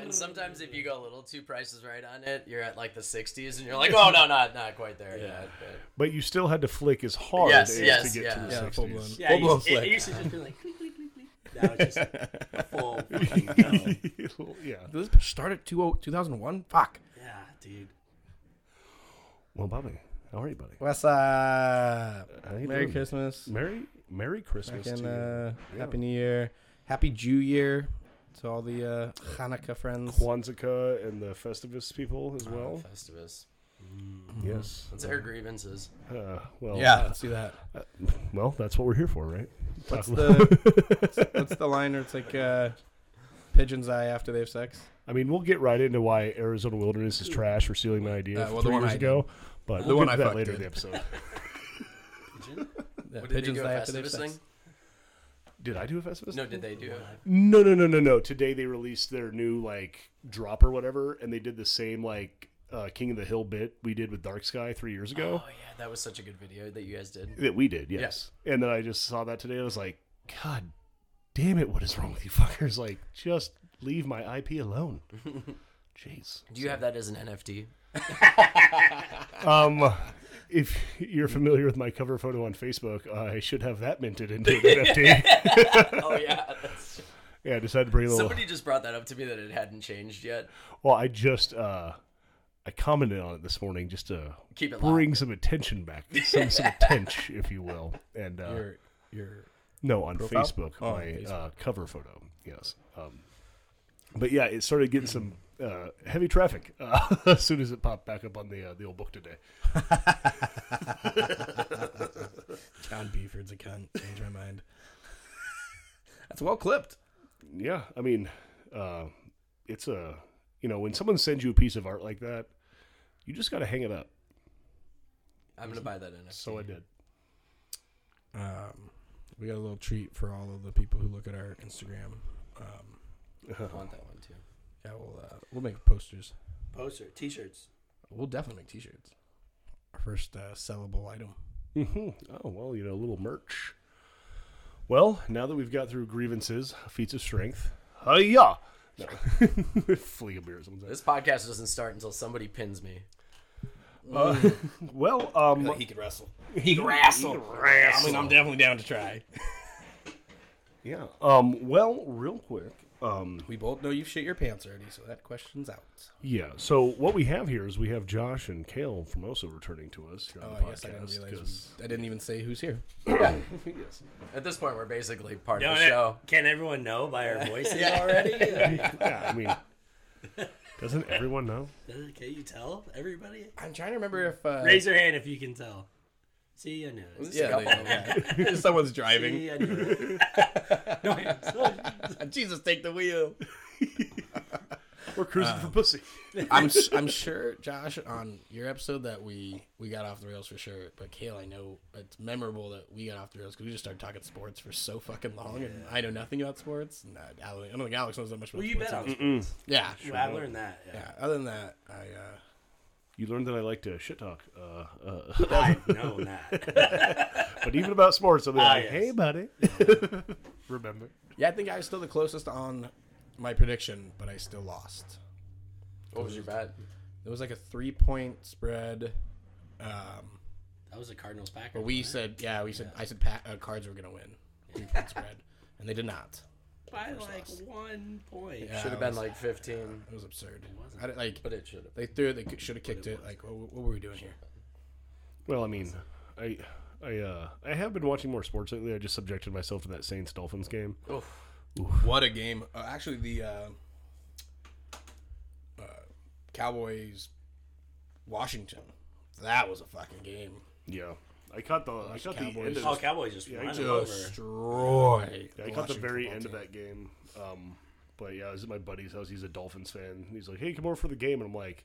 and sometimes if you go a little too prices right on it, you're at like the 60s, and you're like, oh no, not not quite there Yeah. yet. But But you still had to flick as hard Yes, as yes, to get yeah. to the Yeah, 60s. full-blown. Yeah, it Full-blown used, it, flick. it used to just be like click, click, click, click. Now it's just full. fucking go. yeah. Does this start at 20- 2001? Fuck. Yeah, dude. Well, Bobby, how are you, buddy? What's up? How you Merry doing? Christmas. Merry Merry Christmas Fucking, to uh, you. Happy New Year. Happy Jew Year to all the uh, Hanukkah friends. Kwanzaa and the Festivus people Oh, as well. uh, Festivus, yes. let's air grievances. Uh, well, Yeah, let's do that. Well, that's what we're here for, right? What's Talk- the what's, what's the line? Or it's like uh, pigeon's eye after they have sex. I mean, we'll get right into why Arizona wilderness is trash for stealing my idea Uh, from well, the three one years I ago. But The we'll one get I to that fucked later in the did. episode. Pigeon? Yeah, What, did they pigeon's do a eye after they have Festivus sex. thing? Did I do a Festivus? No, did they do? No, no, no, no, no. Today they released their new like drop or whatever, and they did the same like uh, King of the Hill bit we did with Dark Sky three years ago. Oh yeah, that was such a good video that you guys did. That we did, yes. And then I just saw that today. and I was like, God damn it! What is wrong with you fuckers? Like, just leave my IP alone. Jeez. Do you have that as an NFT? Um, if you're familiar with my cover photo on Facebook, I should have that minted into an NFT. oh yeah, that's, yeah, I decided to bring a little. somebody just brought that up to me that it hadn't changed yet. Well, I just uh, I commented on it this morning just to Keep it bring some attention back, some some attention, if you will, and uh, Your your no on profile? Facebook Oh, my on Facebook. Uh, cover photo, yes. Um, but yeah, it started getting some uh, heavy traffic uh, as soon as it popped back up on the uh, the old book today. John Beeford's a cunt. Change my mind. That's well clipped. Yeah, I mean, uh, it's a you know when someone sends you a piece of art like that, you just got to hang it up. I'm gonna buy that NFT. So I did. Um, we got a little treat for all of the people who look at our Instagram. Um, I want that one too. yeah, we'll uh, we'll make posters. Poster, t-shirts. We'll definitely make T-shirts. Our first uh, sellable item. hmm Oh well, you know, a little merch. Well, now that we've got through grievances, feats of strength, hiya! No. Flea of beer. someone said. This podcast doesn't start until somebody pins me. Uh, well, um, he could wrestle. he wrestle. I mean, I'm definitely down to try. yeah. Um, well, real quick. Um, We both know you've shit your pants already, so that question's out. yeah. So what we have here is we have Josh and Kale from also returning to us here on Oh, the I guess I didn't podcast, realize. 'cause- I didn't even say who's here. yes. At this point, we're basically part Don't of the it- show. Can everyone know by our voices already? Yeah. I mean, doesn't everyone know? can you tell everybody? I'm trying to remember if uh, Raise your hand if you can tell. See, I knew it. Yeah, they- yeah. someone's driving. See, I knew it. Jesus, take the wheel. We're cruising for pussy. I'm s- I'm sure Josh on your episode that we we got off the rails for sure. But Kale, I know it's memorable that we got off the rails because we just started talking sports for so fucking long, and I know nothing about sports. And uh, Ale- I don't think Alex knows that much about Well, you sports. bet I was. Yeah, Well, I learned that. Yeah. yeah. Other than that, I uh, You learned that I like to shit talk. Uh, uh, I know that. But even about sports, I'll be like, yes. "Hey, buddy, remember?" yeah, I think I was still the closest on my prediction, but I still lost. What was your bet? It was like a three point spread. Um, That was the Cardinals Packers. but we said, yeah, we said, I said pa- uh, cards were gonna win three point spread, and they did not. by like one point. Yeah, Should have it been was- like 15, It was absurd. I didn't, like but it should have. they threw it, they should have kicked it. Like what, what were we doing here? Well, I mean, I, I, uh, I have been watching more sports lately. I just subjected myself to that Saints Dolphins game. What a game! Uh, actually, the uh, uh, Cowboys Washington. That was a fucking game. Yeah, I caught the, I caught the Cowboys. end of, Oh, Cowboys just I won them over. Destroy. I caught the very end of that game. Um, but yeah, I was at my buddy's house. He's a Dolphins fan. He's like, "Hey, come over for the game," and I'm like,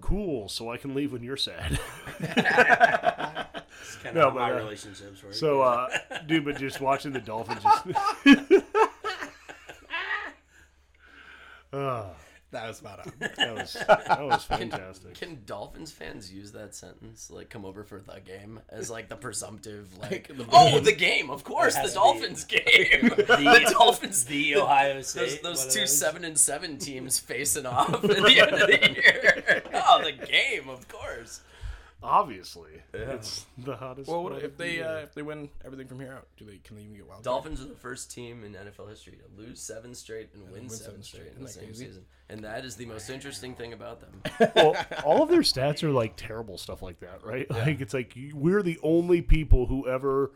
"Cool, so I can leave when you're sad." It's kind No, of how my but, uh, relationships were. so, uh, dude, but just watching the Dolphins. Just, That was spot on. That was that was fantastic. Can Dolphins fans use that sentence, like "come over for the game" as like the presumptive, like, the "Oh, the game, of course, the has to be- Dolphins game, The- the Dolphins, The Ohio those, State. those one of two seven and seven teams facing off at the end of the year." Oh, the game, of course. Obviously, it's the hottest. Well, what one if of they the uh, year. if they win everything from here out? Do they can they even get wild? card? Dolphins are the first team in NFL history to lose seven straight and win, seven straight in the Isn't that same crazy? season, and that is the most interesting thing about them. well, all of their stats are like terrible stuff like that, right? Like it's like you- we're the only people who ever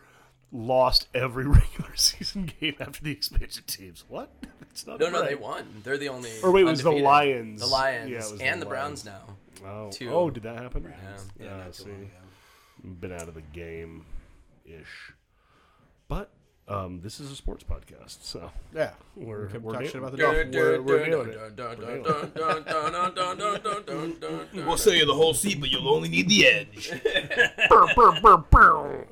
lost every regular season game after the expansion teams. What? It's not No, no, right. they won. They're the only. Or wait, it was the undefeated. Lions. The Lions Yeah, it was and the the, Browns now. Oh, two. oh, did that happen? Yeah. Yeah, Uh, not too see, long ago. been out of the game, ish. But um, this is a sports podcast, so Yeah, we're Kept we're talking na- shit about the we're- Dolphins. we're, we're nailing it. We'll sell you the whole seat, but you'll only need the edge. Burr, burr, burr, burr.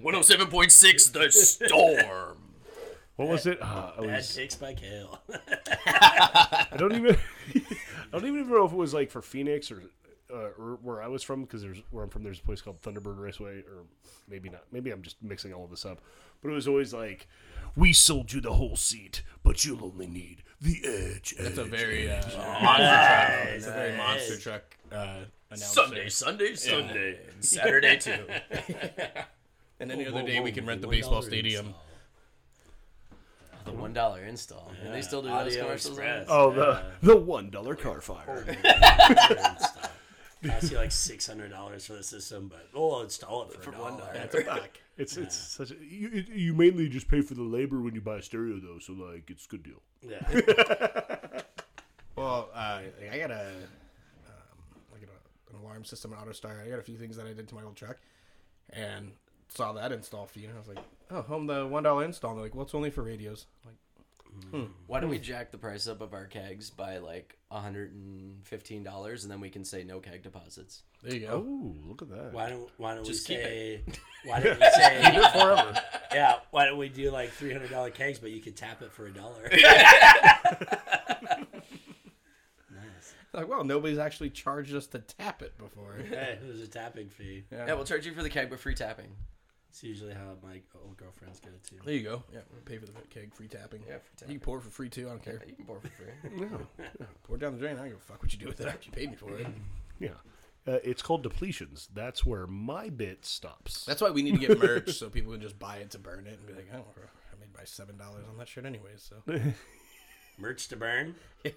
107.6 The Storm. What was it? Uh, I Bad was- picks by Kale. I don't even I don't even know if it was like for Phoenix or uh, or where I was from because there's where I'm from there's a place called Thunderbird Raceway or maybe not maybe I'm just mixing all of this up but it was always like we sold you the whole seat but you'll only need the edge. It's a edge." very uh, monster truck. It's a very monster truck uh, announcer. Sunday, Sunday, Sunday. Saturday, too. and any other Whoa, day we whoa, can rent the $1 baseball install. stadium. The $1 install. Do they still do those Audio commercials? Express. oh the the one dollar car fire. Cost you like six hundred dollars for the system, but we'll install it for, a one dollar. dollar. That's a buck. It's it's such a, you it- you mainly just pay for the labor when you buy a stereo though so like it's a good deal. Yeah. Well, uh, I got a um, like an, an alarm system, an AutoStar. I got a few things that I did to my old truck, and saw that install fee, and I was like, "Oh, home the one dollar install." And they're like, "Well, it's only for radios." I'm like, Oh. Why don't we jack the price up of our kegs by like $115 and then we can say no keg deposits? there you go. Oh look at that. Why don't Why don't Just we keep say? Why don't we say? Forever. yeah. Why don't we do like three hundred dollar kegs, but you could tap it for a dollar? Like, well, nobody's actually charged us to tap it before. hey, it was a tapping fee. Yeah, we'll charge you for the keg, but free tapping. It's usually how my old girlfriends go too. There you go. Yeah, we'll pay for the keg, free tapping. Yeah, free You tapping. can pour for free too. I don't care. You can pour for free. Pour it down the drain. I don't give a fuck what you do with it. You paid me for it. Yeah. Uh, it's called depletions. That's where my bit stops. That's why we need to get merch so people can just buy it to burn it and be like, "Oh, I made my seven dollars on that shirt anyway." So Merch to burn, yeah.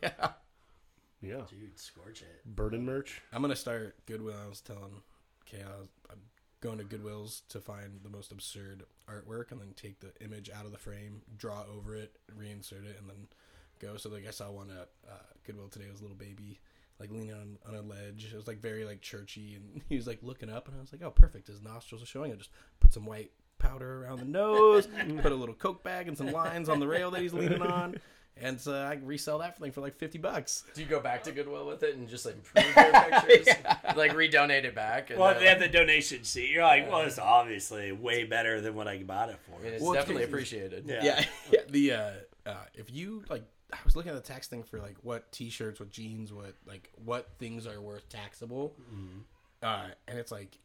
yeah. dude. Scorch it. Burden merch. I'm gonna start Goodwill. I was telling Kay, I was, I'm going to Goodwill's to find the most absurd artwork and then take the image out of the frame, draw over it, reinsert it, and then go. So like I saw one at uh, Goodwill today. It was a little baby like leaning on, on a ledge. It was like very like churchy, and he was like looking up, and I was like, oh, perfect. His nostrils are showing. I just put some white powder around the nose, put a little coke bag and some lines on the rail that he's leaning on. And so I can resell that thing for like fifty bucks. Do you go back to Goodwill with it and just like improve their pictures? Like redonate it back? And Well, then- they have the donation sheet. You're like, well, it's obviously way better than what I bought it for. and it's Well, it's definitely crazy. appreciated. Yeah. yeah, yeah. The uh, uh, if you like, I was looking at the tax thing for like what T-shirts, what jeans, what like what things are worth taxable, uh, and it's like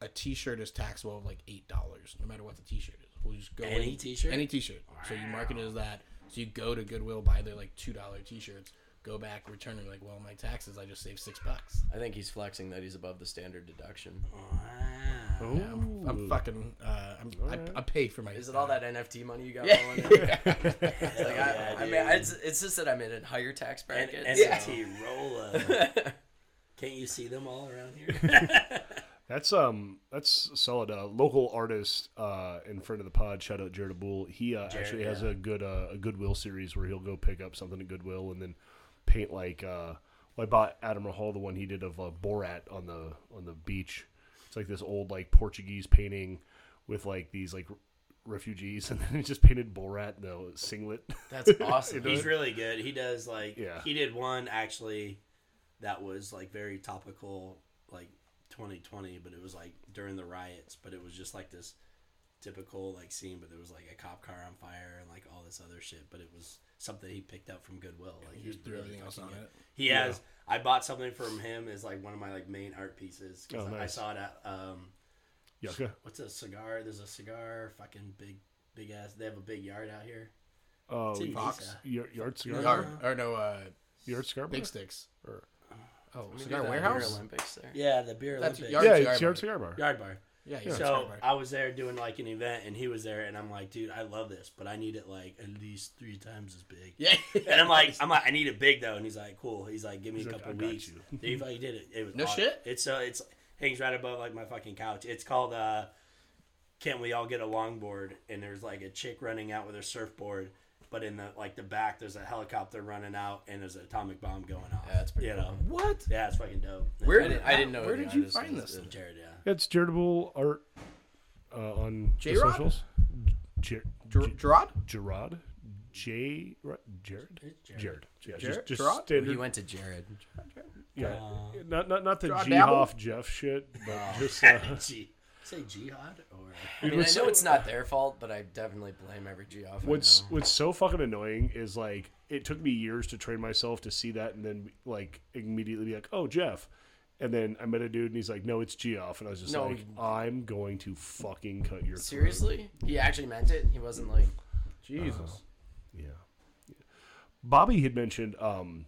a T-shirt is taxable of like eight dollars, no matter what the T-shirt is. We'll just go Any in- t-shirt? any T-shirt. So you market it as that. So you go to Goodwill, buy their like two dollar T-shirts, go back, return them. Like, well, my taxes, I just saved six bucks. I think he's flexing that he's above the standard deduction. Wow. Oh. Yeah, I'm, I'm fucking. Uh, I'm, I, I pay for my. Is it all that NFT money you got rolling? in? It's like, yeah, I, I mean, dude. it's, it's just that I'm in a higher tax And bracket. so- NFT roll up. Can't you see them all around here? That's um that's solid. Uh, local artist uh, in front of the pod. Shout out Jared Bull. He uh, actually has a good uh, a Goodwill series where he'll go pick up something at Goodwill and then paint like. Uh, well, I bought Adam Rahal the one he did of uh, Borat on the on the beach. It's like this old like Portuguese painting with like these like refugees and then he just painted Borat in the singlet. That's awesome. He's really good. He does like Yeah. he did one actually that was like very topical, like 2020, but it was like during the riots. But it was just like this typical like scene, but there was like a cop car on fire and like all this other shit. But it was something he picked up from Goodwill. Like He just threw everything else fucking on good. it. He has. I bought something from him as like one of my like main art pieces. 'cause Oh, I nice. saw it at um, Yucca. what's a cigar? There's a cigar, fucking big, big ass. They have a big yard out here. Oh, It's in y- Fox. Mesa. yard, yard cigar. Yard, or no, uh, Yard cigar. Big bar? Sticks. Or- Oh, We Cigar did that at Beer Warehouse? Olympics there. Yeah, the beer That's Olympics. yard- Yeah, cigar it's yard bar. cigar bar. yard bar. Yeah, yeah. So I was there doing like an event, and he was there, and I'm like, dude, I love this, but I need it like at least three times as big. yeah. And I'm like, I'm like, I need it big though, and he's like, cool. He's like, give me He's a like, "I couple got weeks. you. Dude, he fucking did it. It was No awesome. shit? It's so it's hangs right above like my fucking couch. It's called uh, can we all get a longboard? And there's like a chick running out with her surfboard, but in the like the back there's a helicopter running out, and there's an atomic bomb going off. Yeah, that's pretty you cool. know. What? Yeah, it's fucking dope. I didn't, I didn't know. Where it, did I you just- find it was- this? Jared, yeah. It's charitable art uh, on the J-Rod? socials. Ger- Ger- Gerard? Gerard? J. Ro- Jared? Jared. Yeah, Jared? just, just Gerard? He standard. went to Jared. yeah. not, not, not the Gerard G Dabble? Hoff Jeff shit, but just. Uh, G- say jihad or Oh. I mean, I know it's not their fault, but I definitely blame every Geoff. What's what's so fucking annoying is like it took me years to train myself to see that and then like immediately be like, oh Jeff, and then I met a dude and he's like, no, it's Geoff, and I was just No, like, you- I'm going to fucking cut your throat." seriously? He actually meant it. He wasn't like Jesus. Yeah. Bobby had mentioned um,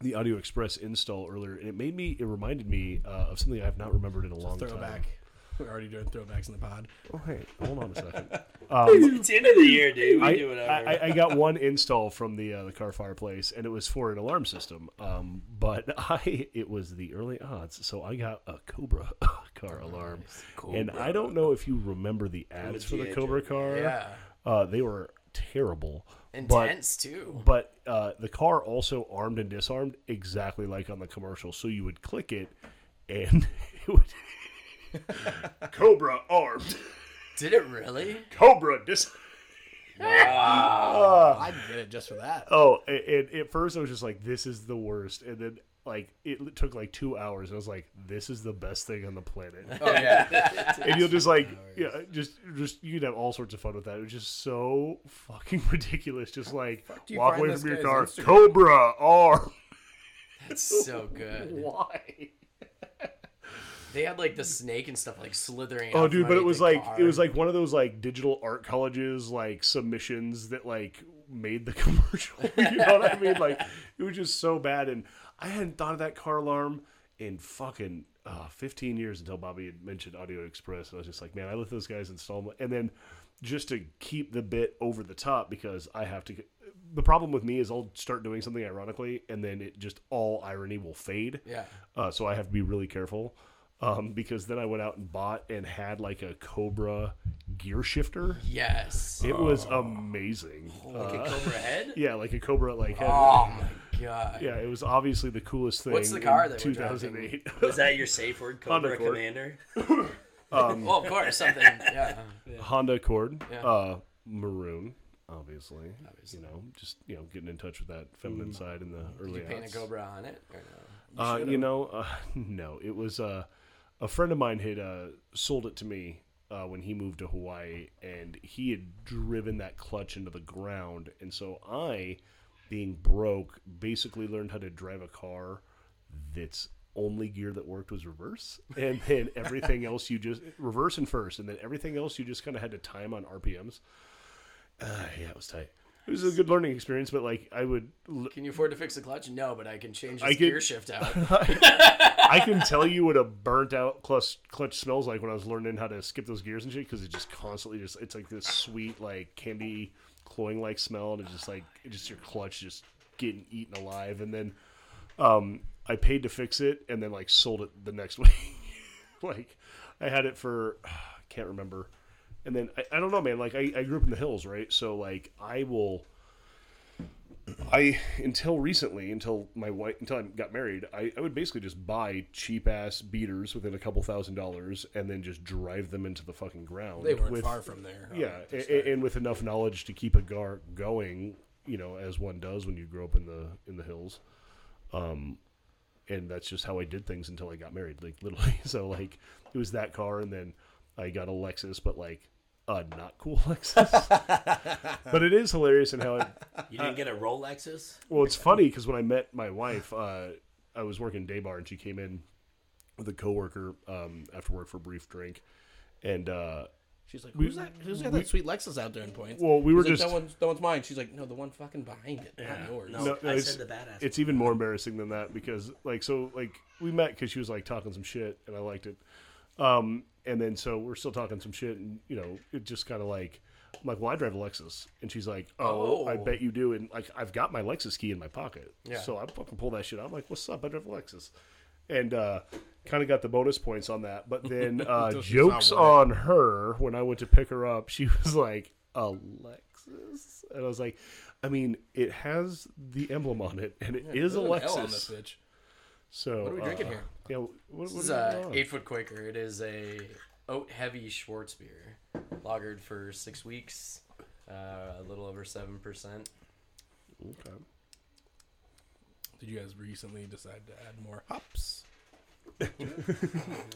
the Audio Express install earlier, and it made me it reminded me uh, of something I've not remembered in a long Throwback. time. We're already doing throwbacks in the pod. Oh, hey, hold on a second. It's the end of the year, dude. We I, do whatever. I, I- I got one install from the uh, the car fireplace, and it was for an alarm system. Um, but I it was the early odds, so I got a Cobra car alarm, and I don't know if you remember the ads for the G.I. Cobra Joe. car. Yeah. uh, they were terrible. But intense too. but uh, the car also armed and disarmed exactly like on the commercial. So you would click it, and it would Cobra armed, Did it really? Cobra disarmed. I did it just for that. Oh, and, and at first I was just like, "This is the worst," and then like it li- took like two hours, and I was like, "This is the best thing on the planet." Oh, yeah. and you'll just like, yeah, just just you can have all sorts of fun with that. It was just so fucking ridiculous. Just like do you walk find away this from your guy's car, Instagram? Cobra arm. That's so good. Why? They had like the snake and stuff like slithering. Oh, out dude, from but it underneath was the like car. it was like one of those like digital art colleges like submissions that like made the commercial. you know what I mean? Like it was just so bad, and I hadn't thought of that car alarm in fucking uh, fifteen years until Bobby had mentioned Audio Express, and I was just like, man, I let those guys install, my-" and then just to keep the bit over the top because I have to. The problem with me is I'll start doing something ironically, and then it just all irony will fade yeah. uh, so I have to be really careful um, because then I went out and bought and had like a Cobra gear shifter. Yes. It was amazing. Uh, like a cobra head. Yeah, like a Cobra like head. Oh my god. Yeah, it was obviously the coolest thing. What's the car in that we're driving? 2008? Was that your safe word, Cobra Undercourt. Commander? Well, of course, something. Yeah. Honda Accord, Yeah. uh, maroon, obviously. You know, just you know, getting in touch with that feminine side in the early. Mm. You paint a aughts. cobra on it or no? Uh, you know, uh, no, it was uh, a friend of mine had uh, sold it to me uh, when he moved to Hawaii, and he had driven that clutch into the ground, and so I, being broke, basically learned how to drive a car that's only gear that worked was reverse and then everything else you just reverse and first and then everything else you just kind of had to time on rpms uh, yeah it was tight it was a good learning experience but like i would l- Can you afford to fix the clutch? No, but I can change I this could- gear shift out. I can tell you what a burnt out clutch, clutch smells like when I was learning how to skip those gears and shit because it just constantly just it's like this sweet like candy cloying like smell and it's just like it's just your clutch just getting eaten alive and then um I paid to fix it and then like sold it the next week like I had it for I can't remember and then I, I don't know man like I, I grew up in the hills right so like I will. I until recently, until my wife, until I got married, I, I would basically just buy cheap ass beaters within a couple thousand dollars, and then just drive them into the fucking ground. They weren't with, far from there. Um, yeah, a- a- and with enough knowledge to keep a gar going, you know, as one does when you grow up in the in the hills. Um, and that's just how I did things until I got married, like literally. So like, it was that car, and then I got a Lexus, but like uh, not cool Lexus. but it is hilarious in how it. You didn't get a Rolexes? Well, it's funny because when I met my wife, uh, I was working day bar and she came in with a coworker um, after work for a brief drink, and uh, She's like, who's that? Who's got that sweet Lexus out there in points? well, we were He's like, just. that one's that one's mine. She's like, no, the one fucking behind it, not yours. No, No, no, I it's- said the badass. it's even more embarrassing than that because like so like we met because she was like talking some shit and I liked it, um and then so we're still talking some shit and you know it just kind of like I'm like well I drive a Lexus and she's like oh, Oh. I bet you do and like I've got my Lexus key in my pocket Yeah. so I fucking pull that shit out I'm like what's up I drive a Lexus and uh kind of got the bonus points on that but then uh Doesn't jokes sound right. on her when I went to pick her up she was like a Lexus and I was like. I mean, it has the emblem on it, and it is There's a an L on this Lexus. bitch. So What are we drinking uh, here? uh, Yeah, what, what This is are we a drinking on? eight foot Quaker. It is a oat heavy Schwartz beer, lagered for six weeks, uh, a little over seven percent. Okay. Did you guys recently decide to add more hops?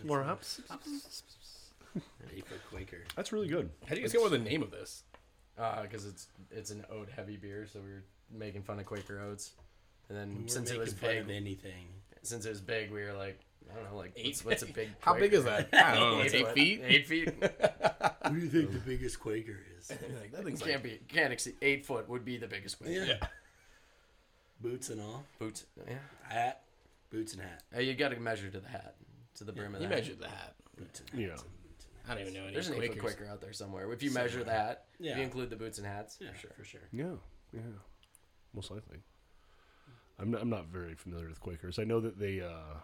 More hops. An eight foot Quaker. That's really good. How do you guys come up with the name of this? because uh, it's it's an oat heavy beer, so we were making fun of Quaker oats, and then We're since it was making fun of big, anything. since it was big, we were like, I don't know, like Eight- what's, what's a big? How big Quaker? is that? I don't know. It's eight foot- feet. Eight feet What do you think the biggest Quaker is? Like, that thing's can't like, be can't exceed eight foot would be the biggest one. Yeah. Boots and all. Boots, yeah. Hat. Boots and hat. Uh, You got to measure to the hat, to the brim of you the measured hat. the hat. Boots and hat. Yeah. I don't even know any There's an eight Quakers. foot Quaker out there somewhere. If you measure the hat, Yeah. if you include the boots and hats, Yeah, for sure. for sure. Yeah. Yeah. Most likely. I'm not, I'm not very familiar with Quakers. I know that they. uh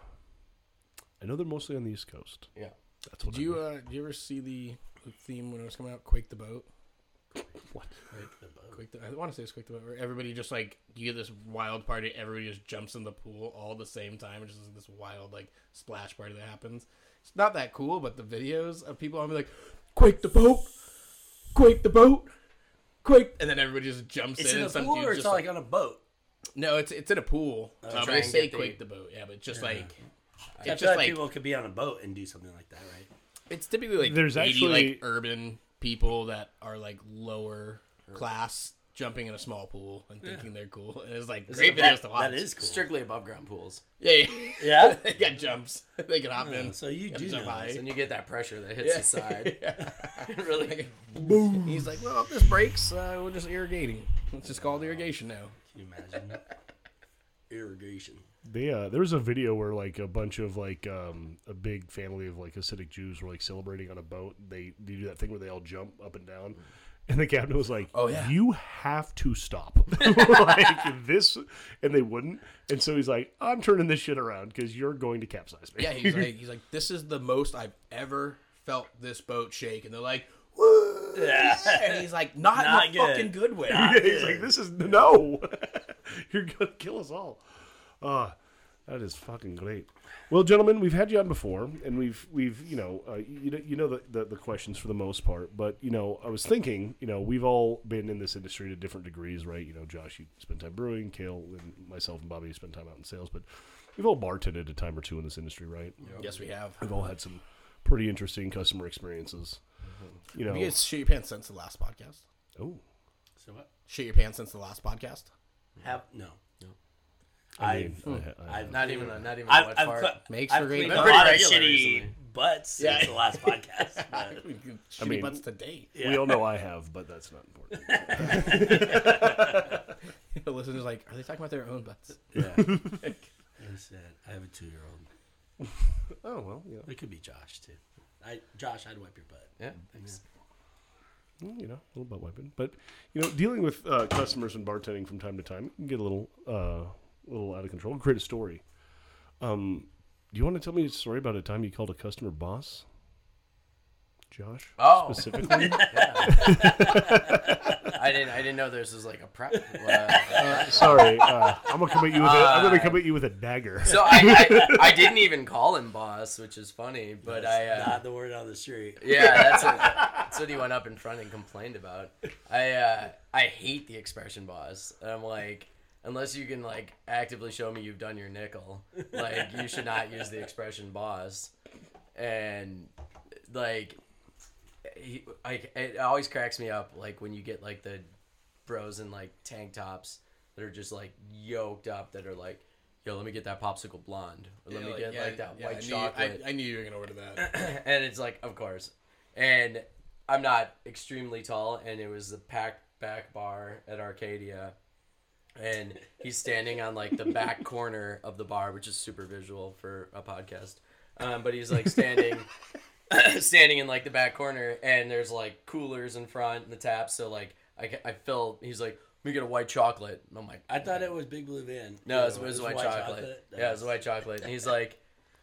I know they're mostly on the East Coast. Yeah. That's what. Do I you know. uh, do you ever see the the theme when it was coming out? Quake the boat. What? Quake the, I want to say it's Quake the boat. Where everybody just like you get this wild party. Everybody just jumps in the pool all at the same time. It's just like, this wild like splash party that happens. It's not that cool, but the videos of people on me like Quake the boat, Quake the boat, Quake, and then everybody just jumps It's in. in a and some pool dude's or just it's not like on a boat? No, it's it's in a pool. Uh, try we and say get the- quake the boat, yeah, but just like I feel it's just like, like people could be on a boat and do something like that, right? it's typically like There's there's 80, actually- like urban people that are like lower class jumping in a small pool and thinking they're cool. And it's like great that- videos to watch. That is cool. Strictly above ground pools, yeah, yeah. Yeah. they got jumps. They can hop in. So you Gotta do jump know. high. and you get that pressure that hits the side. really, He's like, well, if this breaks, uh, we're just irrigating. It's just called irrigation now. Can you imagine? Irrigation. They uh, there was a video where like a bunch of like um a big family of like Hasidic Jews were like celebrating on a boat. They they do that thing where they all jump up and down, and the captain was like, "Oh yeah. you have to stop like this," and they wouldn't. And so he's like, "I'm turning this shit around because you're going to capsize me." Yeah, he's like, he's like, this is the most I've ever felt this boat shake, and they're like, woo, yeah. and he's like, not, Not in a good. fucking good way. he's like, "This is no, you're gonna kill us all." Ah, that is fucking great. Well, gentlemen, we've had you on before, and we've we've you know uh, you know you know the, the the questions for the most part, but you know I was thinking you know we've all been in this industry to different degrees, right? You know, Josh, you spent time brewing, Kale, and myself and Bobby spent time out in sales, but we've all bartended a time or two in this industry, right? Yes, we have. We've all had some pretty interesting customer experiences. Mm-hmm. You know, You guys shit your pants since the last podcast. oh, So what? Shit your pants since the last podcast. Have no. No. I I've mean, I- I- I've not even a, not even a I've, wet I've, fart. cut- Makes I've for great cleaned a content. lot of Pretty regular shitty recently. butts since Yeah. the last podcast. but- Shitty mean- butts today. we all know I have, but that's not important. the listeners like, are they talking about their own butts? yeah. I said I have a two-year-old. oh well, yeah. It could be Josh too. I Josh, I'd wipe your butt. Yeah, Mm, you know, a little butt wiping. But you know, dealing with uh, customers and bartending from time to time can get a little, uh, little out of control. Create a story. Um, do you want to tell me a story about a time you called a customer boss, Josh? Oh. specifically. I didn't. I didn't know this was like a prep. Uh, Sorry, uh, I'm gonna come at you with a, I'm Uh, gonna come at you with a dagger. so I, I, I didn't even call him boss, which is funny. But I, That's uh, not the word on the street. yeah, that's, what- that's what he went up in front and complained about. I, uh, I hate the expression boss. And I'm like, unless you can like actively show me you've done your nickel, like you should not use the expression boss. And like, he, I, it always cracks me up like when you get like the bros in like tank tops that are just like yoked up that are like yo let me get that popsicle blonde or let me get like that yeah, I white knew, chocolate I, I knew you were gonna order that. and it's like of course and i'm not extremely tall and it was the packed back bar at arcadia and he's standing on like the back corner of the bar which is super visual for a podcast um, but he's like standing standing in like the back corner and there's like coolers in front and the taps so like i, ca- I fill he's like let me get a white chocolate and i'm like I thought it was Big Blue Van. no, it's, it's white, chocolate. Yeah, it's white chocolate. And he's like,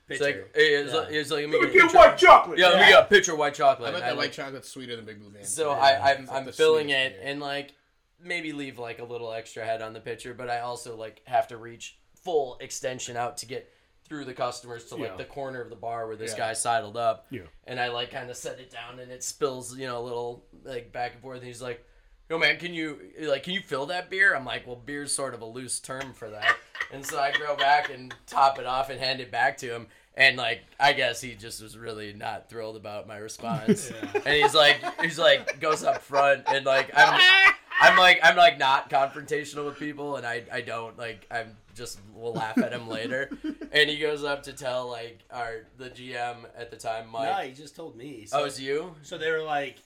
it's like, Picture. it's like, Yeah. it's like, let me get a Get picture- white chocolate. yeah, let me Yeah. get a picture of white chocolate. I bet And I that like- white chocolate's sweeter than Big Blue Van. so Yeah. I, I'm, It's like I'm the filling it sweetest beer. and like maybe leave like a little extra head on the picture, but I also like have to reach full extension out to get through the customers to like Yeah. the corner of the bar where this Yeah. guy sidled up. Yeah. And I like kind of set it down and it spills, you know, a little like back and forth. And he's like, yo man, can you like, can you fill that beer? I'm like, well, beer's sort of a loose term for that. and so I go back and top it off and hand it back to him. And like, I guess he just was really not thrilled about my response. And he's like, he's like, goes up front and like, I'm, I'm like, I'm like not confrontational with people, and I, I don't like, I'm just will laugh at him later. And he goes up to tell like our the GM at the time, Mike. No, he just told me. So, Oh, it's you? so they were like,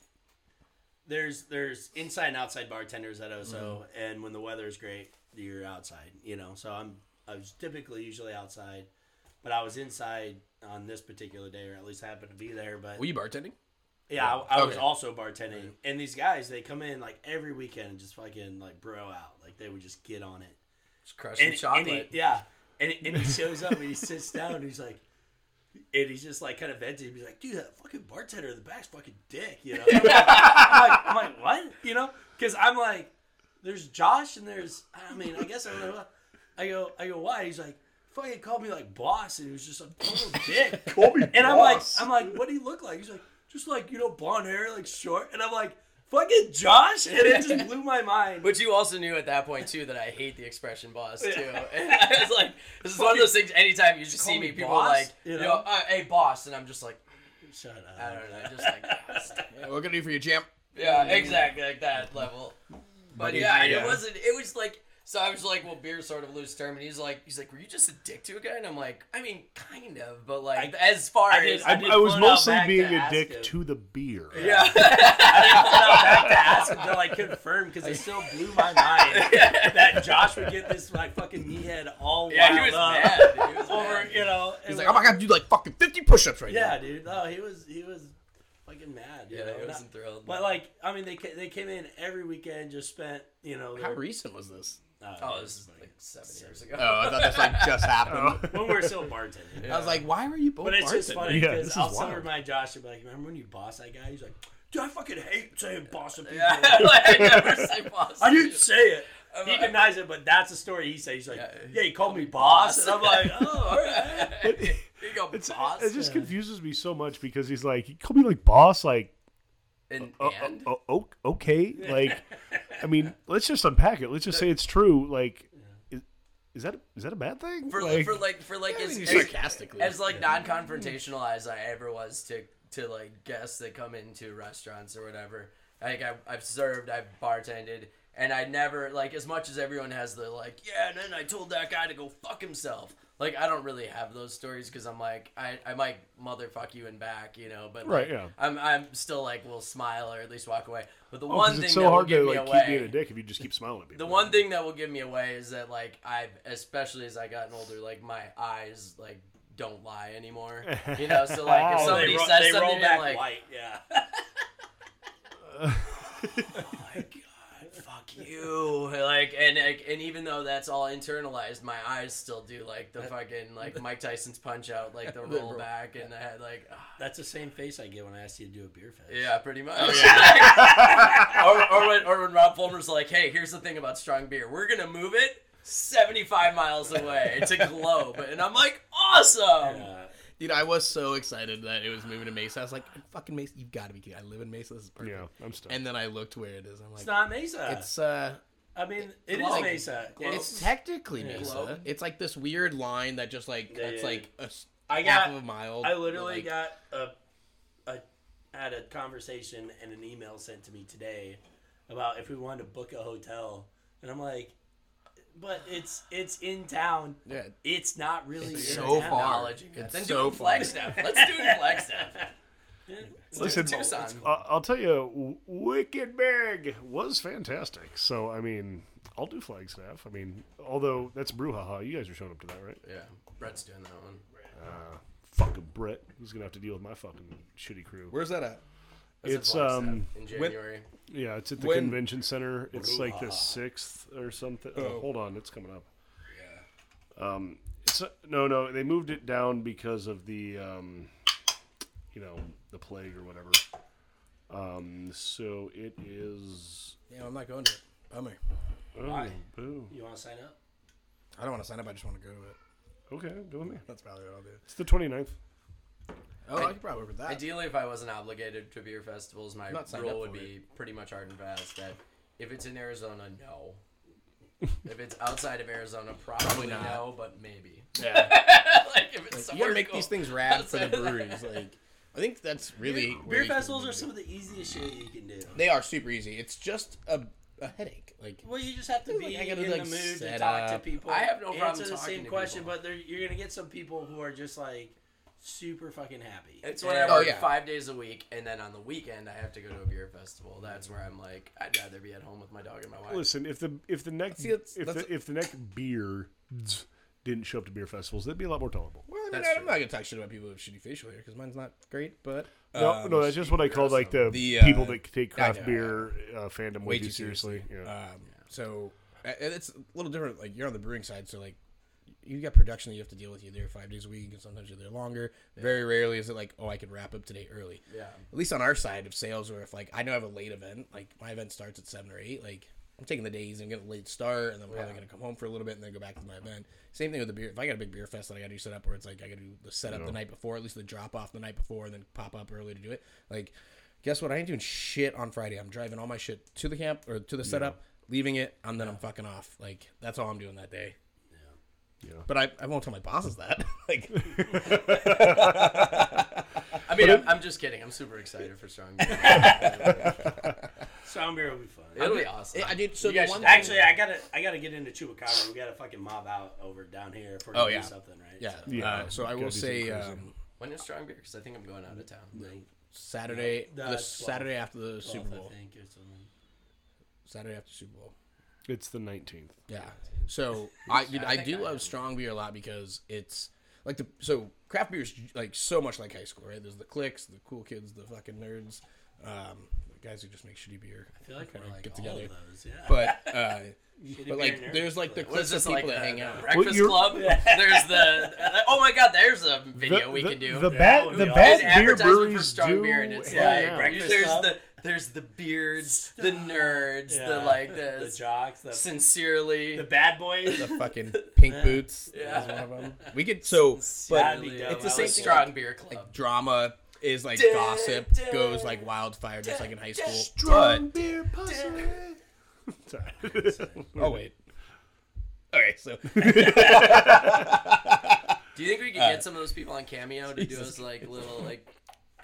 there's there's inside and outside bartenders at Oso, Mm-hmm. and when the weather's great, you're outside. You know, so I'm I was typically usually outside, but I was inside on this particular day, or at least happened to be there. But Were you bartending? Yeah, I, I was Okay. also bartending, and these guys they come in like every weekend and just fucking like bro out, like they would just get on it. Just crush And, some chocolate. and he, yeah, and, and he shows up and he sits down and he's like, and he's just like kind of venting. He's like, dude, that fucking bartender in the back's fucking dick, you know? I'm, like, I'm like, what? You know? Because I'm like, there's Josh and there's I mean I guess I don't know. I go I go why? He's like fucking called me like boss and he was just a total dick. Call me And I'm like, boss. I'm like, what do you look like? He's like, just like you know, blonde hair, like short. And I'm like, fucking Josh. And it just blew my mind. But you also knew at that point too that I hate the expression boss too. And I was like, this is one of those things. Anytime you just Call see me, me people boss, are like, you you know? know, uh, hey boss, and I'm just like, Shut up. I don't know, just like, Yeah, what gonna do for you, champ? yeah, exactly like that level. But Buddy, yeah, yeah. it wasn't. It was like. So I was like, well, beer's sort of a loose term, and he's like, he's like, were you just a dick to a guy? And I'm like, I mean, kind of, but like, as far I did- as I I, did I was phone out mostly back to being a ask dick him. to the beer. yeah, back to ask until I confirmed because it still blew my mind that Josh would get this like fucking meathead all yeah, wound he was up mad. He was uh, over mad. you know. He's it like, was- oh my god, do like fucking fifty push-ups right yeah, dude. No, he was he was fucking mad. You Yeah, know? he Not- wasn't thrilled. but like, I mean, they ca- they came in every weekend, just spent you know. now. How Their, uh, recent was this? oh, this is like seven years ago. Oh, I thought that's like just happened. when we were still bartending. I was like, why were you both But it's just bartending? funny Yeah, because this is I'll still wild. remind Josh and be like, "Remember when you boss that guy?" He's like, "Dude, I fucking hate saying boss to people. Yeah, like, I never say boss. I didn't say it." He I- denies it, but that's the story he says. He's like, "Yeah, Yeah, he called me boss," and I'm like, "Oh, all right." you go, It's, boss. it just confuses me so much because he's like, he called me like boss, like, and, uh, and? uh, uh, o- okay. Like, I mean, let's just unpack it. Let's just say it's true. Like, is, is that is that a bad thing? for like, like, oh, for like for like I as, mean, as, sarcastically. as, like non-confrontational as I ever was to to like guests that come into restaurants or whatever. Like I, I've served, I've bartended, and I never like as much as everyone has the like yeah, and then I told that guy to go fuck himself. Like I don't really have those stories because I'm like I, I might motherfuck you and back, you know. But Right, like, yeah. I'm I'm still like will smile or at least walk away. But the one Oh, 'Cause thing it's that so will hard give to me like away, keep being a dick if you just keep smiling at people. the one thing that will give me away is that like I've especially as I gotten older, like my eyes like don't lie anymore. You know, so like if Oh, somebody they, ro- says they something roll to me, I'm back like white, yeah. oh my god, fuck you. Like and like and even though that's all internalized, my eyes still do like the fucking like Mike Tyson's punch out, like the roll roll- back and the head like ah. That's the same face I get when I ask you to do a beer fest. Yeah, pretty much. or, or, when, or when Rob Fulmer's like, hey, here's the thing about strong beer. We're going to move it 75 miles away to Globe. And I'm like, awesome. Uh, Dude, I was so excited that it was moving to Mesa. I was like, fucking Mesa, you've got to be kidding. I live in Mesa. This is perfect. yeah, I'm stuck. And then I looked where it is. I'm like, it's it's, not Mesa. uh, I mean, it is Globe. Mesa. Globe. it's technically Mesa. Globe? It's like this weird line that just like Yeah, that's yeah, like a s- I half got- of a mile. I literally like, got a a had a conversation and an email sent to me today about if we wanted to book a hotel, and I'm like, but it's it's in town. Yeah. It's not really It's in so town. far. It's then so do it in Flagstaff. Let's do it in Flagstaff. Let's Listen, do it in Tucson. Uh, I'll tell you, W- Wicked Big was fantastic. So I mean, I'll do Flagstaff. I mean, although that's brouhaha. You guys are showing up to that, right? Yeah, Brett's doing that one. Fucking Brit, who's gonna have to deal with my fucking shitty crew. Where's that at? That's in It's, Flagstaff um, in January. yeah, it's at the When- convention center. It's like the sixth or something. Oh, Oh. hold on, it's coming up. Yeah. Um. It's no, no. They moved it down because of the um, you know, the plague or whatever. Um. So it is. Yeah, I'm not going to it. Bummer. Oh, Why? boo. You want to sign up? I don't want to sign up. I just want to go to it. Okay, go with me. That's probably what I'll do. It's the 29th. Oh, I, could probably work with that. Ideally, if I wasn't obligated to beer festivals, my not signed up rule would for be pretty much hard and fast that if it's in Arizona, no. if it's outside of Arizona, probably, not. no, but maybe. Yeah. like if it's you gotta somewhere make cool. these things rad for the Outside of that. breweries. Like, I think that's really where Beer you can festivals do are it. some of the easiest shit you can do. They are super easy. It's just a, a headache. Like, Well, you just have to Like, be I gotta, in like, the mood to set talk to up. people. I have no problem Answer the talking same to question, people. but there- you're gonna get some people who are just like super fucking happy. It's when I Oh, work yeah. five days a week, and then on the weekend I have to go to a beer festival. That's where I'm like, I'd rather be at home with my dog and my wife. Listen, if the if the neck See, that's- if that's- the if the neck beer didn't show up to beer festivals, that'd be a lot more tolerable. well, I mean, That's I'm true. not gonna talk shit about people with shitty facial hair because mine's not great. But No, um, no, that's just what I call like the, The, uh, people that take craft know, beer uh, fandom way, too seriously. Yeah. Um, so a- and it's a little different. Like you're on the brewing side, so like you got production that you have to deal with. You're there five days a week, and sometimes you're there longer. Very rarely is it like, oh, I could wrap up today early. Yeah. At least on our side of sales, where if like I know I have a late event, like my event starts at seven or eight, like. I'm taking the days and getting a late start, and then I'm probably Yeah. gonna come home for a little bit and then go back to my event. Same thing with the beer. If I got a big beer fest that I gotta do set up, where it's like I gotta do the setup the night before, at least the drop off the night before, and then pop up early to do it. Like, guess what? I ain't doing shit on Friday. I'm driving all my shit to the camp or to the setup, leaving it, and then I'm fucking off. Like, that's all I'm doing that day. Yeah. But I, I won't tell my bosses that. like, I mean, I'm, I'm just kidding. I'm super excited for strong beer. Sound beer will be fun. It'll be awesome. I did. So You the guys one should thing- Actually, I gotta I gotta get into Chupacabra. We gotta fucking mob out over down here if we're gonna Oh, yeah. do something, right? yeah. So, Yeah, uh, so I gotta will do some say cruising. um, when is strong beer? Because I think I'm going out of town. like, Saturday, No, the that's Saturday after the Super twelfth, I Bowl. think, or something. Saturday after Super Bowl. It's the 19th. Yeah. So I dude, I do love strong beer a lot because it's like the so craft beer is like so much like high school, right? There's the cliques, the cool kids, the fucking nerds, um, the guys who just make shitty beer. I feel like kinda we're like get all together. of those. Yeah. But uh, Shitty beer but like nerd. there's like the What is cliques of this people like? uh, The, that hang the out. Breakfast you're- Club. There's the. Oh my God! There's a video we the, can do. The That bad would the be There's bad beer advertisement breweries for strong do. beer, and it's hang like yeah. out. breakfast there's club. the there's the beards, the nerds, the Yeah. like the the, jocks, the, sincerely. the bad boys. The fucking pink boots. Yeah. Is one of them. We could so but That'd be dope. it's the same I would thing. love strong beer club. like drama is like Dun, gossip dun, goes like wildfire just like in high school. Strong beer pussy. Sorry. But oh wait. Okay, so do you think we could get some of those people on Cameo to do us like little like?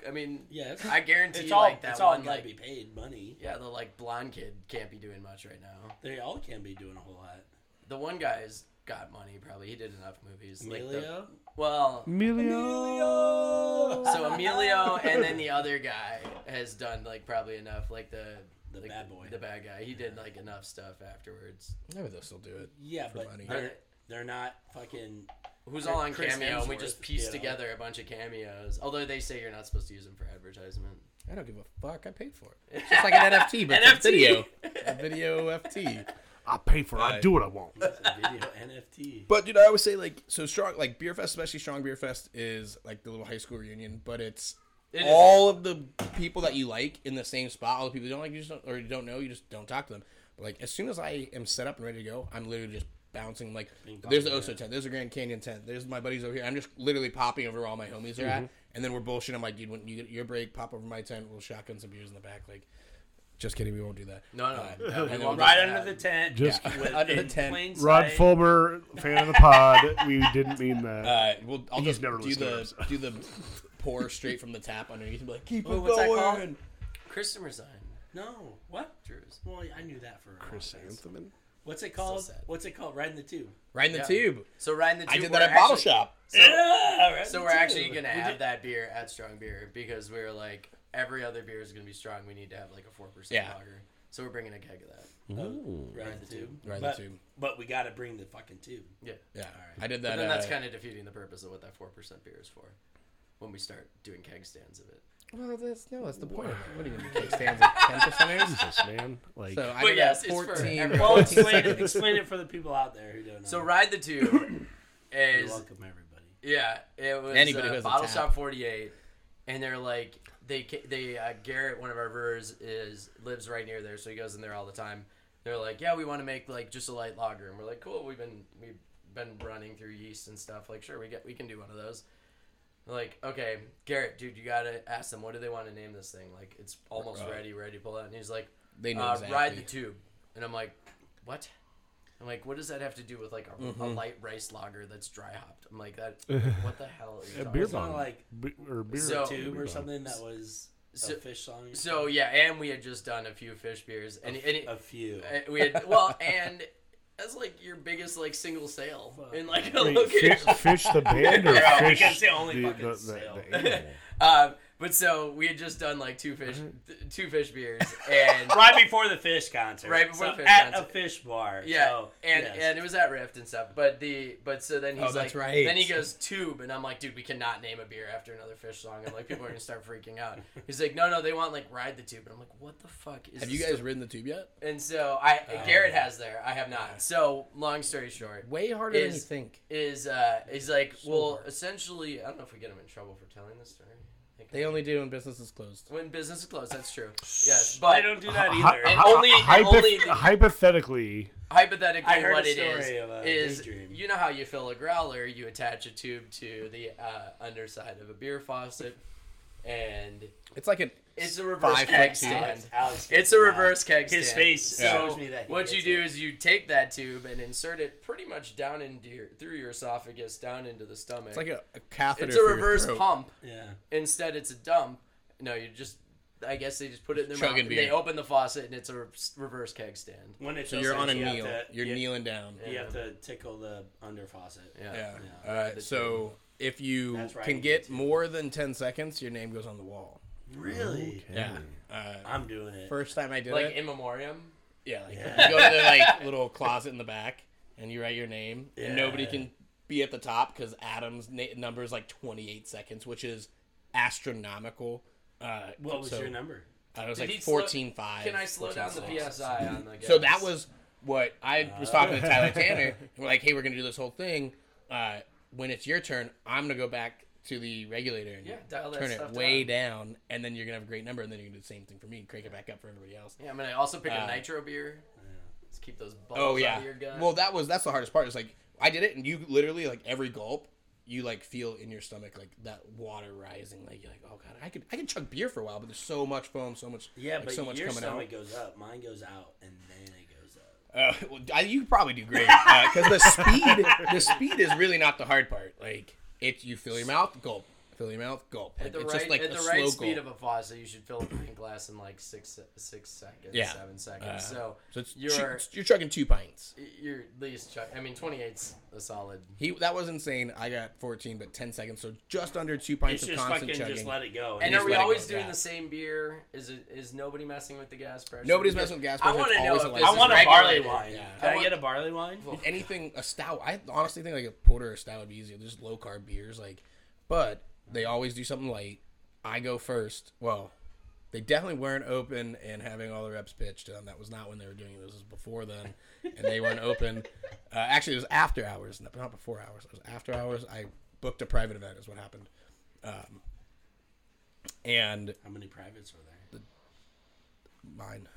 I mean, Yes. I guarantee It's you, all like that it's all one gotta like be paid money. yeah the like blonde kid can't be doing much right now. They all can be doing a whole lot. The one guy's got money probably. He did enough movies. Like, the- Emilio? well, Emilio. So Emilio and then the other guy has done like probably enough, like the The like, bad boy. the bad guy. He did like enough stuff afterwards. maybe they'll still do it. Yeah, but money. they're they're not fucking Who's all on Chris cameo? and We Hemsworth, just pieced you know. together a bunch of cameos. Although they say you're not supposed to use them for advertisement. I don't give a fuck. I paid for it. It's just like an NFT, but it's a NFT. video. A video FT. I pay for it. I Right. do what I want. Uh, video NFT. But dude, I always say like so strong like Beer Fest, especially Strong Beer Fest is like the little high school reunion, but it's It is- all of the people that you like in the same spot. All the people you don't like, you just don't, or you don't know, you just don't talk to them. But like as soon as I am set up and ready to go, I'm literally just bouncing. Like pong, there's the Oso tent, there's the Grand Canyon tent, there's my buddies over here. I'm just literally popping over where all my homies are Mm-hmm. at, and then we're bullshitting. I'm like, dude, when you get your break, pop over my tent, we'll shotgun some beers in the back. Like, just kidding, we won't do that. No, no, no, we and won't then we'll Right do under that. the tent. Just- with- Under the in tent. plain Rod sight. Fulmer, fan of the pod. We didn't mean that. Uh, well, I'll He's just never do listened to the us. do the pour straight from the tap underneath and be like, keep Oh, it what's that called? going. Kristen resigned. No, what? Drew's. Well, I knew that for a while. Chrysanthemum. What's it called? sad. What's it called? Riding the tube. Right in the Yeah. tube. So riding the tube. I did we're that at Bottle actually- Shop. So, Yeah, riding so the we're tube. actually gonna We have did- that beer at Strong Beer because we were like every other beer is gonna be strong. We need to have like a four percent Yeah. lager. So we're bringing a keg of that. Riding the tube. Riding the but, tube. But we gotta bring the fucking tube. Yeah. Yeah. I did that. But then that's uh, kind of defeating the purpose of what that four percent beer is for. When we start doing keg stands of it. Well, that's no, that's the point. of it. What are you gonna do? Cake stands at ten percenters? Jesus, man. Like, So I But did yes, that it's for 14, everyone. Well, 14 explain it, seconds. explain it for the people out there who don't know. So ride the tube You're is welcome everybody. yeah. It was Anybody who uh, has a Bottle tap. Shop Forty Eight, and they're like they ca- they uh, Garrett, one of our brewers, is lives right near there, so he goes in there all the time. They're like, yeah, we want to make like just a light lager, and we're like, cool. We've been we've been running through yeast and stuff. Like, sure, we get we can do one of those. They're Like, okay, Garrett, dude, you gotta ask them what do they want to name this thing? Like, it's almost ready, ready. Pull out, and he's like, They know uh, exactly. ride the tube. And I'm like, what? I'm like, what does that have to do with like a, a Mm-hmm. light rice lager that's dry hopped? I'm like, that. what the hell? Is a beer It's not bong. like b- or beer So- beer tube or bong. something that was a So- fish song. So yeah, and we had just done a few fish beers, and, and it, a few. and we had well, and that's like your biggest like single sale in like a Wait, location. fish, fish the band or Yeah, fish because they only fucking the, sell. the, the animal? Um, but so we had just done like two fish, th- two fish beers, and right before the fish concert. Right before So the fish at concert. a fish bar. Yeah, So, and yes. and it was at Rift and stuff. But the but so then he's Oh, that's like, right. then he goes tube, and I'm like, dude, we cannot name a beer after another fish song. I'm like, people are gonna start freaking out. He's like, no, no, they want like ride the tube, and I'm like, what the fuck is? Have you this guys Oh. stuff?" ridden the tube yet? And so I Garrett has there. I have not. So long story short, Way harder Is- than you think. is uh is like well hard. essentially I don't know if we get him in trouble for telling this story. I think- They only do when business is closed. when business is closed, that's true. Yes, I but don't do that Hy- either. And hy- only- and hypo- only the- hypothetically, hypothetically, I heard what a it is story of a is daydream. you know how you fill a growler, you attach a tube to the uh, underside of a beer faucet, and It's like an it's a reverse Five keg foot tube. stand. Alex gets It's a it. reverse keg stand. His face So shows me that. he what you gets do it. is you take that tube and insert it pretty much down into your, through your esophagus, down into the stomach. it's like a, a catheter. It's for a your reverse throat. pump. yeah. Instead, it's a dump. No, you just. I guess they just put it in their Chugging mouth. and beer. they open the faucet and it's a re- reverse keg stand. When it So you're does on a that, you have kneel. to- You're you- kneeling down. You have to tickle the under faucet. Yeah. Oh, Yeah. All right. So if you That's right, can you get too. more than ten seconds, your name goes on the wall. Really? Yeah. Uh, I'm doing it. first time I did Like it, in memoriam. yeah, like, Yeah. you go to the like little closet in the back and you write your name, Yeah. and nobody can be at the top because Adam's na- number is like 28 seconds, which is astronomical. Uh, what was so, your number? I was Did like he slow- 14 5. Can I slow down the PSI on the gas? So that was what I Ah. was talking to Tyler Tanner. and we're like, hey, we're gonna do this whole thing. Uh, when it's your turn, I'm gonna go back to the regulator and Yeah, dial that turn stuff it way down. down, and then you're gonna have a great number, and then you're gonna do the same thing for me and crank it back up for everybody else. Yeah, I'm gonna also pick a Uh, nitro beer. Let's keep those balls Oh yeah. out of your gun. Well, that was that's the hardest part. Is like I did it, and you literally like every gulp, you like feel in your stomach like that water rising. Like you're like, oh god, I could I could chug beer for a while, but there's so much foam, so much Yeah, like, but so much your coming out. stomach goes up. Mine goes out, and then it goes up. Uh, well, I- you probably do great because the speed, the speed is really not the hard part. Like it, you fill your mouth, gulp, fill your mouth, gulp. at Like, the it's right just like at a the slow right speed gulp. of a faucet, you should fill a pint glass in like six six seconds, Yeah. seven Uh, seconds. so so it's you're you're chugging two pints. you're at least chuck. I mean, 28's a solid. He that was insane. I got 14, but 10 seconds, so just under two pints It's of just constant fucking chugging. just let it go. And just are we let it go, always doing yeah. the same beer? Is it is nobody messing with the gas pressure? Nobody's Because messing with gas I pressure. wanna It's know always if a this I license is want a plate. barley regulated. wine. Yeah. I Can I, want- get a barley wine? Well, anything a stout. I honestly think like a porter or stout would be easier. Just low carb beers, like, but they always do something light. I go first. Well, they definitely weren't open and having all the reps pitched. Um, that was not when they were doing it. This was before then, and they weren't open. Uh, actually, it was after hours, not not before hours. It was after hours. I booked a private event. Is what happened. Um, and How many privates were there? mine.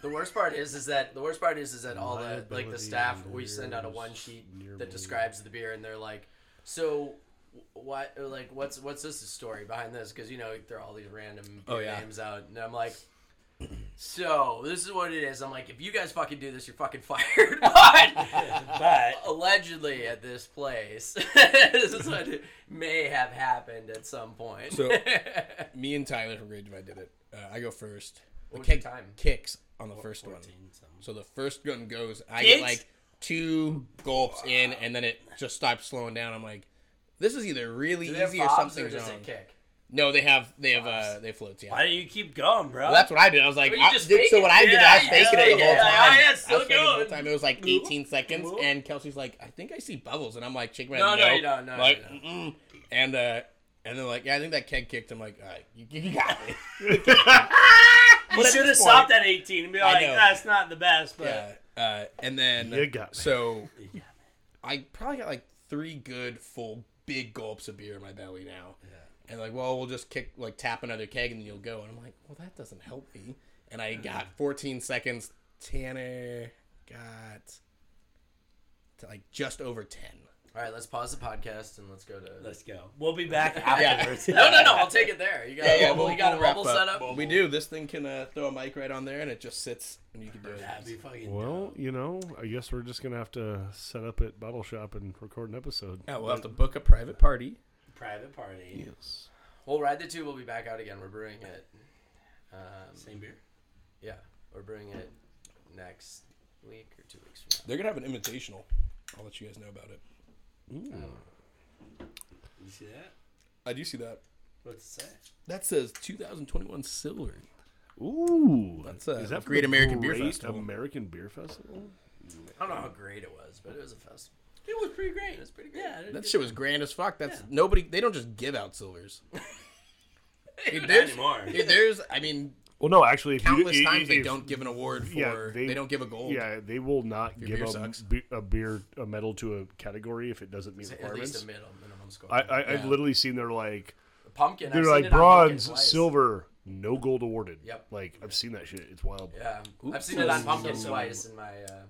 The worst part is, is that the worst part is, is that all the like the Liability staff and we send out a one beers sheet nearby. that describes the beer, and they're like, so wh- what? or Like, what's what's this story behind this? Because you know throw all these random beer Oh, yeah. names out, and I'm like. So this is what it is. I'm like, if you guys fucking do this, you're fucking fired. but But allegedly at this place. this is what may have happened at some point. So- Me and Tyler from Rage I did it. Uh, I go first. The was your time? kicks on the first one. So the first gun goes. I get Kicks? like two gulps in, and then it just stops slowing down. I'm like, this is either really Do they have easy or fobs or something's does wrong. it kick? No, they have they have uh they floats. Yeah. Why do you keep going, bro? Well, that's what I did. I was like, But you I, just dude, fake so it. what I did, I was Yeah, faking yeah, it the whole yeah. time. Yeah, yeah, I it's still was faking it the whole going. time. It was like 18 seconds, and Kelsey's like, I think I see bubbles, and I'm like, shaking my No, head, no, you don't, no, I'm no, like, you Mm-mm. and uh, and then like, yeah, I think that keg kicked. I'm like, all right, you, you got it. you at should have this stopped at 18 and be like, know. that's not the best, but yeah. Uh, and then You got me. so I probably got like three good full big gulps of beer in my belly now. And like, well, we'll just kick like tap another keg and you'll go. And I'm like, well, that doesn't help me. And I Mm. got 14 seconds. Tanner got to like just over 10. All right, let's pause the podcast and let's go to. let's go. We'll be back Yeah. afterwards. No, no, no! I'll take it there. You got a bubble. you got a bubble set up. We do. This thing can uh, throw a mic right on there, and it just sits, and you can do it. That'd be fucking Well, you know, I guess we're just gonna have to set up at Bottle Shop and record an episode. Yeah, we'll have to book a private party. private party. Yes. We'll ride the two. We'll be back out again. We're brewing it. Um, Same beer. yeah, we're brewing it next week or two weeks from They're gonna have an invitational. I'll let you guys know about it. You see that? I do see that. What's it say? That says 2021 silver. Ooh, That's, uh, is that for Great the American Beer Great Festival. American Beer Festival. now. I don't know how great it was, but it was a festival. It was pretty great. It was pretty great. Yeah, That shit was grand as fuck. That's nobody. They don't just give out silvers. Dude, there's, anymore. dude, there's. I mean, Well, no, actually, if you- countless i- i- times they if- don't give an award for. yeah, they, they- don't give a gold. Yeah, they will not give beer a, sucks. be- a beer a medal to a category if it doesn't meet at least requirements. a middle minimum score. I, I, I've Yeah. literally seen they're like pumpkin. they're I've seen like it on pumpkin bronze, twice. silver, no gold awarded. Yep. Like I've seen that shit. It's wild. Yeah, I've Oops. seen it on pumpkin Mm. twice in my. Uh,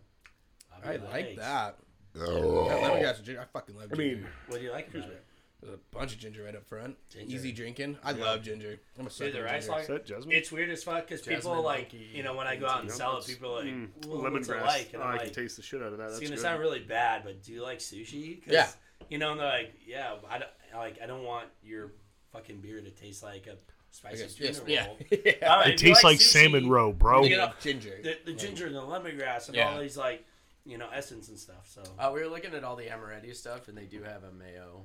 I like that. Oh. That lemongrass and ginger. I fucking love. I Ginger. mean, What do you like about it? there's a bunch of ginger right up front. Ginger. Easy drinking. I love ginger. I'm a sucker. Dude, the for rice ginger. log. is that jasmine? It's weird as fuck because people Jasmine, like monkey, you know when I go out and yeah. sell it, people are like Mm, "Ooh, what's it like?" And Oh, I I'm like, can taste the shit out of that. it's That's gonna good. sound really bad, but do you like sushi? 'Cause, Yeah. You know, and they're like, yeah, I don't I like. I don't want your fucking beer to taste like I a spicy guess, tuna yes, roll. yeah. All right, it if you tastes like, sushi, salmon roe, bro. Big enough ginger. The, the ginger and the lemongrass and Yeah. all these like, you know, essence and stuff. So uh, we were looking at all the amaretti stuff, and they do have a mayo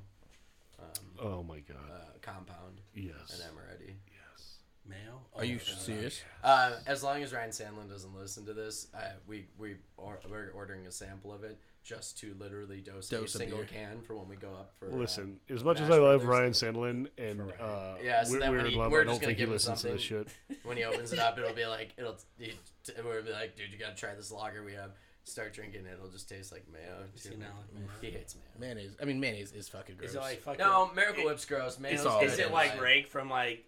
um, Oh my uh, god. compound Yes. in amaretti. Yes. mayo. Are you Oh, serious? Uh, as long as Ryan Sandlin doesn't listen to this, uh, we we or, we're ordering a sample of it just to literally dose, Dose a a single beer. can for when we go up for. uh, Listen, as much as Mash I love Ryan Brothers. Sandlin and uh, Yeah, so Weird, then when Weird he- Love, we're I don't just gonna think he give him listens to this shit. something. when he opens it up, it'll be like it'll it, will be like, dude, you gotta try this lager we have. Start drinking it; it'll just taste like mayo. he too. not like mayo? He hates mayo. Mayonnaise. I mean, mayonnaise is fucking gross. Is it like fucking? No, Miracle Whip's gross. Mayo's all good. Is Yeah. it like I- Rake from like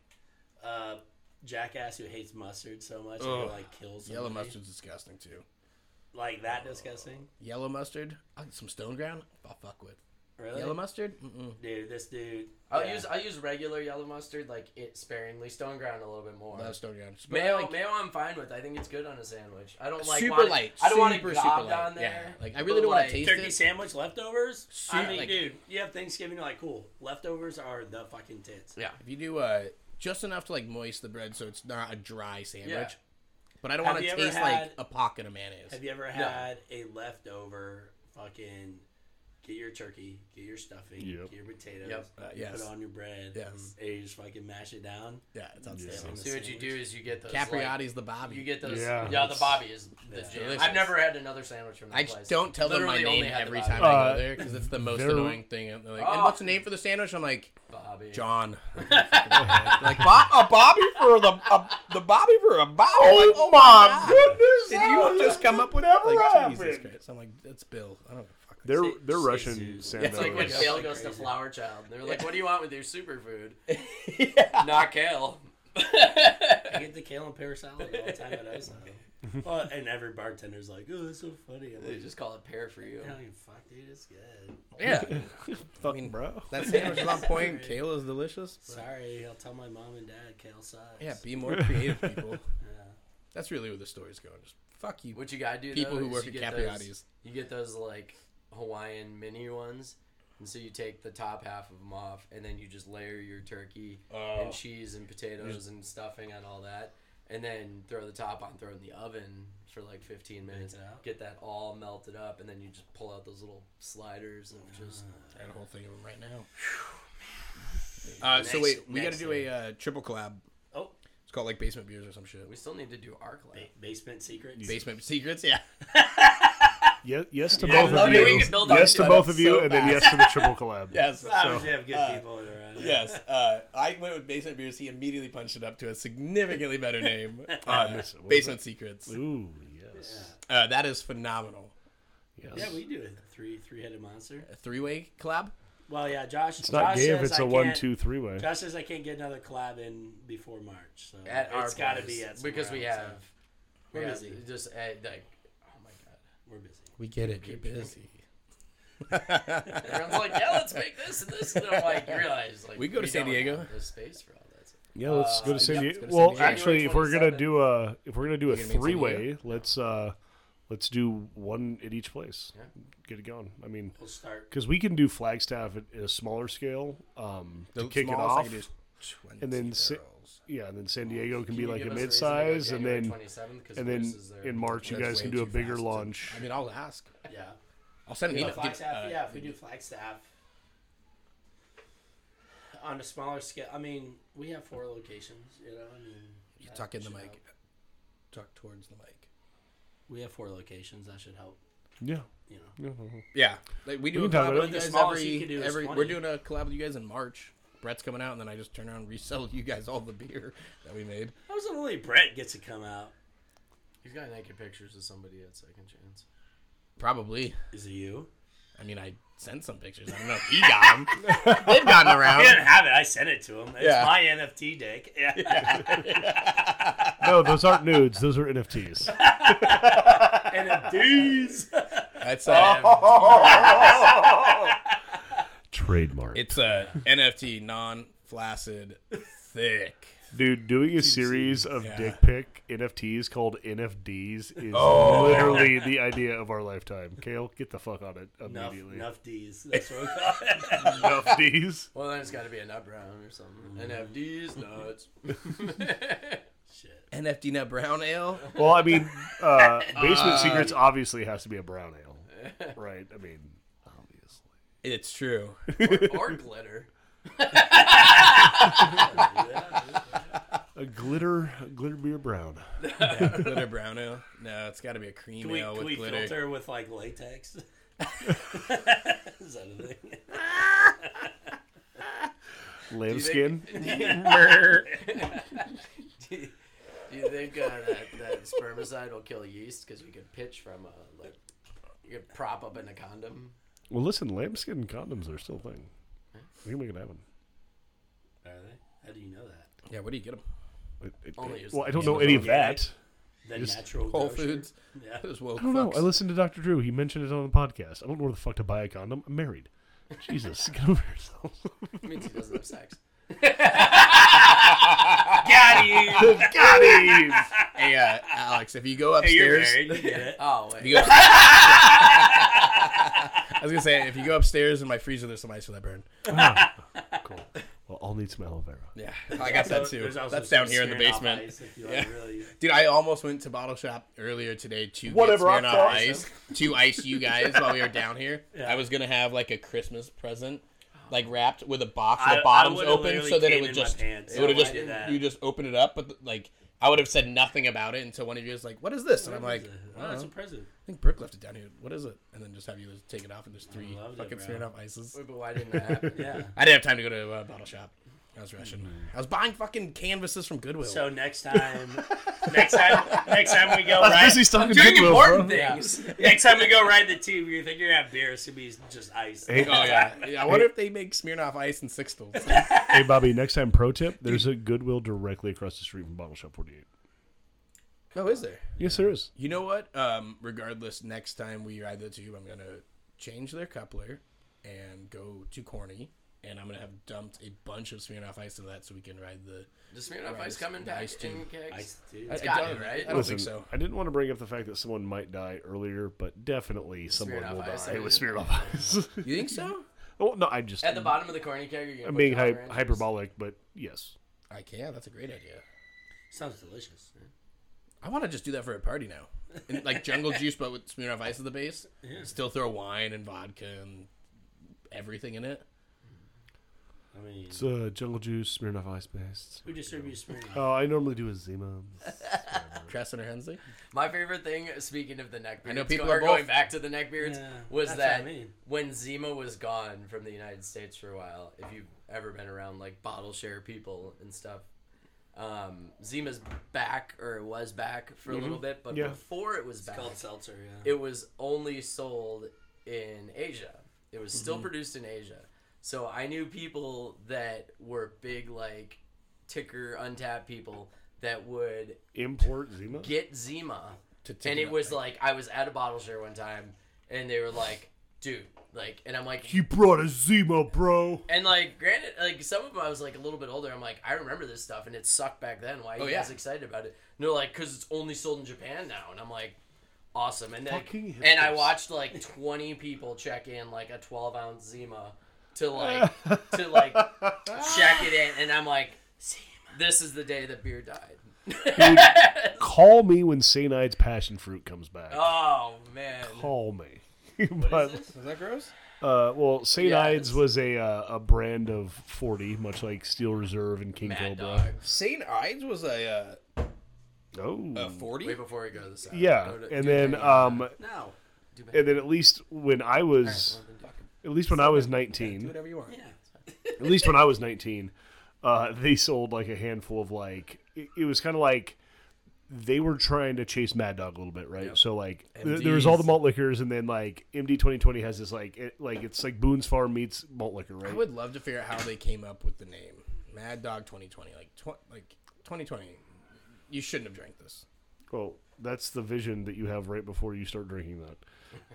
uh, Jackass who hates mustard so much and Ugh. like kills Yellow somebody? mustard's disgusting too. Like that disgusting? Yellow mustard. I'll get some stone ground. I'll fuck with. Really? Yellow mustard. Mm-mm. dude, this dude. I'll yeah. use I'll use regular yellow mustard, like it sparingly. Stone ground a little bit more. Love stone ground. But Mayo, like, mayo, I'm fine with. I think it's good on a sandwich. I don't like super want it- light. I don't want it super, gobbed super light. on there. Yeah. Like I but, really don't want like, to taste turkey it. sandwich leftovers. I Soup, mean, like- dude, you have Thanksgiving, you're like, cool. Leftovers are the fucking tits. Yeah. If you do uh, just enough to like moist the bread so it's not a dry sandwich, Yeah. but I don't Have want to you ever taste had- like a pocket of mayonnaise. Have you ever had a leftover fucking? Get your turkey, get your stuffing, Yep. get your potatoes, Yep. Uh, put yes. it on your bread, Yes. and you just fucking mash it down. Yeah, it's outstanding. See what you do is you get those. Like, Capriotti's the Bobby. you get those. Yeah, Yeah. the Bobby is the Yeah. jam. Delicious. I've never had another sandwich from that I place. just don't tell them my Literally only name had the every Bobby. time I Uh, go there because it's the most they're- annoying thing. And they're like, and Oh. what's the name for the sandwich? I'm like, Bobby. John. like Bob, a Bobby for the a, the Bobby for a Bobby. Like, oh my goodness! Did you just come up with that? Like, Jesus Christ! I'm like, that's Bill. I don't fuck. They're Say- they're say Russian Zeus. sandwich. It's like when Yeah. Kale goes to Crazy. Flower Child. They're like, "What do you want with your superfood?" yeah. Not kale. I get the kale and pear salad all the time at Ozo. well, and every bartender's like, "Oh, that's so funny." I'm they like, just call it pear for you. "I don't even fuck, dude. It's good." yeah. fucking bro. That sandwich is on point. Kale is delicious. but- Sorry, I'll tell my mom and dad kale sucks. Yeah, be more creative, people. Yeah. That's really where the story's going. Just fuck you, What you gotta do? people though, who is work you get at those- Capriotti's. You get those like Hawaiian mini ones. And so you take the top half of them off, and then you just layer your turkey Oh. and cheese and potatoes and stuffing on all that, and then throw the top on, throw it in the oven for like 15 minutes, it out. get that all melted up, and then you just pull out those little sliders and just Ah. I had a whole thing of them right now. Uh, so Next- wait, we got next to do a uh, triple collab. Oh, It's called like basement beers or some shit. We still need to do arc light. basement secrets. Basement secrets, yeah. Yes, yes to I both love of it. We you. can build on Yes each to other both of you, so and then fast. yes to the triple collab. Yes. Ah, Obviously, have good people around. Yes. Uh, I went with Basement Beers. He immediately punched it up to a significantly better name. Uh, miss it. What was Basement Secrets. Ooh, yes. Uh, that is phenomenal. Yes. Yeah, we do a three three headed monster. A three way collab? Well, yeah, Josh. it's not Josh gay if says it's I a one, can't- two, three way. Josh says I can't get another collab in before March, so At our it's got to place, be at somewhere because we else, have so we We're have busy. just uh, like oh my god. we're busy. We get it. You're busy. Everyone's like, yeah, let's make this and this, and I'm like, you realize like We go to San don't Diego. have the space for all that. stuff. Yeah, let's go to San Uh, yep, Diego. let's go Well, to San Diego. actually, if we're gonna 27th. do a if we're gonna do a gonna meet San three way, let's uh let's do one at each place. Get it going. I mean, We'll start. because we can do Flagstaff at, at a smaller scale um, to kick it smallest I off, can do is Oh, 20 and then Sa- barrels. yeah, and then San Diego can, Can be you like a give us mid reason to go size, and January then 27th? 'Cause and then Bruce is there. in March you That's guys way can do a too bigger fast. launch. I mean, I'll ask. Yeah. I'll send an You know, email. Dude, Flagstaff. uh, yeah, if we do Flagstaff on a smaller scale, I mean, we have four locations. You know, I mean, you that Tuck in the should mic. help. Tuck towards the mic. We have four locations. That should help. yeah, You know. yeah. Yeah, like, we do a can talk collab about with it. you The guys smallest you every, can do is every 20. we're doing a collab with you guys in March. Brett's coming out, and then I just turn around and resell you guys all the beer that we made. That was the only Brett gets to come out. He's got naked pictures of somebody at Second Chance. Probably. Is it you? I mean, I sent some pictures. I don't know if he got them. They've gotten I around. didn't have it. I sent it to him. It's Yeah. my NFT dick. Yeah. No, those aren't nudes; those are NFTs. and a dudes. That's Oh. uh, Trademark. it's a NFT non flaccid thick. Dude, doing a series of yeah. dick pic NFTs called NFDs is literally the idea of our lifetime. Kale, get the fuck on it Enough, immediately. enough D's. That's what we call it. NFDs. Well, then it's got to be a nut brown or Mm-hmm. something. NFDs, nuts. Shit. NFT nut brown ale. Well, I mean, uh, Basement Secrets obviously has to be a brown ale, right? I mean, obviously. It's true. or glitter. A glitter, a glitter beer brown. glitter brown ale. No, it's got to be a cream Can we, ale can we with glitter. filter with like latex? Is that a thing? Lambskin. Do you think uh, that, that spermicide will kill yeast? Because you could pitch from a like you could prop up in a condom. Well, listen, lambskin condoms are still a thing. We can make it happen. Are they? How do you know that? Yeah, where do you get them? It- it- Only it- use well, I don't them. know any of Yeah, I- that. The Just natural Whole grocer? Foods. Yeah. Those woke I don't know. fucks. I listened to Dr. Drew. He mentioned it on the podcast. I don't know where the fuck to buy a condom. I'm married. Jesus, get over yourself. It means he doesn't have sex. Got you. Got him. Hey, uh, Alex, if you go Hey, you're upstairs, married. You get it. Oh If wait, you go- I was gonna say if you go upstairs in my freezer, there's some ice for that burn. Cool. Well, I'll need some aloe vera. Yeah, I got that So too. there's also That's some down here in the Smirnoff basement, ice if you Yeah. like really- dude. I almost went to bottle shop earlier today to Whatever, I get Smirnoff thought ice to ice you guys while we were down here. I was gonna have like a Christmas present. Like wrapped with a box, I- the I bottoms would've open, literally so that it came would in my just, pants. it would have Yeah, I just, did that. you just open it up. But like, I would have said nothing about it until one of you was like, "What is this?" And I'm like, oh, it's a present. I think Brooke left it down here. What is it? And then just have you just take it off and there's three loved it, fucking bro. Smirnoff ices. Wait, but why didn't that happen? Yeah. I didn't have time to go to uh, bottle shop. I was rushing. I was buying fucking canvases from Goodwill. Hmm. So next time, next time, next time we go That's right, busy stuff in Doing Goodwill, important bro. things. next time we go ride the tube, you think you're gonna have beer? It's gonna be just ice. oh yeah. Yeah, I wonder if they make Smirnoff Ice in Sixtals. Hey, Bobby, next time, pro tip there's a Goodwill directly across the street from Bottle Shop 48. no, is there? Yes, there is. You know what? Um, regardless, next time we ride the tube, I'm gonna change their coupler and go to corny and I'm gonna have dumped a bunch of Smirnoff Ice into that so we can ride the. Does Smirnoff Right, Ice come in the pack ice tube. in kegs? Ice too. I- I got don't- it, right? I don't think so. I didn't want to bring up the fact that someone might die earlier, but definitely someone Smirnoff will Ice, die I with mean. Smirnoff Ice. You think so? oh no, I just At the bottom of the corny keg, you're gonna I'm put being Power hy- Rangers? hyperbolic, but yes. I can. That's a great idea. Sounds delicious. I want to just do that for a party now, and, like jungle juice, but with Smirnoff Ice at the base. Still throw wine and vodka and everything in it. I mean, It's uh, jungle juice, Smirnoff Ice based. who just served you Smirnoff? Oh, I normally do a Zima. Crescent or Hensley? My favorite thing, speaking of the neckbeards, I know people go- are or both- going back to the neckbeards, Yeah, was that's what I that mean. when Zima was gone from the United States for a while, if you've ever been around like bottle share people and stuff, um, Zima's back or it was back for Mm-hmm. a little bit, but Yeah. before it was back, Called seltzer. Yeah. it was only sold in Asia. It was still Mm-hmm. produced in Asia. So I knew people that were big like ticker untapped people that would Import Zima? get Zima. To take and it it out was like I was at a bottle share one time and they were like, dude, like and I'm like You brought a Zima, bro. and like granted like some of them I was like a little bit older, I'm like, I remember this stuff and it sucked back then. Why are you Oh, yeah. guys excited about it? And they're like, because it's only sold in Japan now and I'm like Awesome, and like, Fucking and I hipsters. watched like twenty people check in like a twelve ounce Zima to like to like check it in, and I'm like, this is the day that beer died. Call me when St. Ides Passion Fruit comes back. oh man, Call me. but Is that gross? uh, well, St. Yeah, Ides it's- was a uh, a brand of forty, much like Steel Reserve and King Mad Cobra. Dog. Saint Ides was a Oh, uh, a forty. Way before we go to the side. yeah. Go to- And do then, Bang. um, No. Do Bang. and then at least when I was, at least when I was nineteen, Do whatever you want. Yeah. at least when I was 19, uh, they sold like a handful of like it, it was kind of like they were trying to chase Mad Dog a little bit, right? So like th- there was all the malt liquors, and then like MD 2020 has this like it, like it's like Boone's Farm meets malt liquor, I right? would love to figure out how they came up with the name Mad Dog 2020. Like tw- like 2020, you shouldn't have drank this. Well, that's the vision that you have right before you start drinking that,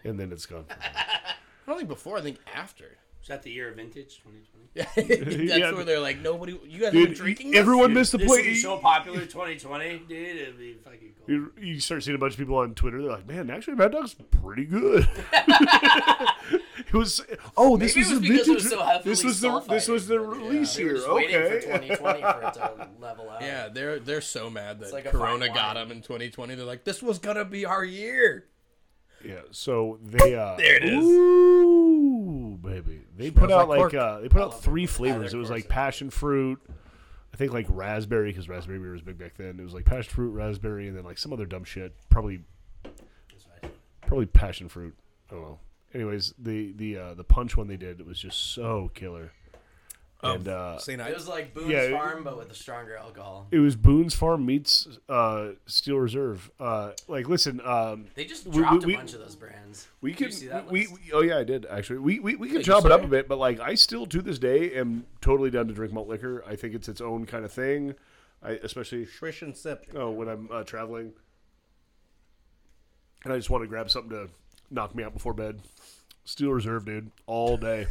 and then it's gone. I don't think before. I think after. Is that the year of vintage 2020? Yeah, that's Yeah. where they're like, nobody. You guys were Dude, e, drinking. this? everyone missed the This would point. be so popular 2020, dude. It'd be fucking cool. You, you start seeing a bunch of people on Twitter. They're like, "Man, actually, Mad Dog's pretty good." it was. Oh, this Maybe was, it was the because it vintage. was so heavily this was the this was the sulfided. release We were year. just waiting for Okay. 2020 for it to level out. Yeah, they're they're so mad that like a Corona fine got wine. them in 2020. They're like, this was gonna be our year. yeah. So they. Uh, There it is. Ooh, baby. They put out like like, cork. uh, they put out three flavors. they're It was like corks. passion fruit. I think like raspberry because raspberry beer was big back then. It was like passion fruit, raspberry, and then like some other dumb shit. Probably probably passion fruit. I don't know. Anyways, the the uh, the punch one they did was just so killer. and uh, Um, Saint It Ives. was like Boone's Yeah, it- Farm, but with a stronger alcohol. it was Boone's Farm meets uh, Steel Reserve. Uh, like, listen, um, They just We- dropped we- a bunch of those brands. we Did you could see that we, list? we oh yeah, I did actually. We we, we could you chop it up saw a it? bit, but like I still to this day am totally down to drink malt liquor. I think it's its own kind of thing. I especially Trish and Sip. oh when I'm uh, traveling, and I just want to grab something to knock me out before bed. Steel Reserve, dude, all day,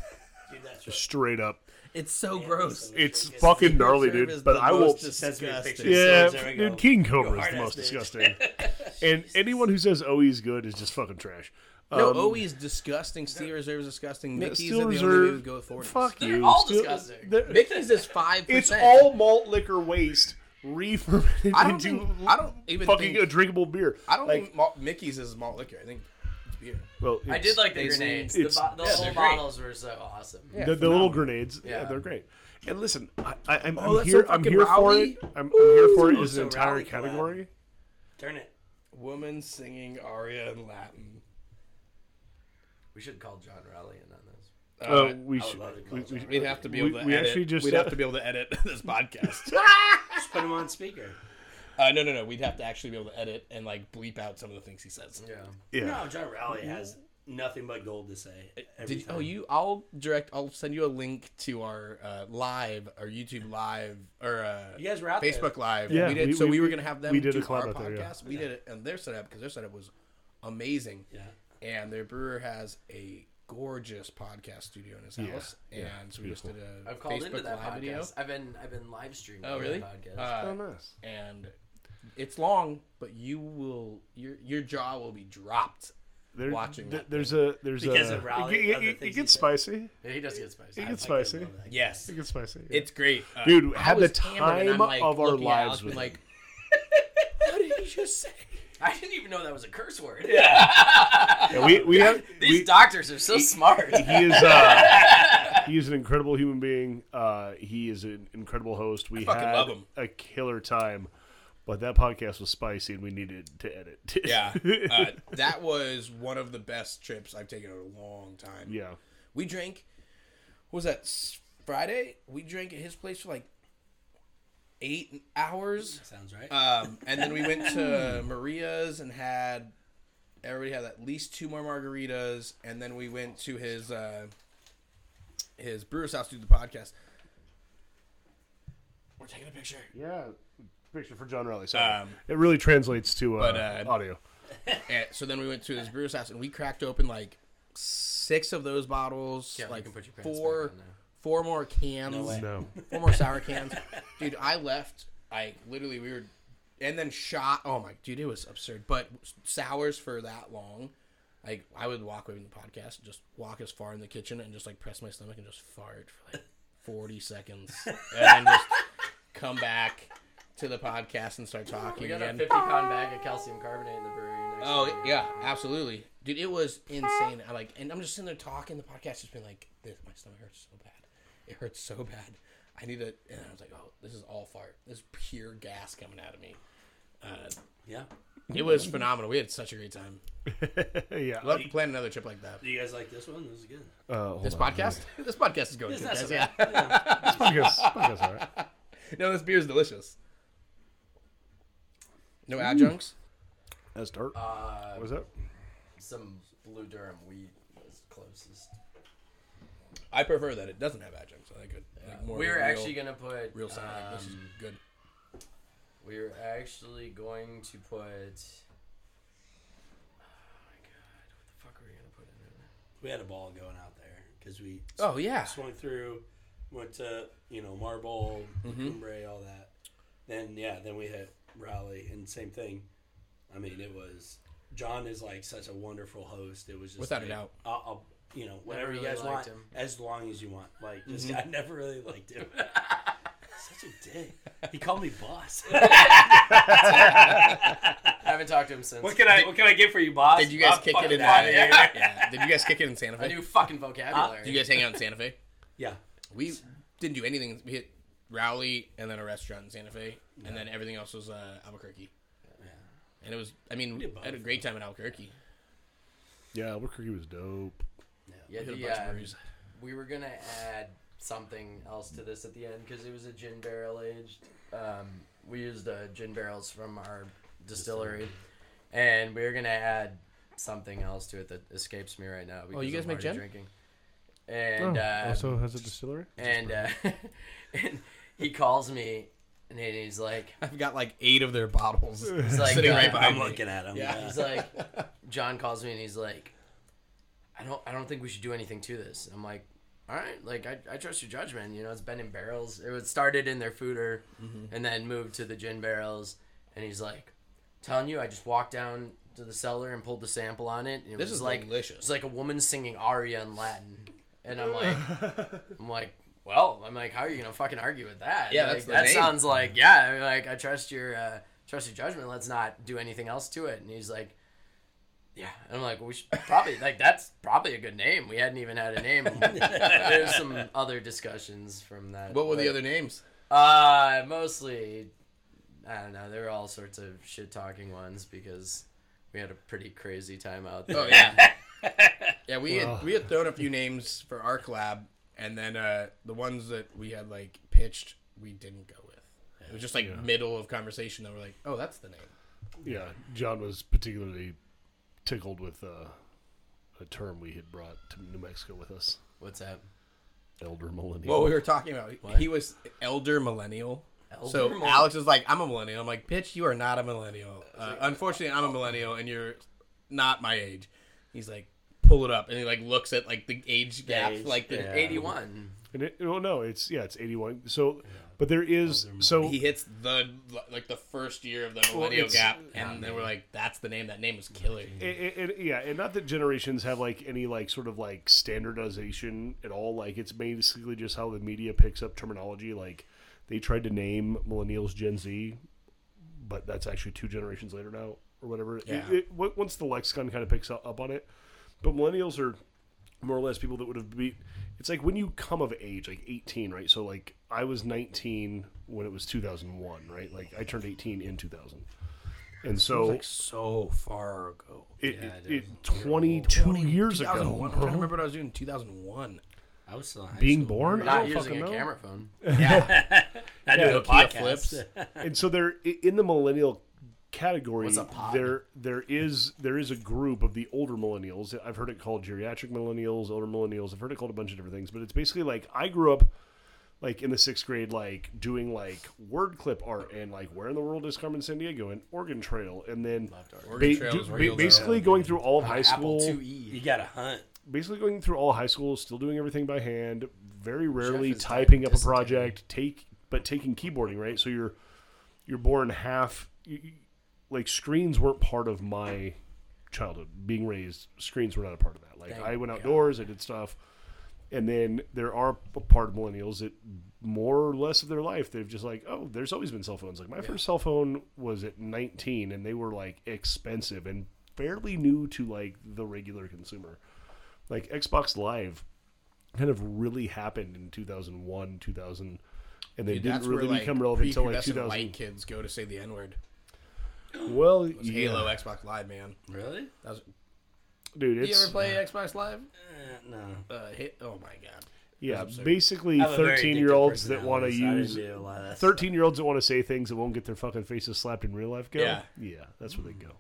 Dude, that's right. straight up. It's so gross. It's fucking gnarly, Reserve dude. is But the I will most Sesame disgusting. Pictures. Yeah, So there we go. dude, King Cobra is the hard-ass most bitch. disgusting. and anyone who says Oe's good is just fucking trash. No, Um, Oe's disgusting. Steel Reserve is disgusting. Mickey's Steel are the only Reserve, way to go forward. Fuck They're you. all Steel- disgusting. they're- Mickey's is five. it's all malt liquor waste re-fermented I don't into think- I don't even fucking think- a drinkable beer. I don't like. think malt, Mickey's is malt liquor. I think it's beer. well, I it's- did like the it's- grenades. The, It's, bo- the they're whole great. bottles were so awesome. the, the little grenades. Yeah. Yeah. they're great. And listen, I, I, I'm, Oh, I'm that's so here. I'm fucking here for rowdy. it. I'm, I'm here for it. Ooh, Is an so entire rowdy collab. category. Turn it. Woman singing aria in Latin. We should call John Raleigh in on this. Uh, we would should. love to we- call we- We'd have to be We- able to. we edit. actually just- We'd have to be able to edit this podcast. Just put him on speaker. uh, no, no, no. We'd have to actually be able to edit and like bleep out some of the things he says. Yeah. yeah. No, John Rowley has nothing but gold to say. every Mm-hmm. Did you, time. oh you? I'll direct. I'll send you a link to our uh, live, our YouTube live, or uh, You guys were out there. Facebook live. Yeah, we did. we- so we- we, were gonna have them. we did do a collab our out there, yeah. podcast. We did it, and their setup because their setup was amazing. Yeah. And their brewer has a gorgeous podcast studio in his Yeah, house, yeah, and it's so we just did beautiful. a I've called Facebook into that live podcast. video. I've been I've been live streaming. Oh, that really? Podcast. Oh, Uh, nice. and it's long, but you will your your jaw will be dropped. There, watching th- that there's a there's Because a of Raleigh, it, get- other it- it things gets he said. spicy. yeah, he does get spicy. It gets I fucking spicy. love that. Yes, It gets spicy. yeah. it's great, Uh, Dude, I had was the hammered and I'm, time like, of our looking at Alex lives being with like, it. what did he just say? I didn't even know that was a curse word. Yeah, we we have These we, doctors are so smart. he is uh, he is an incredible human being. Uh, he is an incredible host. We fucking had love him. a killer time, but that podcast was spicy and we needed to edit. Yeah, uh, that was one of the best trips I've taken in a long time. yeah. We drank. What was that s- Friday? We drank at his place for like eight hours, Sounds right. um, and then we went to Maria's and had. Everybody had at least two more margaritas, and then we went to his uh, his brewer's house to do the podcast. We're taking a picture. Yeah. Picture for John Riley. Sorry. Um, it really translates to uh, but, uh, audio. And so then we went to his brewer's house and we cracked open like six of those bottles, Yeah, you like can put your pants four, back on now. four more cans, way. No. four more sour cans. Dude, I left. I literally we were, and then shot. Oh my, dude, it was absurd. But sours for that long, like I would walk away from the podcast, just walk as far in the kitchen and just like press my stomach and just fart for like forty seconds, and then just come back to the podcast and start talking we got a again. 50 pound bag of calcium carbonate in the brewery. Next Oh door. yeah, absolutely, dude. It was insane. I like, and I'm just sitting there talking. The podcast has been like, this, my stomach hurts so bad. It hurts so bad. I need to. And I was like, oh, this is all fart. This is pure gas coming out of me. yeah. It was phenomenal. We had such a great time. yeah. Love to plan another trip like that. Do you guys like this one? This is good. Uh, hold This on. podcast, this podcast is going It's good, not so guys. bad. Yeah. This podcast- podcast's all right. No, this beer is delicious. No adjuncts. That's dirt. Uh, what was that? some blue Durham wheat was closest. I prefer that it doesn't have adjuncts. I like it. Like more we were real- actually gonna put real sound. Like, this is um, good. we were actually going to put. Oh my god, what the fuck are we gonna put in there? We had a ball going out there because we Oh yeah. swung through, went to you know Marble, Mm-hmm. Cumbre, all that. Then yeah, then we hit Raleigh and same thing. I mean, it was John is like such a wonderful host. It was just Without a like, doubt. I'll, I'll- uh, you know whatever really you guys liked want, him. as long as you want. Like just I never really liked him. such a dick. He called me boss. I haven't talked to him since. what can I what can I get for you, boss? Did you guys I'm kick it fucking in? Uh, fine. yeah. Did you guys kick it in Santa I Fe? knew fucking vocabulary. Did you guys hang out in Santa Fe? Yeah. We didn't do anything. We hit Rowley and then a restaurant in Santa Fe, and then everything else was uh, Albuquerque. And it was. I mean, did I had a both. great time in Albuquerque. Yeah, Albuquerque was dope. yeah, We hit a the, bunch of uh, breweries. we were gonna add something else to this at the end because it was a gin barrel aged. Um, we used uh, gin barrels from our distillery, and we were gonna add something else to it that escapes me right now. Because Oh, you guys I'm make already gin? Oh, Drinking. And uh, Oh, also has a distillery. and uh, and he calls me and then he's like I've got like eight of their bottles like, sitting uh, right behind I'm me. looking at him. Yeah. he's like John calls me and he's like I don't I don't think we should do anything to this. I'm like all right, like I, I trust your judgment. You know, it's been in barrels. It was started in their fooder, Mm-hmm. and then moved to the gin barrels. And he's like, telling you, I just walked down to the cellar and pulled the sample on it. And it This was is like delicious. It's like a woman singing aria in Latin, and I'm like, I'm like, well, I'm like, how are you gonna fucking argue with that? Yeah, Like, that's the that name. sounds like yeah. I mean, like I trust your uh, trust your judgment. Let's not do anything else to it. And he's like, yeah. And I'm like, we should probably like that's probably a good name. We hadn't even had a name. There's some other discussions from that. What were the but- other names? Uh, mostly, I don't know. There were all sorts of shit talking ones because we had a pretty crazy time out there. Oh yeah, yeah. We Well. had we had thrown a few names for our collab, and then uh, the ones that we had like pitched, we didn't go with. It was just like middle of conversation that we're like, oh, that's the name. Yeah, John was particularly tickled with uh, a term we had brought to New Mexico with us, What's that? elder millennial. What we were talking about. He was elder millennial. Elder so millennial. Alex is like, I'm a millennial. I'm like, bitch, you are not a millennial. Uh, unfortunately, I'm a millennial, and you're not my age. He's like, pull it up, and he like looks at like the age gap, Age, like the yeah. eighty one. And it, well, no, it's yeah, it's eighty one. So, but there is so he hits the like the first year of the millennial it's- gap, and then we're like, that's the name. That name was killer. it, it, it- yeah, and not that generations have like any like sort of like standardization at all. Like it's basically just how the media picks up terminology. Like they tried to name millennials Gen Z, but that's actually two generations later now or whatever. It- Yeah. it- on- once the lexicon kind of picks up, up on it, but millennials are more or less people that would have be. It's like when you come of age, like eighteen, right? So like I was nineteen when it was two thousand one, right? Like I turned eighteen in two thousand. And so so far ago. it, it, it 22 years ago 2001. I'm trying to remember what I was doing in 2001. I was still in high being school. born. I Not don't using fucking a know. camera phone. I do Nokia a podcast. flips. And so they're i- in the millennial category. What's a pod? There, there is there is a group of the older millennials. I've heard it called geriatric millennials, older millennials. I've heard it called a bunch of different things, but it's basically like I grew up. Like in the sixth grade, like doing like word clip art and like where in the world is Carmen San Diego and Oregon Trail, and then Oregon Trail is where you'll go. basically going through all of high school. Apple two E. You gotta hunt. basically going through all high school, still doing everything by hand, very rarely is typing typing up a project, take but taking keyboarding, right? So you're you're born half you, you- like screens weren't part of my childhood. Being raised, screens were not a part of that. Like I went outdoors, I did stuff. And then there are a part of millennials that more or less of their life they've just like, oh, there's always been cell phones. Like my first cell phone was at 19 and they were like expensive and fairly new to like the regular consumer like Xbox Live kind of really happened in 2001, 2000, and they Dude, didn't that's where, really like, become relevant until like prepubescent 2000. White kids go to say the N word. Well, yeah. Halo, Xbox Live, man. Really? That was, dude, you ever it's play Xbox Live? Eh, no. Uh, hit, oh my god. yeah, absurd. basically I have a very 13 year olds addictive that want to personality, so I use didn't do a lot of that. 13 year olds that want to say things that won't get their fucking faces slapped in real life go. Yeah. that's where they go.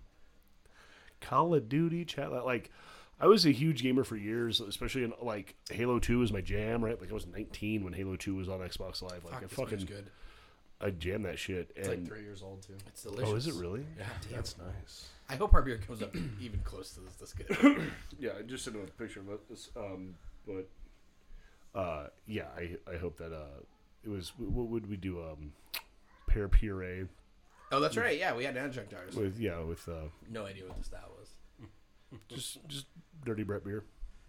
Call of Duty chat li- like I was a huge gamer for years, especially in like Halo 2 was my jam, right? Like I was 19 when Halo 2 was on Xbox Live. Like I Fuck, this fucking game's good. I jammed that shit and Like three years old too. It's delicious. Oh, is it really? God damn. That's nice. I hope our beer comes up even close to this. This good. Yeah, I just sent him a picture of this. Um, but uh, yeah, I I hope that uh, it was. What would we do? Um, pear puree Oh, that's right. Yeah, we had adjunct ours. with yeah with uh, No idea what this that was. just just dirty Brett beer.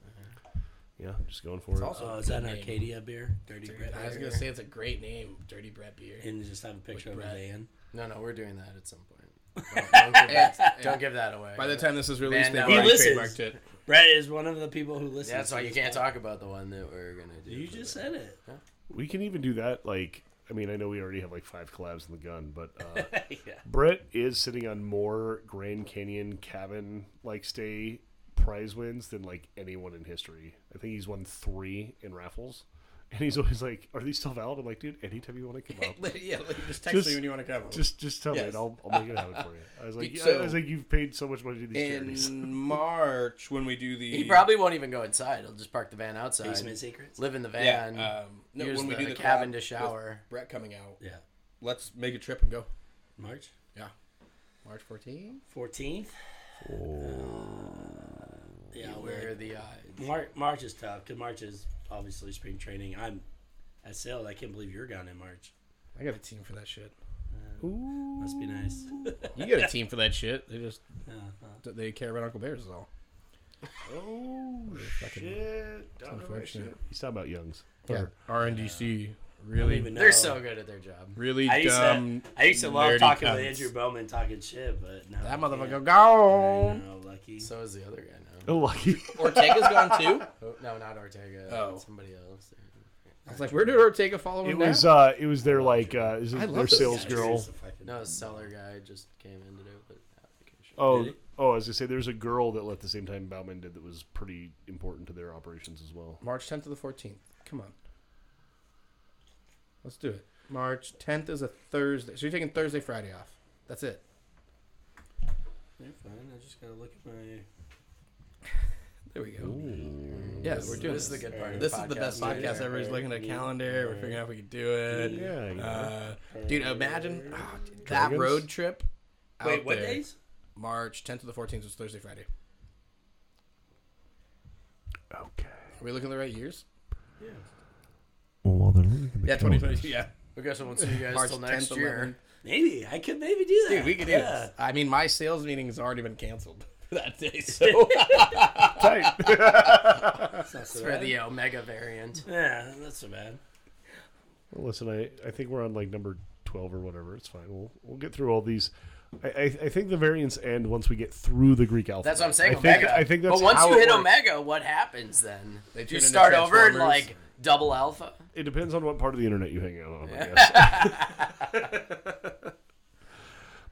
Mm-hmm. Yeah, just going for it. also Oh, a is that good an name. Arcadia beer? Dirty Brett. I was beer? gonna say it's a great name, Dirty Brett Beer. And just have a picture of a Brett. van. No, no, we're doing that at some point. Don't, don't give, that, Yeah. don't give that away. By the time this is Man, released, now they've already he listens. trademarked it. Brett is one of the people who listens. Yeah, that's why to you this can't podcast. talk about the one that we're gonna do. You for just the- said it. We can even do that. Like, I mean, I know we already have like five collabs in the gun, but uh, Yeah. Brett is sitting on more Grand Canyon cabin like stay prize wins than like anyone in history. I think he's won three in raffles, and he's always like, "Are these still valid?" I'm like, "Dude, anytime you want to come up, yeah, like, just text Just- me when you want to come. just just tell me, Yes. and I'll, I'll make it happen for you." I was like, yeah, So- "I was like, you've paid so much money to these charities." in March when we do the He probably won't even go inside. He'll just park the van outside. Basement secrets. Live in the yeah, van. um, no, use when we the do the cabin collab to shower. with Brett coming out. Yeah. Let's make a trip and go. March Yeah, March 14th. fourteenth. yeah, Where we're are the eyes? March. March is tough because March is obviously spring training. I'm I sailed. I can't believe you're gone in March. I got a team for that shit. Must be nice. You got a team for that shit. They just Yeah, uh, they care about Uncle Bears is all. Oh fucking- shit! Don't know my unfortunate. shit. He's talking about Youngs. Yeah, Or- RNDC I don't really even know. They're so good at their job. really I used dumb. to, I used to love nerdy talking cunts. with Andrew Bowman talking shit, but now That I motherfucker can't. gone. I know, lucky. So is the other guy now. Oh, lucky. Ortega's gone too. Oh, no, not Ortega. Oh. somebody else. I was like, where did Ortega follow him It now? was uh, it was their like uh, is it I love their those sales guys. girl. Seriously, fucking- No, a seller guy just came in to do it. Application. Oh, Did it? oh, I was gonna say there's a girl that left the same time Bauman did that was pretty important to their operations as well. March 10th to the 14th. Come on. Let's do it. March 10th is a Thursday. So you're taking Thursday, Friday off. That's it. They're fine. I just gotta look at my. There we go. Yeah, This- we're doing this is this. the good part. of This is the best right podcast here. ever. He's looking at a calendar. We're figuring out if we can do it. Yeah, you know. Uh, dude, imagine ah, dude, that Dragons? road trip. out Wait, what there. days? March 10th to the 14th was Thursday, Friday. Uh, Are we looking at the right years? Yeah. Well, while they're looking at the Yeah, calendar, 2022. Yeah. I guess I won't see you guys March till next 10th, year. 11th. Maybe I could maybe do that. Dude, we could do yeah. this. I mean, my sales meeting has already been canceled that day, so Tight. That's not so For bad. the Omega variant. yeah, that's so bad. Well, listen, I, I think we're on like number 12 or whatever. It's fine. We'll, we'll get through all these. I, I, I think the variants end once we get through the Greek alphabet. That's what I'm saying. I think, Omega. I think that's but once how you it hit works. Omega, what happens then? They turn you into start over and Transformers. like double alpha. It depends on what part of the internet you hang out on, I guess.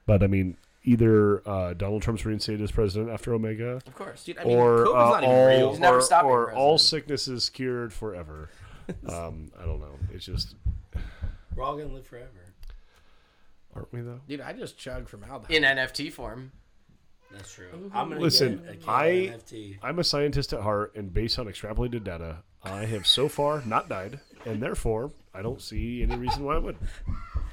but I mean, either uh, Donald Trump's reinstated as president after Omega, Of course. Dude, I mean, or COVID's uh, not even real. all, He's never or, stopping or president. all sicknesses cured forever. Um, I don't know. It's just We're all gonna live forever. aren't we though? Dude, I just chug from Aldi. In NFT form. That's true. I'm gonna Listen, get a kid I- NFT. I'm a scientist at heart, and based on extrapolated data, I have so far not died, and therefore I don't see any reason why I would.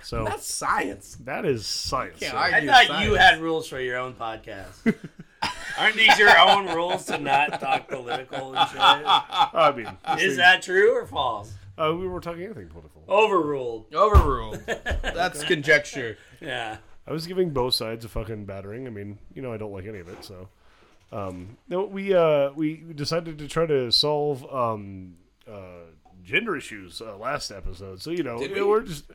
So That's science. that is science. Can't sir. argue. I thought you science. had rules for your own podcast. Aren't these your own rules to not talk political and I mean, shit? Is that true or false? uh, we were talking anything political. Overruled. Overruled. That's conjecture. Yeah. I was giving both sides a fucking battering. I mean, you know, I don't like any of it. So, um, no, we uh, we decided to try to solve um, uh, gender issues uh, last episode. So you know, Did we? we? are just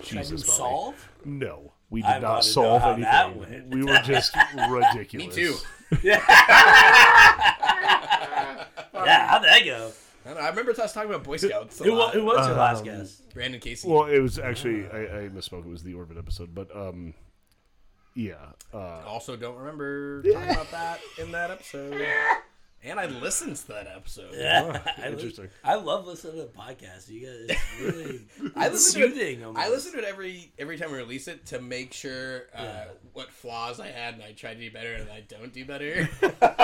Jesus. Bobby. Solve? No, we did I wanna know not solve how that anything. went. We were just ridiculous. too. Yeah, how'd that go? I, don't know, I remember us talking about Boy Scouts. A Uh, Who, wa- lot. who was your Um, last guest? Brandon Casey. Well, it was actually I, I misspoke. It was the Orbit episode, but um, yeah, uh, also, don't remember talking about that in that episode. And I listened to that episode. Yeah. I, uh, interesting. I love listening to the podcast. You guys, it's really I listen to it- soothing. almost. I listen to it every every time we release it to make sure uh, what flaws I had, and I try to do better, and I don't do better.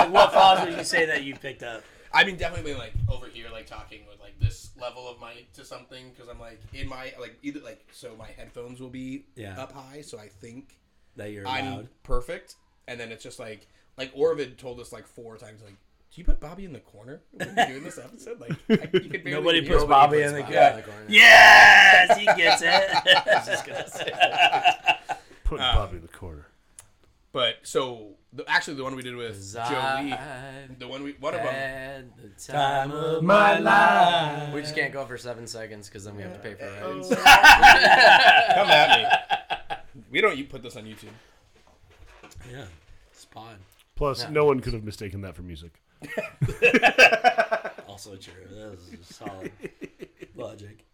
What flaws would you say that you picked up? I mean, definitely like over here, like talking with like this level of my to something because I'm like in my like either like so my headphones will be Yeah. up high, so I think That you're I'm loud. perfect, and then it's just like like Orvid told us like four times like. Do you put Bobby in the corner when you're doing this episode? Like I, you could barely Nobody hear puts him. Bobby puts in the Bobby corner. in the corner. Yes, he gets it. put Bobby in the corner. But so the, actually, the one we did with Jolie, I've the one we one of Eh. them. had the time of my My life. We just can't go for seven seconds because then we have to pay for it. Come at me. We don't you put this on YouTube. Yeah, spawn. Plus, no one could have mistaken that for music. Also true. That was solid logic.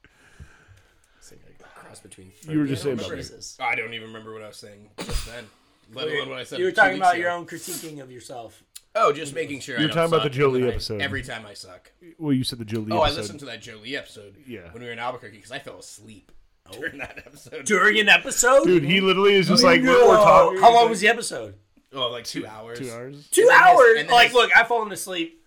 Cross between. You were just I saying don't about remember me. this. I don't even remember what I was saying just then. Let alone what I said. You were two talking weeks about ago. your own critiquing of yourself. Oh, just making sure. You're I don't talking about the suck, Jolie and then I- episode. every time I suck. Well, you said the Jolie. Oh, I episode. listened to that Jolie episode. Yeah. When we were in Albuquerque, because I fell asleep during that episode. During an episode, Dude, he literally is just like No. we're talking. How long was the episode? Oh, like two hours. Two hours. Two then his- hours. and then like, his- look, I've fallen asleep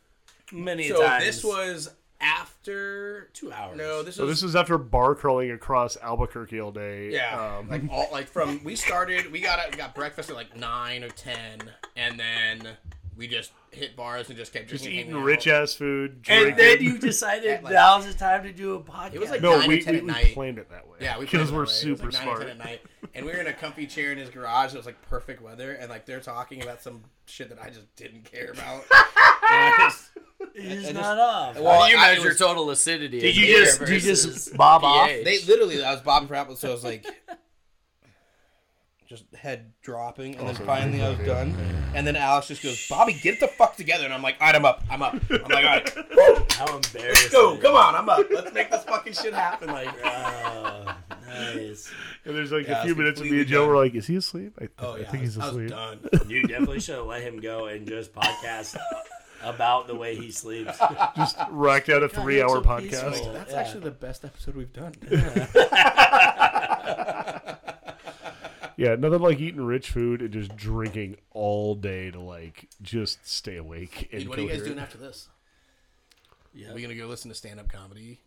many So times. this was after. two hours. No, this was. So Oh, this is after bar crawling across Albuquerque all day. yeah, Um, like all like from we started, we got out- we got breakfast at like nine or ten, and then we just hit bars and just kept just drinking, eating hanging out. rich ass food. and Drinking. then you decided At, like- now's the time to do a podcast. It was like no, nine we, or ten we, at we night. planned it that way. Yeah, we because planned it we're that way. It super was, like 9 or 10 smart. at night, and we were in a comfy chair in his garage. It was like perfect weather, and like they're talking about some shit that I just didn't care about. And I just- it's and not off. well, you I- it measure was- total acidity. did in you beer just did you versus just bob off? pH? They literally, I was bobbing for apples, so I was like, just head dropping, and then finally I was done. And then Alex just goes, "Bobby, get the fuck together!" And I'm like, "All right, I'm up, I'm up." I'm like, "All right, How embarrassing! go, come on, I'm up. Let's make this fucking shit happen." Like, Oh, nice. And there's like Yeah, I a was few minutes, and me completely and Joe done. were like, "Is he asleep? I, oh I yeah, think he's I was asleep." done. You definitely should have let him go and just podcast about the way he sleeps. Just racked out a three-hour that's so podcast. peaceful. That's Yeah. actually the best episode we've done. Yeah, nothing like eating rich food and just drinking all day to like just stay awake. And Dude, what are you guys coherent. doing after this? Yeah. Are we gonna go listen to stand up comedy?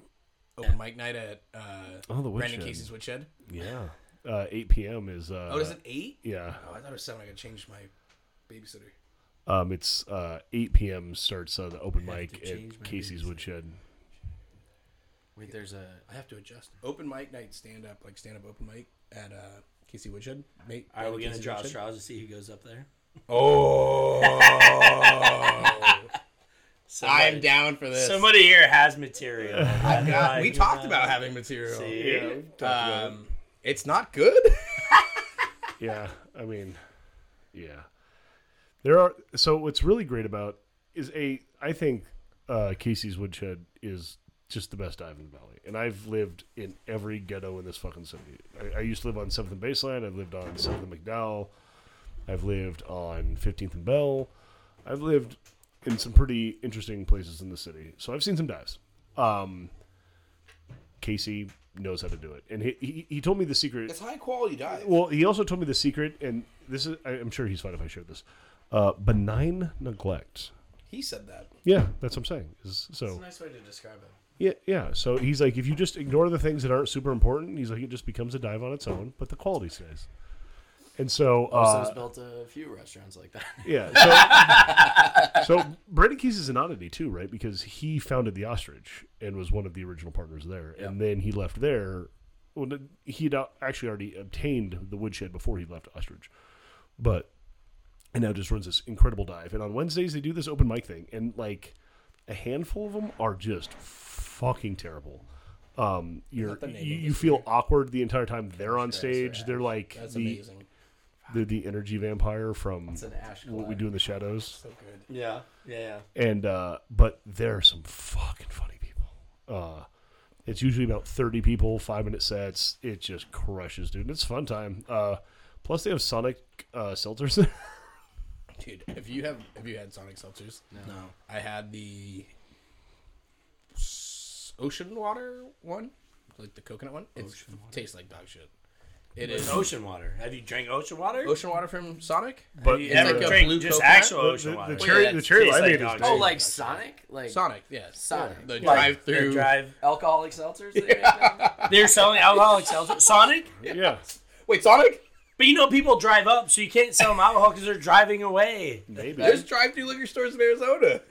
Open mic night at uh, Oh, the Brandon woodshed. Casey's Woodshed. Yeah, uh, eight p.m. is. Uh, Oh, is it eight? Yeah, Oh, I thought it was seven. I gotta change my babysitter. Um, it's uh, 8 p.m. starts uh, the open I have mic to change at my Casey's babysit. Woodshed. Wait, there's a. I have to adjust. Open mic night, stand up, like stand up open mic at uh, Casey Woodshed. Mate, Are we gonna Casey draw Woodshed. straws to see who goes up there? Oh, Somebody, I'm down for this. Somebody here has material. I've got, we Like, talked uh, about having material. See? Um, it's not good. yeah i mean yeah there are so what's really great about is a i think uh, casey's woodshed is just the best dive in the valley and i've lived in every ghetto in this fucking city i, I used to live on 7th and baseline i've lived on 7th and mcdowell i've lived on 15th and bell i've lived in some pretty interesting places in the city so i've seen some dives um, casey knows how to do it and he, he, he told me the secret It's high quality dive. well, he also told me the secret, and this is, I- I'm sure he's fine if I share this. Uh, benign neglect. He said that. Yeah, that's what I'm saying. Is- That's So, a nice way to describe it. yeah, yeah. So he's like, if you just ignore the things that aren't super important, he's like, it just becomes a dive on its own, but the quality stays. And so, Austin's uh, built a few restaurants like that. yeah. So, so Brandon Keys is an oddity too, right? Because he founded the Ostrich and was one of the original partners there, and then he left there. Well, he'd out- actually already obtained the woodshed before he left Ostrich, but and now just runs this incredible dive. And on Wednesdays they do this open mic thing, and like a handful of them are just fucking terrible. Um, you're the name of you, the you feel awkward the entire time they're on stage. They're like That's the amazing. they're the energy vampire from It's an ash what we collab. do in the shadows So good. Yeah, yeah, yeah. and uh but they're some fucking funny people uh it's usually about 30 people five minute sets it just crushes dude and it's a fun time uh plus they have sonic uh seltzers there Dude, if you have have you had Sonic Seltzers? No. I had the s- ocean water one, like the coconut one. It tastes like dog shit. It is It's ocean water. Have you drank ocean water? ocean water from Sonic. but you It's ever like a drank blue just coconut? actual the, ocean the- water? the cherry that the cherry tastes like limeade dog is shit. Oh, terrible. like Sonic, like Sonic, yeah, Sonic. The Like, drive They through. drive. alcoholic seltzers. They make now? They're selling alcoholic seltzer. Sonic, yeah Wait, Sonic? but you know people drive up, so you can't sell them alcohol because they're driving away. maybe There's drive through liquor stores in Arizona.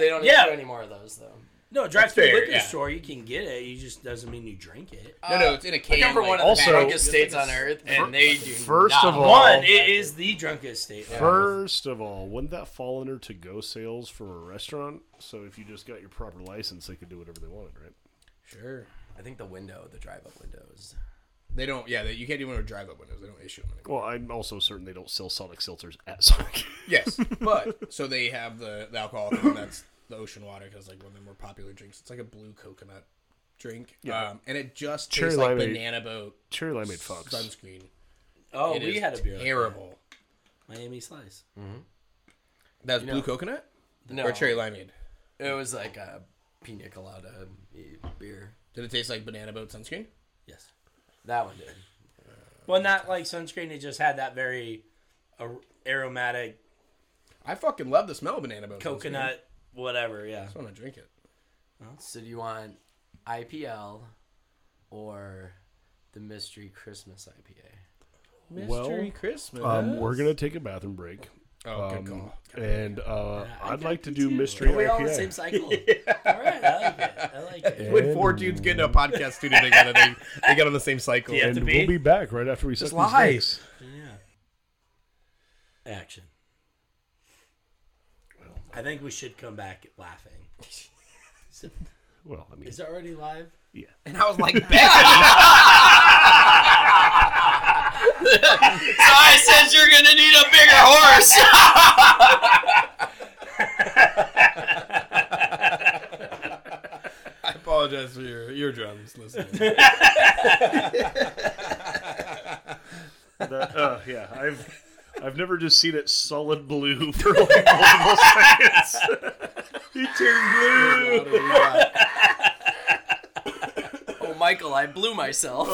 they don't Yeah. yeah. do any more of those though. No, drive through fair, liquor yeah. store, you can get it. You just doesn't mean you drink it. no, no, it's in a can. I come from like, one of the Also- drunkest states on earth, and they do. first not of all- One, it is the drunkest state. First of all, wouldn't that fall under to go sales for a restaurant? So if you just got your proper license, they could do whatever they wanted, right? Sure. I think the window, the drive-up windows. They don't. Yeah, they, you can't do one with drive up windows. They don't issue them anymore. Well, I'm also certain they don't sell Sonic seltzers at Sonic. Yes, but so they have the, the alcoholic one that's the ocean water because like one of the more popular drinks. It's like a blue coconut drink, um, and it just Cherry tastes like limeade. banana boat cherry limeade fucks. sunscreen. Oh, It we is had a beer. like terrible. that. Miami Slice. Mm. That's blue coconut No, or cherry limeade. it was like a pina colada e, beer. Did it taste like banana boat sunscreen? Yes. That one did. Well, not like sunscreen. It just had that very ar- aromatic I fucking love the smell of banana boat Sunscreen. coconut, whatever. Yeah. I just want to drink it. So do you want IPL or the mystery Christmas IPA? Well, Mystery Christmas. Um, we're gonna take a bathroom break, oh, good um, call. and uh, I I'd got like to you do too. mystery Are we all in the same IPA. cycle? All right, I like it. I like it. When four dudes get into a podcast studio together, they, they get on the same cycle. Yeah. And To be- we'll be back right after we set these lie. drinks. Yeah. Action. I think we should come back laughing. Well, I mean, Is it already live? And I was like, "Bet." I said you're gonna need a bigger horse. I apologize for your eardrums listening. that, uh, yeah, I've I've never just seen it solid blue for like multiple seconds. he turned blue. oh, Michael, I blew myself.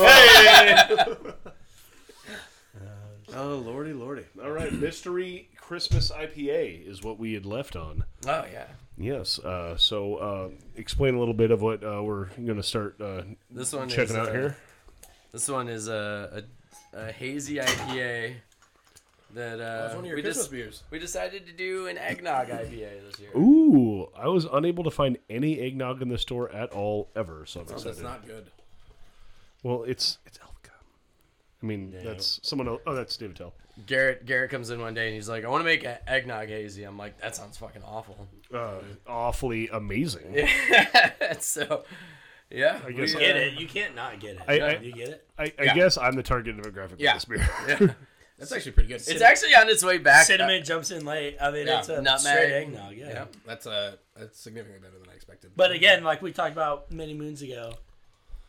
Oh lordy, lordy! All right, mystery Christmas IPA is what we had left on. Oh yeah, Yes. Uh, so uh, explain a little bit of what uh, we're gonna start uh, this one checking is, out uh, here. This one is a, a, a hazy IPA that That uh, was one of your we Christmas just beers. we decided to do an eggnog IPA this uh, year. Ooh, I was unable to find any eggnog in the store at all ever, so I'm Oh, excited. that's not good. well, it's it's Elka. I mean, that's someone else. Oh, that's David Tell. Garrett Garrett comes in one day and he's like, "I want to make an eggnog hazy." I'm like, "That sounds fucking awful." Uh, awfully amazing. so, yeah, I guess we, Get uh, it? You can't not get it. I- I- you get it? I, I Yeah. guess I'm the target demographic Yeah. for this beer. yeah. That's actually pretty good. It's actually on its way back. Cinnamon jumps in late. I mean, Yeah, it's a nutmeg. straight eggnog. Yeah. Yep. that's uh, that's significantly better than I expected. But again, like we talked about many moons ago,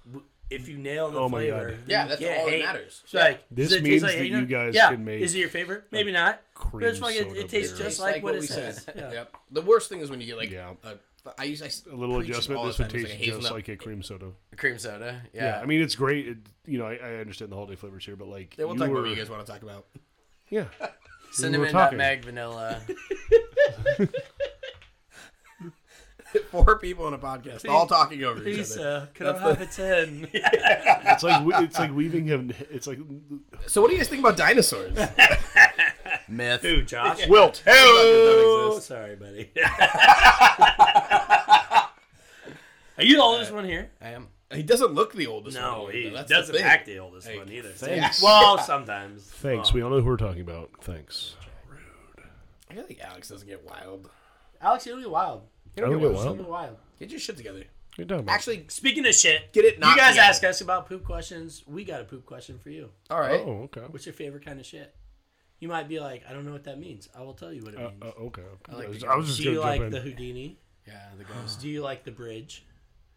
w- if you nail the Oh my flavor, God. you yeah, that's can't all that hate. matters. It's like, This does it taste means like that you eggnog? guys yeah. can make Is it your favorite? Maybe not. Cream But it's like it, soda it tastes beer. just like, what, it we says. said. Yeah. Yep. The worst thing is when you get like Yeah. a, I use I s- A little preach it adjustment. all This the would time, it's taste a just hazelnut- like a cream soda. Uh, cream soda. Yeah, Yeah, I mean it's great. It, you know, I, I understand the holiday flavors here, but like Yeah, we'll you talk about were, what you guys want to talk about. yeah, cinnamon, talking. nutmeg, vanilla. Four people in a podcast, all talking over each Please, other. uh, could I have a ten? it's like we- it's like weaving him. It's like So, what do you guys think about dinosaurs? Myth. Who, Josh? wilt. Oh, sorry, buddy. Are you the oldest one here? I am. he doesn't look the oldest. No, one, he though. That's the doesn't thing. act the oldest Hey, one either. thanks. Well, sometimes. Thanks. We all know who we're talking about. Thanks. I feel like Alex doesn't get wild. Alex, you're really wild. I don't get wild. You're wild. Get your shit together. Oh, You're talking about. Actually, Speaking of shit, Get it you knocked guys together. ask us about poop questions. We got a poop question for you. all right. oh, okay. What's your favorite kind of shit? You might be like, I don't know what that means. I will tell you what it Uh, means. uh, okay. I, like was, the- I was just Do gonna you jump like in. the Houdini? Yeah, the ghost. Do you like the bridge?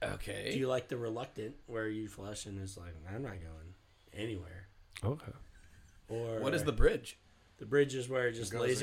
Do Okay. you like the reluctant, where you flush and is like, I'm not going anywhere? okay. Or What is the bridge? the bridge is where it just lays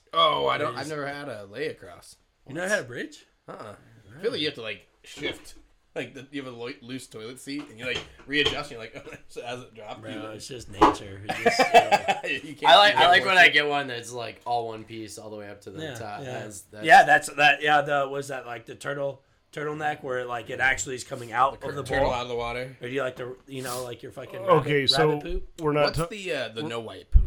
across. Oh, I don't. I've never had a lay across. You never had a bridge? Uh-uh. I feel like you have to like shift. Like the, you have a lo- loose toilet seat and you like readjust. And you're like, oh, so as it dropped, you, Bro, it's just nature. It's just, uh, you can't. I like you can't I like force when it. I get one that's like all one piece all the way up to the yeah, top. yeah. That's, that's, yeah, that's that. Yeah, the was that like the turtle turtleneck where like it actually is coming out of the turtle bowl? out of the water. Or do you like the you know like your fucking Okay, rabbit, so rabbit poop? we're not. What's Ta- the uh, the no wipe? Well,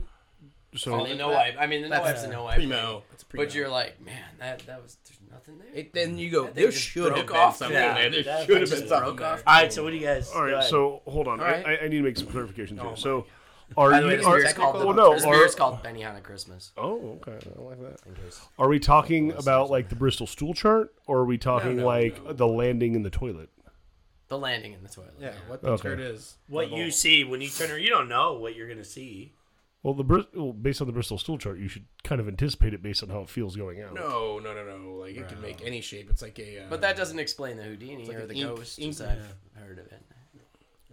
so the no wipe. I mean, the no That's wipe's a no wipe. Primo. It's primo. But you're like, man, that that was there's nothing there. It, then you go. That thing There just should have broke been off. something Yeah, there. There that should thing have been just something broke off. there. All right, so what do you guys? all go right. ahead. So hold on. right. I, I, I need to make some clarifications here. So, are By the way, you? this Are, beer's called well, the, no. this are- beer's called Benihana Christmas. Oh, okay. I like that. in case- Are we talking about like the Bristol stool chart, or are we talking no, like no. the landing in the toilet? The landing in the toilet. Yeah, what the Okay. turd is? what you see when you turn her, you don't know what you're gonna see. Well, the Bris- well, based on the Bristol stool chart, you should kind of anticipate it based on how it feels going out. No, no, no, no. Like it can make any shape. It's like a. Uh, But that doesn't explain the Houdini like or an the ink- ghost, ink- as I've heard of it.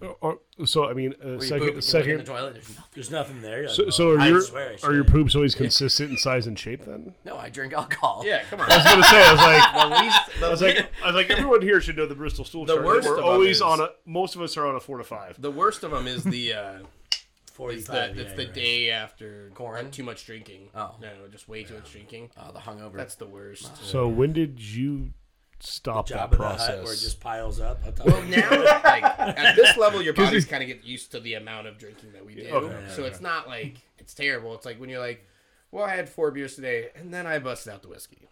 Or- or- so I mean, uh, Where you poop, you second, look in the second. toilet. There's nothing. There's nothing there. You're like, So, "Well, so are I your swear I are your should." poops always consistent in size and shape? Then No, I drink alcohol. yeah, come on. I was gonna say, I was like, the least. The, I was like, I was like, everyone here should know the Bristol stool The chart. worst We're of 'em always is- on a. Most of us are on a four to five. the worst of them is the. Uh, it's the, 45, yeah, it's the you're right. day after Corn? like, too much drinking. Oh. no, just way too much drinking. Oh, the hungover. That's the worst. So when did you stop that Jabba the Hutt, where it process? just piles up. I'll tell Well, you. now like, at this level, your body's kind of get used to the amount of drinking that we do. okay. so it's not like it's terrible. It's like when you're like, well, I had four beers today, and then I busted out the whiskey.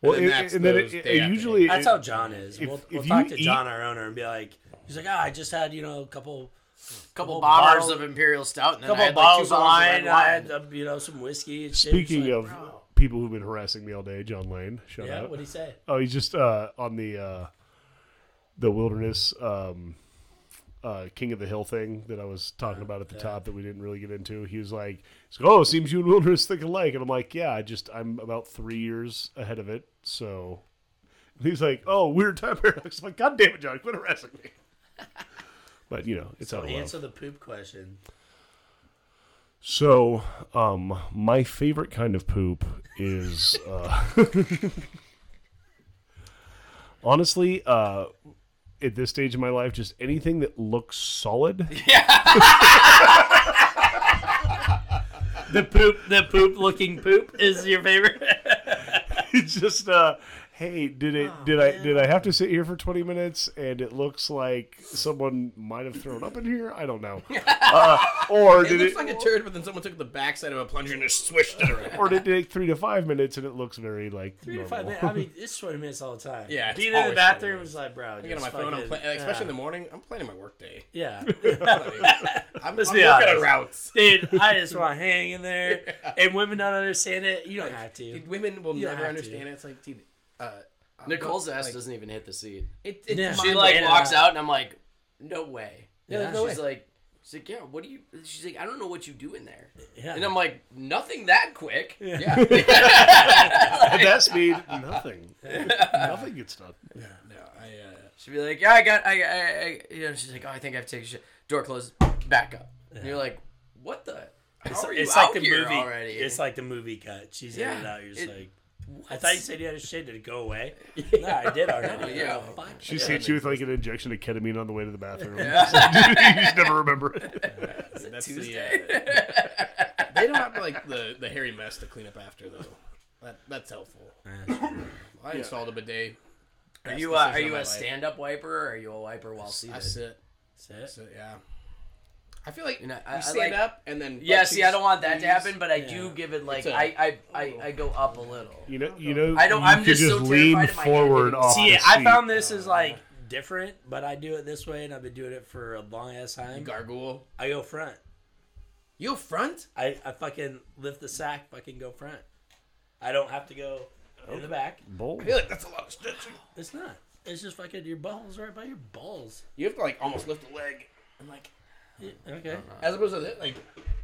well, and it- that's and then those it- it day after usually That's it- how John is. if- we'll if we'll you talk to eat- John, our owner, and be like, he's like, ah, I just had you know a couple couple Couple bottles bottle- of imperial stout and then couple I had like two bottles bottles of wine. red I had uh, you know some whiskey. And shit. It's Speaking like, of "Bro." people who've been harassing me all day, John Lane, shout yeah, out. what do you say? Oh, he's just uh, on the uh, the wilderness um, uh, King of the Hill thing that I was talking about at the top that we didn't really get into. He was like, he's like, "Oh, seems you and wilderness think alike," and I'm like, "Yeah, I just I'm about three years ahead of it." So and he's like, "Oh, weird time paradox." I'm like, "God damn it, John, quit harassing me." but you know, it's out of love. Answer the poop question. So, um, my favorite kind of poop is uh, honestly, uh, at this stage in my life, just anything that looks solid. The poop, the poop looking poop is your favorite. It's just uh, hey, did it? Oh, did I? Did I have to sit here for twenty minutes? And it looks like someone might have thrown up in here. I don't know. Uh, or It did looks it? like a turd, but then someone took the backside of a plunger and just swished it around. or did it take three to five minutes? And it looks very like Three to five normal. minutes. I mean, it's twenty minutes all the time. Yeah, it's being in the always bathroom 20 was like, bro. I get on my phone. I'm pla- especially in the morning. I'm planning my work day. yeah. I'm, Let's I'm be looking honest. at Got routes. dude. I just want to hang in there, and women don't understand it. You don't have to. Dude, women will You don't never have to. understand it. It's like, dude, uh, I'm Nicole's not- ass like, doesn't even hit the seat. It, it's Yeah. mind- She, She I'm like like, walks yeah. out, and I'm like, no way. Yeah, there's no she's way. like, she's like, yeah. What do you? She's like, I don't know what you do in there. Yeah. And I'm like, nothing that quick. yeah. At that speed, nothing. nothing gets done. no, I, uh, She'd be like, yeah, I got, I, I, I you know. She's like, oh, I think I've taken shit. Door closes, back up. And you're like, what the? How It's, are you it's out like the here movie. already? It's like the movie cut. She's in Yeah, and out. You're just it- like, What? I thought you said you had a shit. Did it go away? no, I did Oh, already. yeah. She hits you with like an injection of ketamine on the way to the bathroom. you just never remember it. uh, that's Tuesday. The, uh, they don't have like the the hairy mess to clean up after though. That that's helpful. I installed a bidet. Are Best you, uh, are decision of you my a life. stand up wiper or are you a wiper while I seated? sit. That's it. sit. Yeah. I feel like You know, I- you I stand like- up and then Yeah, butt see, cheeks I don't want that to squeeze. happen, but I do Yeah. give it like It's a- I, I, I, I go up a little. You know, you know, I don't- You I'm could just so lean terrified of my hand forward getting- off. See, the I seat. found this Uh. is like different, but I do it this way, and I've been doing it for a long ass time. gargoyle. I go front. You front? I, I fucking lift the sack. Fucking go front. I don't have to go in the back. Bold. I feel like that's a lot of stretching. It's not. It's just fucking your balls right by your balls. You have to like almost lift a leg and like Yeah, okay. as opposed to that, like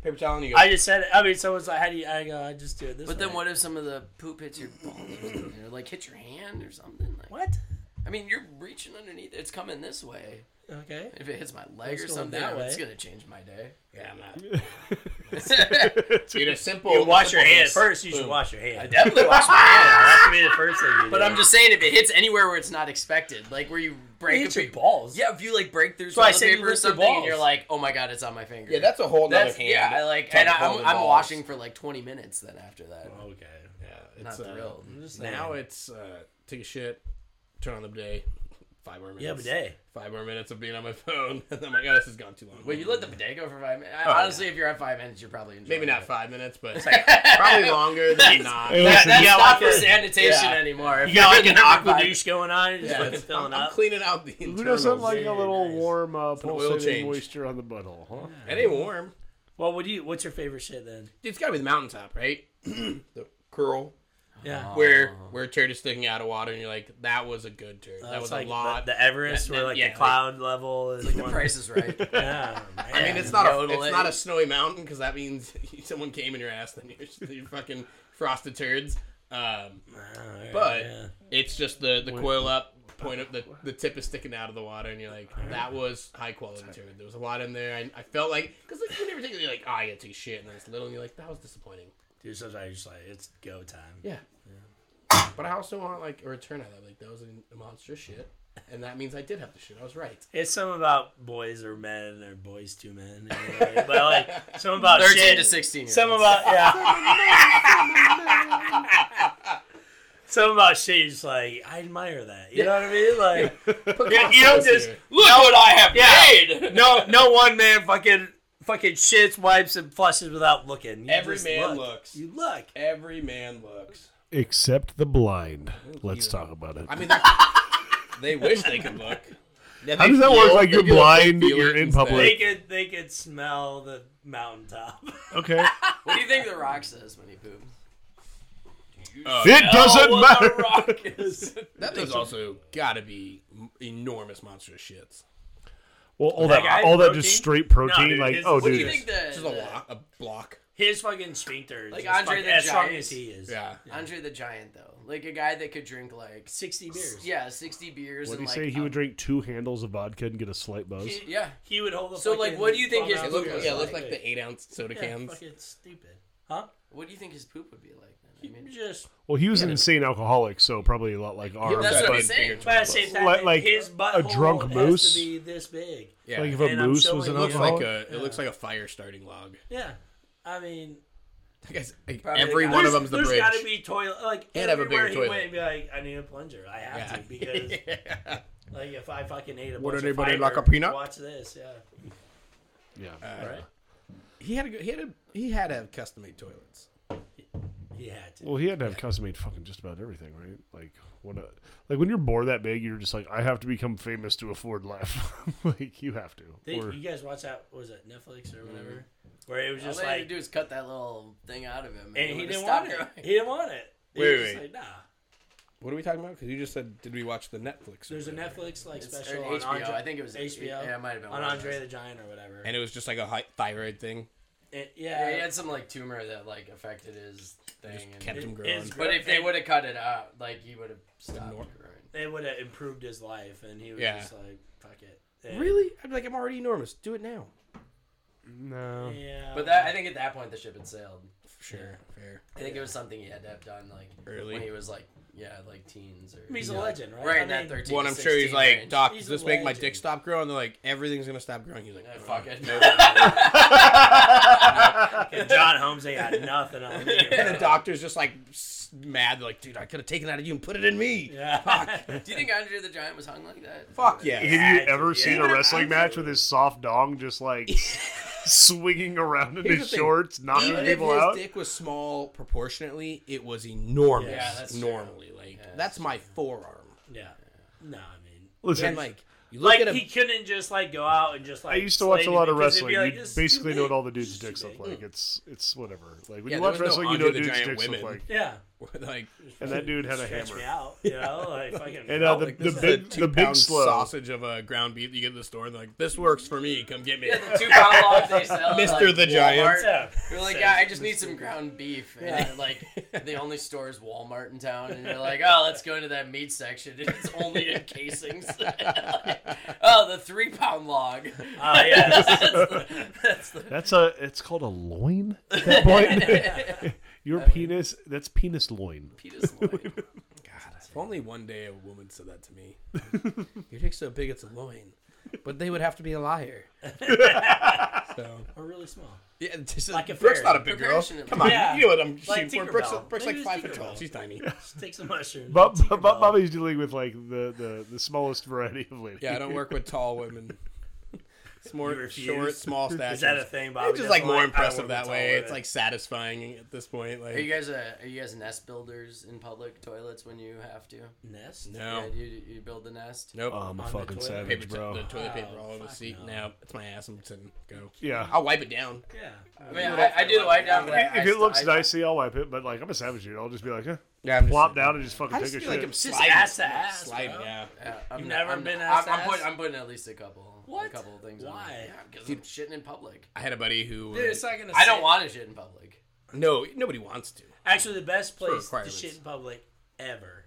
paper towel and you go. I just said. I mean, so it's like, how do you? I go. I just do it this. But way. then what if some of the poop hits your balls or something? Or, like hit your hand or something? Like, What? I mean, you're reaching underneath. It's coming this way. Okay. If it hits my leg It's or going something, that it's way. gonna change my day. yeah, I'm not. I Dude, a simple. You wash simple your hand this. first. You should Boom. wash your hand. definitely wash my hands. That should be the first thing you do. But I'm just saying, if it hits anywhere where it's not expected, like where you break hit a your pe- balls. Yeah, if you like break through why I toilet said you paper or lift your something, and balls. you're like, oh my god, it's on my finger. Yeah, that's a whole nother That's hand. yeah. I like, Trying and to I'm, hold the I'm balls. washing for like 20 minutes then after that. Okay. Yeah, Not it's uh, thrilled. now it's uh, take a shit, turn on the bidet, five more minutes. Yeah, but day. Five more minutes of being on my phone, and I'm like, oh, this has gone too long. Wait, you let the bidet go for five minutes? Oh, yeah. honestly, if you're at five minutes, you're probably enjoying maybe not it. five minutes, but it's like probably longer than not. Hey, That, listen, that's you got not like for a- sanitation yeah. anymore. You got like an aqua Five- douche going on. You're just Yeah, fucking it's- filling I'm, up. I'm cleaning out the internals. Who doesn't like a Very little nice. warm, uh, an oil pulsating change. moisture on the butthole? Huh? It ain't warm. Well, what do you? What's your favorite shit then? Dude, it's gotta be the mountaintop, right? the curl Yeah. where where a turd is sticking out of water, and you're like, that was a good turd. that Uh-huh. That's was Uh, like a the- lot. The, Everest, Yeah, where like yeah, the like- cloud level is Like the one- price is right. Yeah, I mean, it's not a Yodel it. it's not a snowy mountain because that means someone came in your ass. Then you're, you're fucking frosted turds. Um, but it's just the the coil up point of the the tip is sticking out of the water, and you're like, that was high quality turd. There was a lot in there. I, I felt like because like you never take it, you're like, oh, I gotta take a shit, and then it's little, and you're like, that was disappointing. dude, sometimes you're just like, it's go time. Yeah. But I also want like a return out of that. Like that was a monstrous shit, and that means I did have the shit. I was right. It's something about boys or men or boys to men, you know, but like something about 13 Oh, shit. to 16 years Something about yeah. Something about shit. You're just like I admire that. You know what I mean? Like you, you don't just Look what I have yeah. No, no one man fucking fucking shits, wipes, and flushes without looking. You Every just man look. looks. You look. Every man looks. Except the blind. Let's talk about it. I mean, they wish they could look. How does that work? Like you're blind, you're in They public. could they could smell the mountaintop. Okay. What do you think The Rock says when he poops? Oh, It doesn't what matter. The rock is. uh, That thing's also got to be m- enormous monstrous shits. Well, all that, That guy, all that protein? just straight protein. No, dude, like, his- oh, what What do dude. you think the, This is a the- lot, a block. His fucking sphincter is Like just Andre fucking the as strong Giant. as he is. Yeah. Andre the Giant though, like a guy that could drink like s- Sixty beers. yeah, sixty beers. What did and, he like, say? He would um, drink two handles of vodka and get a slight buzz. he- yeah, He would hold the So, like, fucking what do you think his- thumb It out It looks, looks yeah, it looks like like the eight ounce soda yeah, cans. Fucking stupid. Huh? What do you think his poop would be like? Then? I Hmm. mean, Just Well, he was an insane alcoholic, so probably a lot like ours. that's what I'm but- saying. but at the same time, Like- like his a butthole drunk has moose? to be this big. Yeah, Like if it a And I'm moose showing was an you- looks alcoholic. like a it looks like a fire starting log. Yeah, I mean, That guy's- like, Probably every got- one of There's- them's the there's bridge. gotta be toilet. Like And have a bigger everywhere he toilet. went, he'd be like, I need a plunger. I have to because like if I fucking ate a Would bunch anybody of like fiber, a peanut? Watch this. Yeah. Yeah. uh, Right. He had a good- he had a he had to have custom made toilets. He had to. Well, he had to have custom made fucking just about everything, right? Like what? A, like when you're born that big, you're just like, I have to become famous to afford life. like you have to. Did or, you guys watch that? Was it Netflix or whatever? Mm-hmm. Where it was All just they had to like, do is cut that little thing out of him, and he would've didn't stopped want it. growing. He didn't want it. He Wait, was just wait. like, nah. What are we talking about? Because you just said, did we watch the Netflix? There's a movie? Netflix like It's- special or on HBO. Andre, I think it was HBO. Yeah, it might have been on one of Andre those. the Giant or whatever. and it was just like a high thyroid thing. It- Yeah, yeah, he had some like tumor that like affected his thing. and- kept- it- him it's growing. gro- but if they it- would have cut it out, like he would have stopped Ignore- growing. they would have improved his life, and he was Yeah. just like, fuck it. And- Really? I'm like, I'm already enormous. Do it now. no. Yeah. But that I think at that point the ship had sailed. Sure. Fair. I think it was something he had to have done like Early. when he was like yeah like teens or I mean, he's a legend, right? right I in that mean, thirteen. Well, to and I'm sure he's 16 like, range. Doc, He's does a this make my legend. dick stop growing? They're like, everything's gonna stop growing. He's like, Yeah, fuck it. And John Holmes ain't got nothing on me. and the doctor's just like s- mad. They're like, dude, I could have taken it out of you and put it in me. Yeah. Do you think Andre the Giant was hung like that? Fuck yeah. Have you Yeah, ever yeah. seen a wrestling match with his soft dong just like swinging around in Here's his the thing. shorts, knocking Even if people his out? dick was small proportionately, it was enormous. Yeah, that's true. normally like that's, my forearm. yeah. No, I mean. Listen, And like you look Like at him, he couldn't just like go out and just like. I used to watch a slay lot of because it'd wrestling. be like, you "This is too basically know what big." all the dudes' This is dicks too look big. like. It's it's whatever. Like when Yeah, you there watch was no wrestling, you Andre know what the dudes' Giant dicks women. look like. Yeah. like And that dude had a Stretch me hammer. out. You know, like fucking. And uh, the, like, the this is a big the big two-pound slow. sausage of a ground beef you get at the store. And they're like, this works for me. Come get me. The two pound logs they sell. at, Mr. like, the Giant. Walmart. Yeah. You're like, yeah, I just need some ground beef. And uh, like, the only store is Walmart in town. And you're like, oh, let's go into that meat section. And it's only in casings. oh, the three pound log. Oh yeah. That's the, that's the, That's a it's called a loin. At that point. Your penis. That's penis loin. Peter's loin. God, if only one day a woman said that to me. Your dick's so big it's a loin. But they would have to be a liar. so Or really small. yeah, just, Like a Brooke's fairy. not a big girl. Preparation of- Come on, Yeah. you know what I'm Like shooting for. Tinkerbell. Brooke's, Brooke's like Maybe five it's foot tall. Tinkerbell. She's tiny. Just take some mushrooms. But, Tinkerbell. but Bobby's dealing with like the, the, the smallest variety of ladies. Yeah, I don't work with tall women. It's more You refuse? short, small statues. Is that a thing, Bobby? It's just like doesn't more I don't impressive wanna that tell way. women. It's like satisfying at this point. Are you Like guys a, are you guys nest builders in public toilets when you have to? nest. no, Yeah, you, you build the nest. nope. Oh, I'm a On the fucking toilet. savage, paper t- bro. the toilet paper Oh, all over the fuck seat. No. it's my ass. I'm sitting. Go. Yeah. I'll wipe it down. Yeah. I mean, I, I do the wipe down. but I- I if it st- looks I- nicely, I'll wipe it. But like, I'm a savage dude. I'll just be like, eh. Yeah, I'm plop down and just fucking I take just a feel shit. like I'm Just sliding. ass to ass, sliding. bro. Yeah. Yeah, Uh, I'm You've not- never I'm- been I'm, I'm ass-ass? putting I'm putting at least a couple. A What? couple of things. On. Why? Yeah, because I'm shitting in public. I had a buddy who. Dude, it's not gonna. I don't sit. want to shit in public. no, nobody wants to. Actually, the best place to requirements. shit in public ever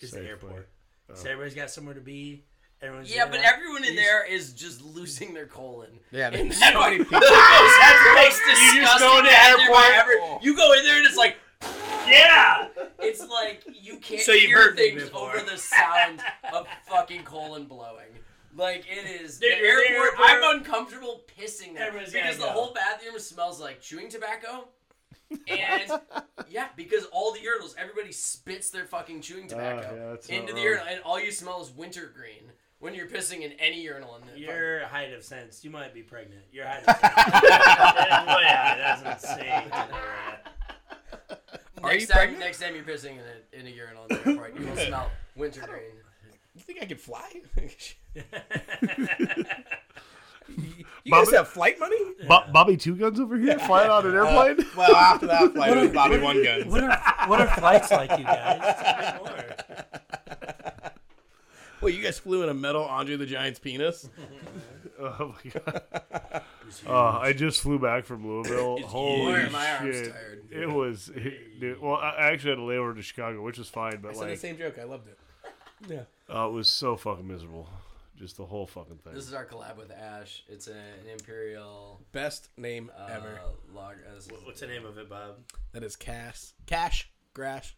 is Safeway. the airport. So everybody's got somewhere to be. Everyone's Yeah, in but and out. everyone in there is just losing their colon. Yeah, and there's that, so many people. that's the most You just go disgusting to bathroom I airport- ever. You go in there and it's like Yeah. it's like you can't So you've hear heard me things before. over the sound of fucking colon blowing. Like it is Dude, the you're in airport, the airport. I'm uncomfortable pissing there Everyone's gotta because the go. whole bathroom smells like chewing tobacco. And yeah, because all the urinals, everybody spits their fucking chewing yeah, tobacco that's into not the wrong. urinal, and all you smell is wintergreen when you're pissing in any urinal. In the Your height of sense. You might be pregnant. Your height of sense. yeah, boy, that's insane. fucking- Are next you time, pregnant? Next time you're pissing in a, in a urinal in the airport, you will smell wintergreen. You think I could fly? you Bobby- guys have flight money? Bo- Bobby Two Guns over here flying on an airplane. Well, after that flight, it was Bobby One Guns. What are what are flights like, you guys? Tell me more. Well, you guys flew in a metal Andre the Giant's penis. Oh my god! Uh, I just flew back from Louisville. Holy huge. My arm's shit! tired. It was, dude, well, I I actually had a layover to Chicago, which was fine, but I said the like, same joke. I loved it. uh, it was so fucking miserable. Just the whole fucking thing. This is our collab with Ash. It's a, an imperial Best name uh, ever. log. Uh, this is- What's the name of it, Bob? That is Cash. Cash. Grash.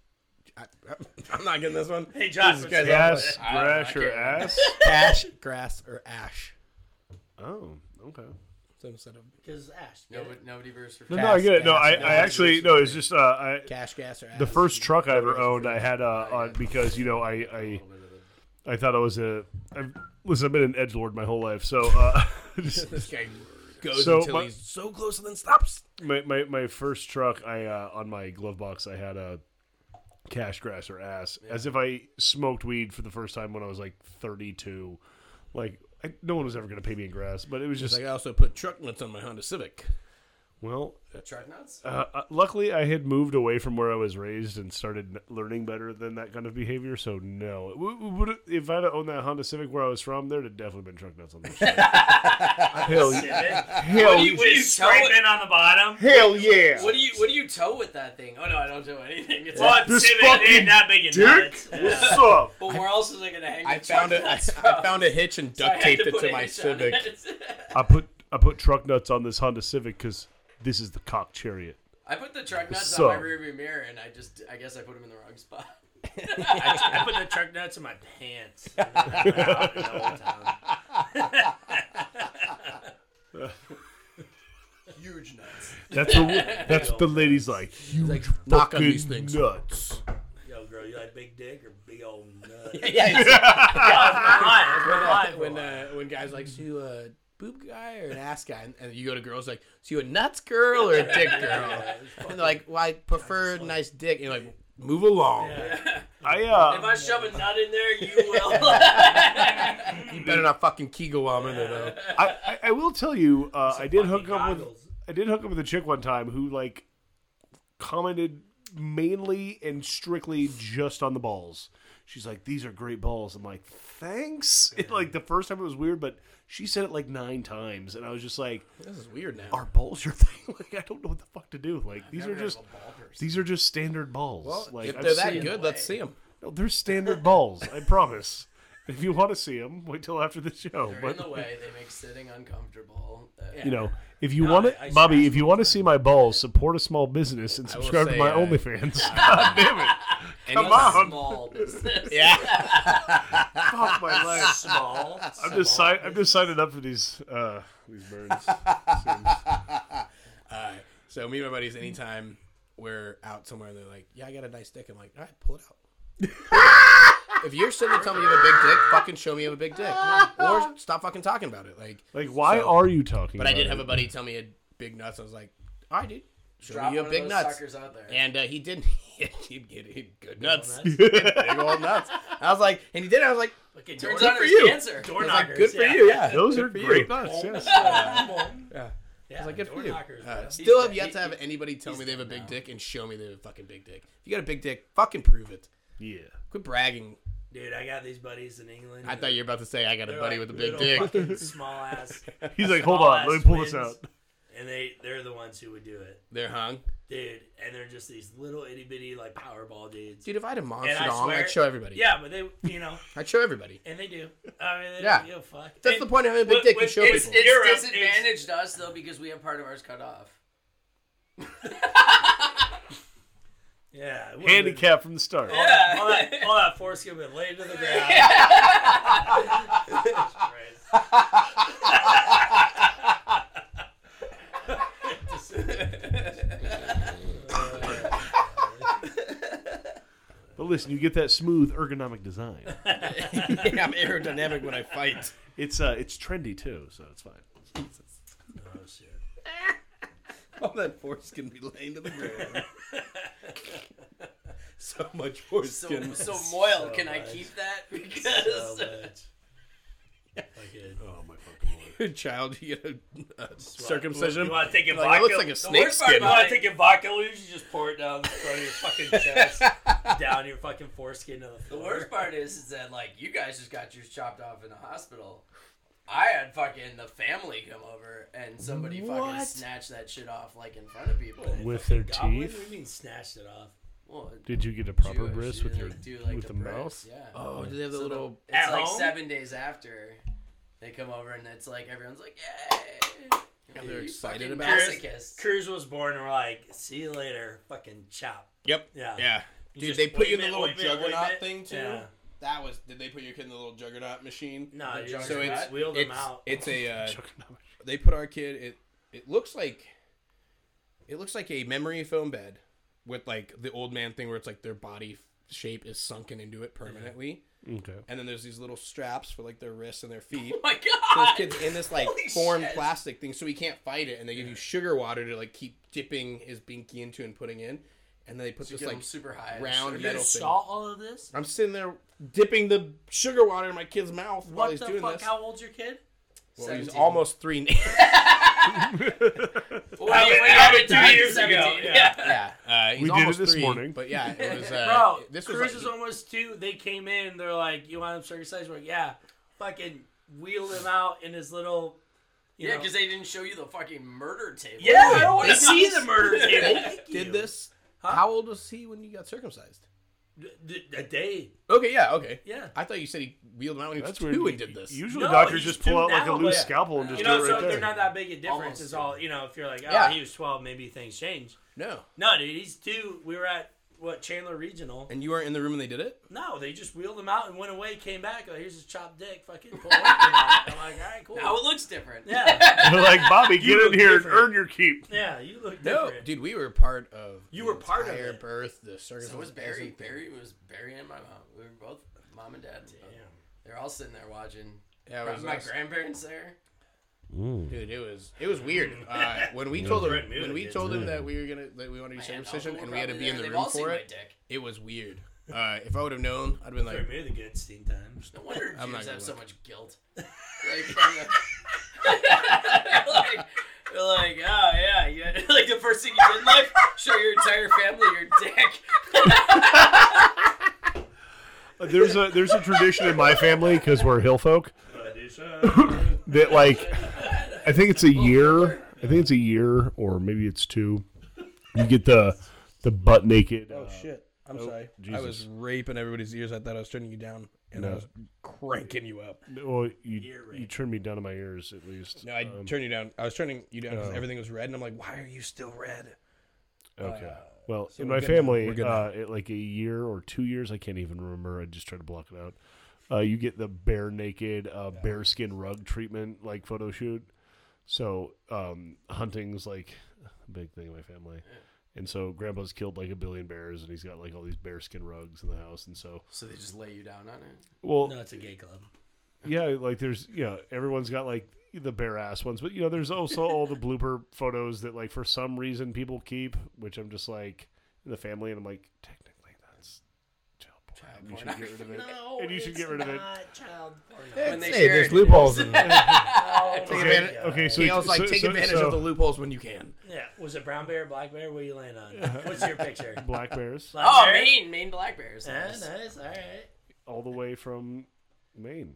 I, I'm not getting this one. Hey, Josh. Jesus, What's guys, the Gas, I don't know, I grash, can't or remember. ass? Cash, grass, or ash. Oh, okay. So instead of Because Ash. get Nobody, it? nobody brews for free. No, no, I get it. No, I, Cash, I actually no. It's just uh, I cash gas or the ass. first truck I ever owned. I had uh, on because you know I I, I thought I was a I've, listen. I've been an edge lord my whole life, so uh, just- This guy goes So until my- he's so close and then stops. my, my my first truck. I uh, on my glove box I had a cash grass or ass as if I smoked weed for the first time when I was like thirty two. Like I, no one was ever going to pay me in grass, but it was just Like I also put truck nuts on my Honda Civic. well. Truck nuts? Uh, uh, luckily, I had moved away from where I was raised and started n- learning better than that kind of behavior. So no, It w- w- would- if I'd have owned that Honda Civic where I was from, there'd have definitely been truck nuts on this. shit. hell, hell, What do you Just tow scrape it- in on the bottom. hell yeah! What do you what do you tow with that thing? Oh no, I don't do anything. It's Well, like, This this fucking fucking ain't that big a Dick, nut. what's up? but where else is it gonna hang? I the found truck it. I, nuts I from? found a hitch and I duct had taped it put to a my hitch on Civic. it. I put I put truck nuts on this Honda Civic because this is the cock chariot. I put the truck nuts So- on my rearview mirror, and I just I guess I put them in the wrong spot. I put the truck nuts in my pants. And then I went out in the old town. Huge nuts. That's what that's what the ladies like. Huge Like, knock on fucking these things. nuts. Yo, girl, you like big dick or big old nut? yeah, yeah, when uh, when guys like so you a boob guy or an ass guy, and, and you go to girls like so you a nuts girl or a dick girl, and they're like, well, I prefer nice dick. And you're like, move along. I If uh, I shove a nut in there, you will. You better not fucking Kegel while I'm in there though. I, I, I will tell you, uh, I did hook up with. I did hook up with a chick one time who like commented mainly and strictly just on the balls. She's like, "These are great balls." I'm like, "Thanks." It, like the first time it was weird, but she said it like nine times, and I was just like, This is weird now. "Are balls your thing?" Like I don't know what the fuck to do. Like these are just these are just standard balls. like if I've they're that seen- good, let's see them. no, they're standard balls. I promise. If you want to see them, wait till after the show. They're in but the way. They make sitting uncomfortable. Uh, you know, if you want to, Bobby, if you want to see my balls, support a small business and will subscribe to say, my uh, OnlyFans. God damn it! Come a on, small business. Yeah. fuck my life. small. I'm just si- I'm just signing up for these uh, these birds. So me and my buddies, anytime we're out somewhere, and they're like, "Yeah, I got a nice dick," I'm like, "All right, pull it out." if you're sitting there telling me you have a big dick, fucking show me you have a big dick, or stop fucking talking about it. Like, Like, why So- are you talking? but I about did it? have a buddy tell me he had big nuts. I was like, "All right, dude, show Drop me one you have of big those nuts." suckers out there. And uh, he did. He'd get it. good nuts, big old nuts. I was like, and he did. it. I was like, Fucking Turns door- out it was you. cancer. door I was like, knockers, good for yeah. you. Yeah, Those Good are for you. great nuts. Yes. Yeah. Yeah, like, good for door you. knockers, Uh, bro. still have dead. yet He- to have anybody tell me they have a big dick and show me they have a fucking big dick. If you got a big dick, fucking prove it. Yeah. Quit bragging. Dude, I got these buddies in England. I thought you were about to say I got a They're buddy like with a big little dick. fucking Small ass. He's like, hold small on, let me ass pull this twins, out. And they they're the ones who would do it, They're hung. dude. And they're just these little itty bitty like Powerball dudes. Dude, if I had a monster and I dong, swear, I'd show everybody. Yeah, but they, you know, I'd show everybody. and they do. I mean, they Yeah. don't give a fuck. That's And the point of having a big with- dick. You with- show it's- people. It's Europe, it's- disadvantaged us though because we have part of ours cut off. yeah, it would've been- Handicap from the start. All that, all that, all that foreskin would laid to the ground. Right. But listen, you get that smooth ergonomic design. yeah, I'm aerodynamic when I fight. It's uh, it's trendy too, so it's fine. Oh shit. All that foreskin be laying to the ground. so much foreskin. So, so Moyle, can I keep that? So Because much. Oh, Fucking- Oh my fucking lord! Your child, you get a, a You circumcision. want to take your Like, it vodka? looks like a snake worst part skin. you want to take your vodka loose? You just pour it down the front of your fucking chest, down your fucking foreskin to the the floor. worst part is, is that like you guys just got yours chopped off in the hospital. I had fucking the family come over and somebody fucking What? snatched that shit off like in front of people. With their Goblin? teeth. What do you mean snatched it off? Well, Did you get a proper Jewish, bris you with your didn't do, like, with the bris, mouth? Yeah. Oh, do they have the So the- little? It's At like home? seven days after they come over, and it's like everyone's like, "Yay!" And they're You excited fucking about it? masochist. Cruz was born and we're like, see you later, fucking chop. Yep. Yeah. Yeah. You Dude, just they put you in ointment, the little ointment, juggernaut ointment. thing too. Yeah. That was. Did they put your kid in the little juggernaut machine? No, you So it's just wheeled them it's- out. It's a. Uh, Juggernaut. they put our kid. It it looks like. It looks like a memory foam bed, with like the old man thing where it's like their body f- shape is sunken into it permanently, Okay. and then there's these little straps for like their wrists and their feet. Oh my So this god. kid's in this like Holy formed shit. plastic thing, so he can't fight it, and they give you sugar water to like keep dipping his binky into and putting in, and then they put Just this get like them super high. round You metal just thing. saw all of this? I'm sitting there dipping the sugar water in my kid's mouth while What he's the doing fuck? this. How old's your kid? Well, he's 17. almost three. Well, you went out at two years ago. Yeah. yeah, uh, he's We did it almost this three, morning. But yeah, it was. Uh, Bro, this was Cruz like, is almost two. They came in. They're like, "You want him circumcised?" We're like, "Yeah." Fucking wheeled him out in his little. You Yeah, know- because they didn't show you the fucking murder table. yeah. I don't want They to see the murder they table. Thank did you. this. Huh? How old was he when you got circumcised? D- d- a day. Okay, yeah, okay. Yeah. I thought you said he wheeled him out when he was That's two weird. and did this. Usually No, doctors he's just pull two out like a now, loose but- scalpel and just You know, do it so right there. they're not that big a difference. Almost. Is all you know. If you're like, "Oh, Yeah. he was 12, maybe things change." no, No, dude, he's two. We were at what Chandler Regional. and you weren't in the room when they did it. No, they just wheeled him out and went away. Came back. Like, here's his chopped dick. Fucking. Pull it out. I'm like, all right, cool. Now it looks different. yeah, They're like Bobby, get look in here different. and earn your keep. yeah. You look No, different. dude, we were part of. You the were part of entire it. birth. The circumcision. So was Barry. Barry was Barry and my mom. We were both mom and dad. They're all sitting there watching. Yeah, it was my us. grandparents there. Dude, it was it was weird. Uh, when we told Brett him Mueller when we did, told him that we were gonna that we wanted to do circumcision and we had to be in the They've room all seen for my it, dick. it was weird. Uh, if I would have known, I'd have been For like, me, the good steam times. No wonder I'm not Jews gonna have so look. much guilt. Like, from the- like, they're like, oh yeah, yeah. Like the first thing you did in life, show your entire family your dick. Uh, There's a there's a tradition in my family because we're hill folk that like I think it's a year. I think it's a year or maybe it's two. You get the the butt naked. uh, Oh, shit, I'm sorry. Jesus. I was raping everybody's ears. I thought I was turning you down, and I No. was cranking you up. Well, you you turned me down to my ears at least. Um, No, I turned you down. I was turning you down because everything was red, and I'm like, why are you still red? Okay. Well, in Uh, we're my good now. family, We're good uh, it, like a year or two years, I can't even remember. I just try to block it out. Uh, you get the bare naked, uh, bare skin rug treatment, like photo shoot. So um, hunting's like a big thing in my family. And so grandpa's killed like a billion bears, and he's got like all these bear skin rugs in the house. And so, So they just lay you down on it. well, No, it's a gay club. yeah, like there's you know everyone's got like the bare ass ones, but you know there's also all the blooper photos that like for some reason people keep, which I'm just like in the family, and I'm like technically that's child porn. Child you should porn. get rid of it. No, And you should get rid of it. Child When they Hey, share there's it. loopholes in it. Take Okay, advantage. okay, so Kale's like, so- take so- advantage so- of the loopholes when you can. Yeah, was it brown bear, black bear? What do you land on? What's your picture? black bears Black Oh, bear? Maine, Maine black bears. Yeah, Nice. nice. All right. all the way from Maine.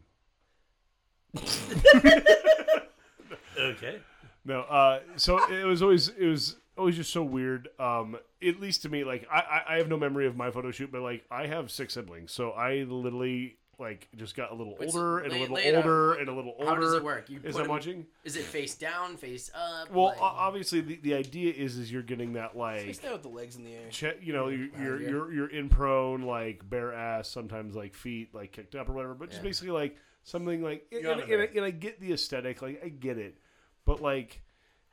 Okay. No, uh, so it was always it was always just so weird. Um, at least to me, like I, I I have no memory of my photo shoot, but like I have six siblings, so I literally like just got a little Wait, so older and a lay- little lay it out. older and a little older. How does it work? You As put I'm 'em- watching. Is it face down, face up? Well, uh, like- o- obviously the, the idea is is you're getting that like He's there with the legs in the air. che- you know you're you're, you're you're in prone like bare ass sometimes like feet like kicked up or whatever, but just basically like something like and, You're on and, a and, I, and I get the aesthetic like I get it, but like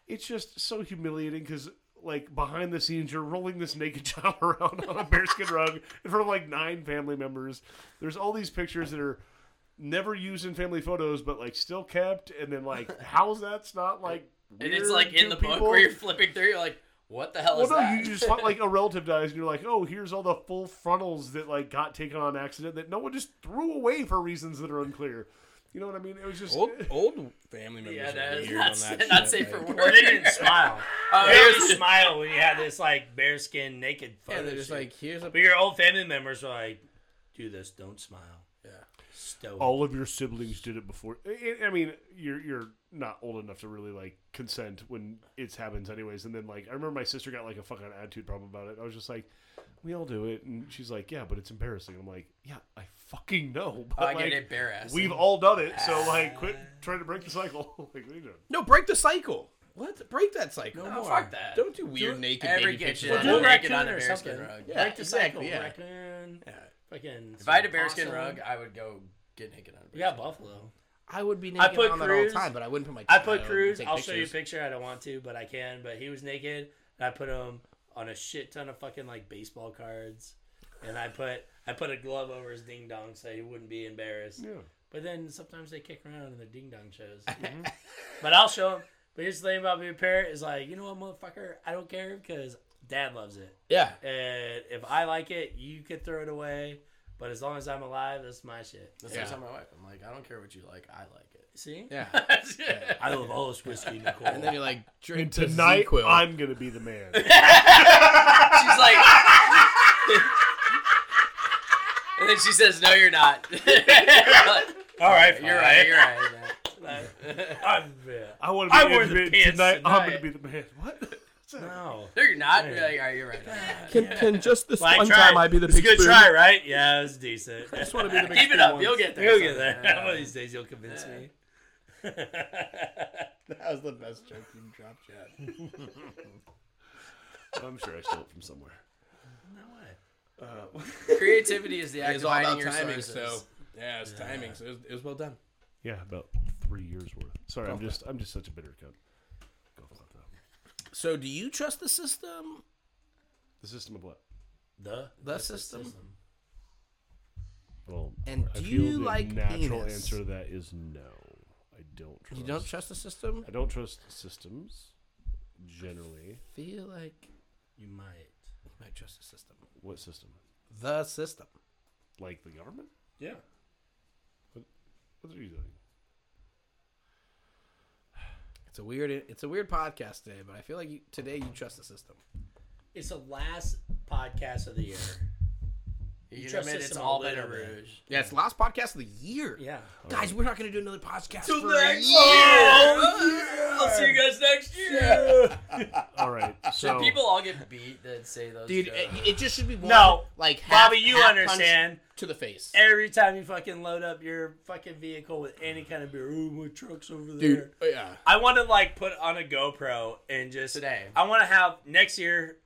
it's just so humiliating because like behind the scenes you're rolling this naked child around on a bearskin rug in front of like nine family members. There's all these pictures that are never used in family photos, but like still kept, and then like how's that's not like. and it's weird like in to the book people? where you're flipping through. You're like, what the hell Well, is no, that? you just find, like a relative dies, and you're like, oh, here's all the full frontals that like got taken on accident that no one just threw away for reasons that are unclear. You know what I mean? It was just Old old family members yeah, are that is weird not, on that. not shit, safe like- for Or work. they didn't smile. Oh, They here's didn't smile when you had this like bearskin naked photo. Yeah, they're just shoot. like, here's a But your old family members were like, "Do this, don't smile." Yeah. Stoic. Oh, all of your siblings did it before. I- I mean, you're you're not old enough to really like consent when it happens, anyways. And then like, I remember my sister got like a fucking attitude problem about it. I was just like, we all do it, and she's like, yeah, but it's embarrassing. I'm like, yeah, I fucking know. But, I get like, embarrassed. We've all done it, so like, quit trying to break the cycle. like, we do. no. Break the cycle. What? Break that cycle. No, fuck that. Don't do weird naked Every baby kid pictures. should like have that. a naked on Raccoon a or bearskin something. rug. Yeah, Break the exactly, cycle, yeah. raccoon. Yeah. Fucking. If I had a bearskin rug, I would go get naked on a We bearskin. got Buffalo. I would be I naked put on that all the Cruz- time, but I wouldn't put my. I put I would Cruz. Uh, take I'll show you a pictures. picture. I don't want to, but I can. But he was naked. And I put him on a shit ton of fucking like baseball cards, and I put I put a glove over his ding dong so he wouldn't be embarrassed. But then sometimes they kick around in their ding dong shows. but I'll show him. But here's the thing about being a parent is like, you know what, motherfucker, I don't care because dad loves it, Yeah, and if I like it, you could throw it away. But as long as I'm alive, that's my shit. That's Yeah. what I tell my wife. I'm like, I don't care what you like. I like it. See? yeah. I love all this whiskey, Nicole. And then you're like, And drink this tonight, Zequel. I'm gonna be the man. She's like. and then she says, "No, you're not." all right, you're right. You're right. I'm, yeah. I want I to be wore the intimate pants tonight. I'm tonight. gonna be the man. What? No. No, you're not. You're like, all right, you're right. Can, can just this Well, I one tried. time I be the It's a big good spoon? try, right? Yeah, it was decent. Just want to be the big Keep it spoon up. once. You'll get there. You'll get someday. there. One of these days you'll convince me. that was the best joke you dropped yet. I'm sure I stole it from somewhere. No way. Creativity is the act It's of all about finding your timing, sources. so yeah, it's timing. So it was, it was well done. Yeah, about three years worth. Sorry, I'm just I'm just such a bitter cunt. Go fuck though. So do you trust the system? The system of what? The The, system? Well, And I do feel you the like natural penis? answer to that is no. I don't trust. You don't trust the system? I don't trust systems generally. I feel like you might. you might trust the system. What system? The system. Like the government? Yeah. What are you doing? It's a weird. It's a weird podcast today, but I feel like you, today you trust the system. It's the last podcast of the year. You, can trust admit it's system a all been little a bit. rouge. Yeah, it's the last podcast of the year. Yeah. Guys, we're not gonna do another podcast for a year. Oh, I'll see you guys next year. All right. Should So people all get beat that say those? Dude, jokes? it, it just should be one, No. like half, Bobby, you half punch understand. to the face. Every time you fucking load up your fucking vehicle with any kind of beer, ooh, my truck's over there. Dude, oh, yeah. I want to like put on a GoPro and just Today. I want to have next year,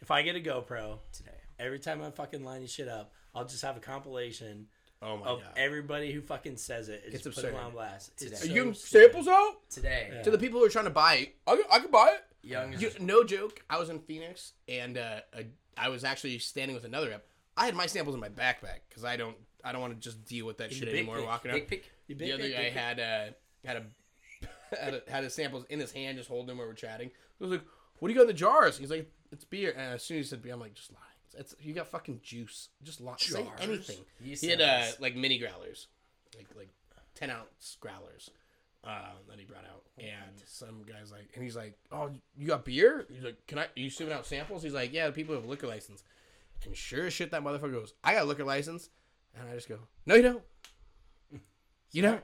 if I get a GoPro, today. every time I fucking line this shit up, I'll just have a compilation Oh my of god. everybody who fucking says it. and It's just put them absurd. on blast. It's Today. so Are you getting stupid. samples out Today, Yeah. to the people who are trying to buy. it. I, I could buy it. young is You, no joke. I was in Phoenix and uh, I, I was actually standing with another rep. I had my samples in my backpack because I don't I don't want to just deal with that shit big anymore. pick, Walking big up, pick. You the big, other big, guy big, big. had a had a had a, had his samples in his hand, just holding them while we're chatting. I was like, "What do you got in the jars?" He's like, "It's beer." And as soon as he said beer, I'm like, "Just lie. It's, it's- you got fucking juice. Just lie. Say anything." You He had uh, samples. like mini growlers, like like ten ounce growlers um, that he brought out. Oh, And some guy's like, and he's like, "Oh, you got beer?" He's like, "Can I? Are you shipping out samples?" He's like, "Yeah, the people have a liquor license." And sure as shit, that motherfucker goes, "I got a liquor license," and I just go, "No, you don't. You don't."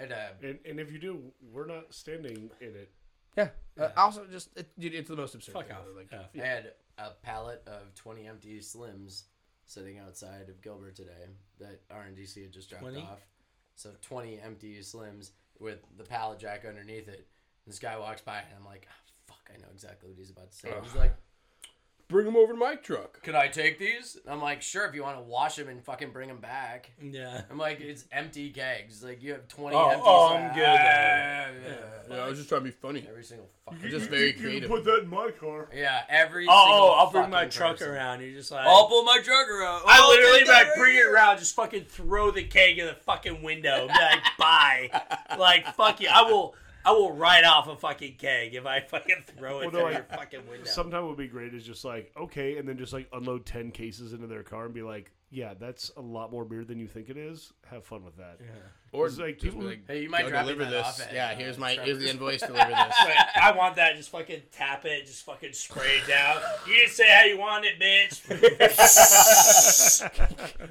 And, uh, and, and if you do, we're not standing in it. Yeah. Uh, also, just it, dude, it's the most absurd. Fuck thing. off. Like, Yeah. I had a pallet of 20 empty slims sitting outside of Gilbert today that RNDC had just dropped 20? off. So 20 empty slims with the pallet jack underneath it. This guy walks by and I'm like, "Ah, fuck, I know exactly what he's about to say. He's like, Bring him over to my truck. can I take these? And I'm like, sure, if you want to wash them and fucking bring them back. Yeah. I'm like, it's empty kegs. Like, you have 20 Oh, empty oh, slims." I'm good at Yeah, yeah, Yeah, I was just trying to be funny. yeah. Every single fucking. I'm just very creative. Put that in my car. yeah, every Oh, single oh, I'll bring my fucking truck person. around. You're just like I'll pull my truck around. I I'll literally take that like right bring it here. around, just fucking throw the keg in the fucking window, and be like bye, like fuck you. I will, I will write off a fucking keg if I fucking throw it Well, no, through I- your fucking window. Sometime would be great is just like okay, and then just like unload ten cases into their car and be like, yeah, that's a lot more beer than you think it is. Have fun with that. Or It's like just people- be like, Hey, you might "Go drop deliver that this. off at, yeah, uh, here's my here's Trevor's. the invoice. deliver this. Like, I want that. Just fucking tap it. Just fucking spray it down. You didn't say how you want it, bitch.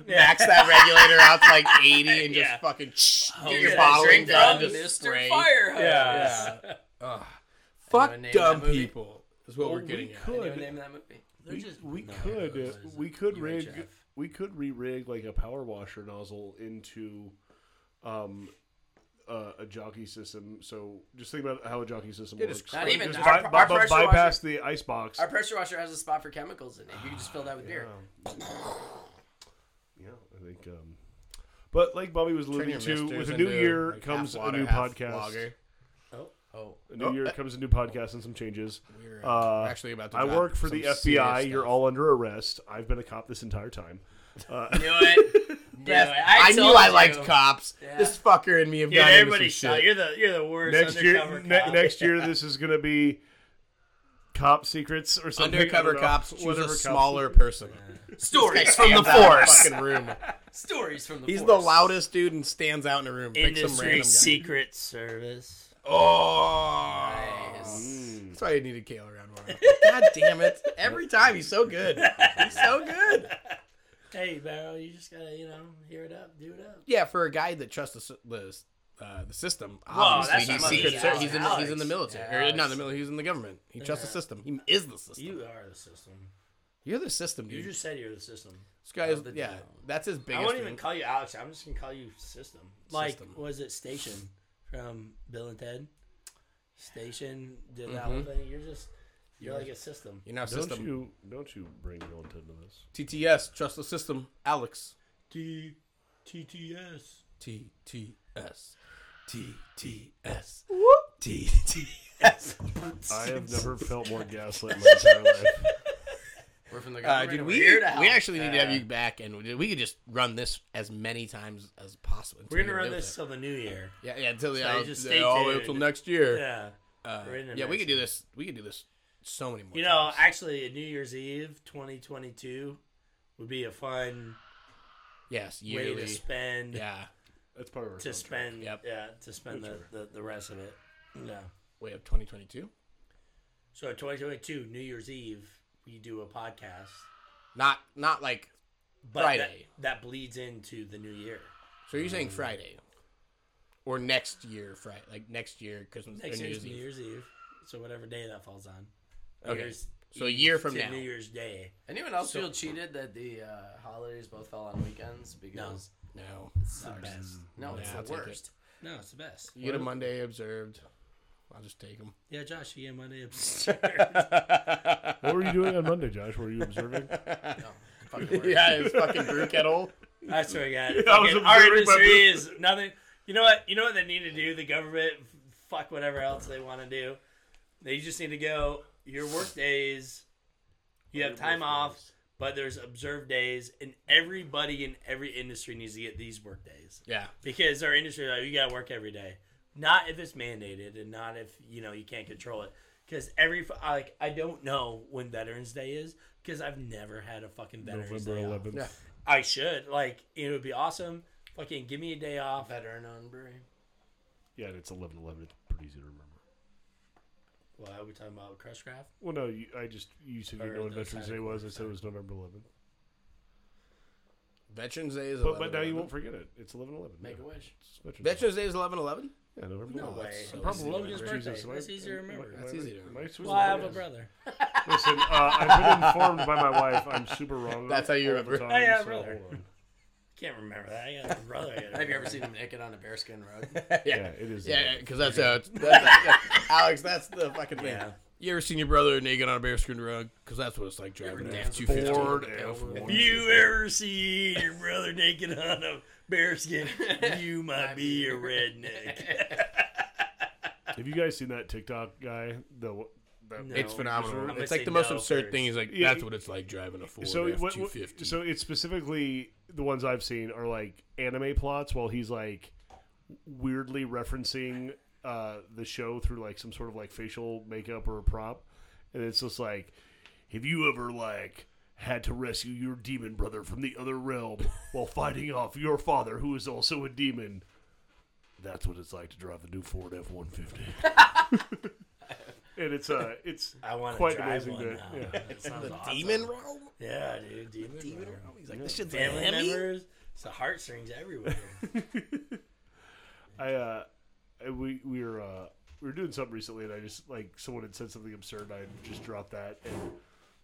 Max that regulator out to like eighty and just Yeah. fucking get Get your that bottling Oh, drink down. from Just Mr. spray. Firehose. yeah. Fuck Anyone name dumb that movie? people is what we're Well, getting we at. You know the could, name of that movie? we, we could, uh, we could rig, UHF. we could re-rig like a power washer nozzle into, um, a, a jockey system. So just think about how a jockey system It works. is Not Like, even- just our- bi- our bi- pressure bypass the ice box. Our pressure washer has a spot for chemicals in it. You can just fill that with beer. Yeah, I think. Um, but like Bobby was alluding your to, misters with a into, new year like, comes half a water, new half podcast. lager. Oh. A new year comes a new podcast and some changes. We're uh, Uh, actually about to I drop work for the some serious FBI. You're stuff. all under arrest. I've been a cop this entire time. Knew it. Knew it. I, I knew told I you. liked cops. Yeah. This fucker and me have Yeah, gotten into everybody some shot. shit. You're the you're the worst next year, undercover ne- cop. next year, this is gonna be cop secrets or something. I Undercover don't know. cops choose Whatever a cops- smaller person Stories from the force. room. Stories from the He's the force. loudest dude and stands out in a room. Pick some Industry random guy. Secret Service. Oh, Nice. Hmm. that's why I needed Kale around more. often. God damn it! Every time he's so good. He's so good. Hey, Barrow, you just gotta you know hear it up, do it up. Yeah, for a guy that trusts the s- the, s- uh, the system, that's obviously not he's much. secret. Yeah, Ser- he's in the, he's Alex. in the military, Yeah, or not Alex. the military. He's in the government. He trusts the system. He is the system. You are the system. You're the system, dude. You just said you're the system. this guy is the yeah. down. That's his I biggest. won't even thing. call you Alex. I'm just gonna call you System. Like System. was it Station from Bill and Ted? Station did that Mm-hmm. whole thing. You're just you're like a system. You're now Don't system. you don't you bring Bill and Ted into this? TTS, trust the system. Alex. T T T S. TTS. TTS. TTS. I have never felt more gaslit in my entire life. We're from the Uh, government. dude, we're we, here to help. we actually need to have you back, and we we could just run this as many times as possible. until We're gonna you're run done with this it. till the new year. Yeah, yeah, until the, So you uh, just the- stay all the way up till tuned. next year. Yeah. Uh, We're in the yeah, we next could do this. We could do this so many more. You know, times. actually, New Year's Eve 2022 would be a fun yes, way to yearly. spend Yeah, That's part of our to contract. spend Yep. yeah to spend the, the, the rest of it. Yeah. way up 2022. So 2022 New Year's Eve we do a podcast, Not not like but Friday. That, that bleeds into the new year. so. You're saying Friday, or next year Friday, like next year Christmas Next or New year's Year's New Eve. Year's Eve, so whatever day that falls on. New Okay. Year's So a Eve year from to now. New Year's Day. Anyone else feel cheated that the uh, holidays both fell on weekends? Because No, It's the best. no, it's Yeah, I'll the take it. worst. No, it's the best. you get a Monday observed. I'll just take them. Yeah, Josh, you get Monday. What were you doing on Monday, Josh? Were you observing? No, fucking worst. yeah, it's fucking brew kettle. I swear to God. I was Fucking our observing my industry is nothing. You know what? You know what they need to do? The government, f- fuck whatever else they want to do. They just need to go, your work days, you have time off, but there's observed days, and everybody in every industry needs to get these work days. Yeah, Because our industry, like, you got to work every day. Not if it's mandated and not if, you know, you can't control it. Because every, fu- I, like, I don't know when Veterans Day is because I've never had a fucking Veterans November Day. 11th. off. Yeah. I should. Like, it would be awesome. Fucking give me a day off. Veteran owned brewery. Yeah, and it's 11 11. It's pretty easy to remember. Well, are we talking about Crushcraft? Well, no, you, I just, you said you Or know what the Veterans side Day was. I quarter said it was November 11th. Veterans Day is. But, but now 11/11. you won't forget it. It's 11 11. Make a wish. Veterans Day is 11-11? Yeah, November No 11th. way. so It's easy to Logan's remember. birthday. That's easy to remember. That's easy to remember. Well, I have a Listen, brother. uh, I've been informed by my wife I'm super wrong. That's how you all remember. The time, I have a so brother. hold on. Can't remember that. I got a brother. I got a Have you ever brother. seen him naked on a bearskin road? Yeah, it is. Yeah, because that's how it's, that's how- Alex. That's the fucking thing. Yeah. You ever seen your brother naked on a bearskin rug? Because that's what it's like driving an F dance two with fifty. Ford If you ever see your brother naked on a bearskin, you might be a redneck. Have you guys seen that TikTok guy? The that No. It's I'm phenomenal. gonna It's like say the most no absurd first. thing. He's like, Yeah, that's it- what it's like driving a Ford so F what, two what- fifty. so it's specifically the ones I've seen are like anime plots while he's like weirdly referencing uh, the show through like some sort of like facial makeup or a prop, and it's just like, have you ever like had to rescue your demon brother from the other realm while fighting off your father who is also a demon? That's what it's like to drive the new Ford F one fifty. And it's uh it's I want to quite drive amazing one that now. yeah. It sounds awesome. Demon realm? Yeah, dude. Demon, Demon Row. Oh, realm? He's like, this shit's a Family Hemi? members. It's the heartstrings everywhere. I uh, I- we we were uh, we were doing something recently, and I just like someone had said something absurd. I just dropped that, and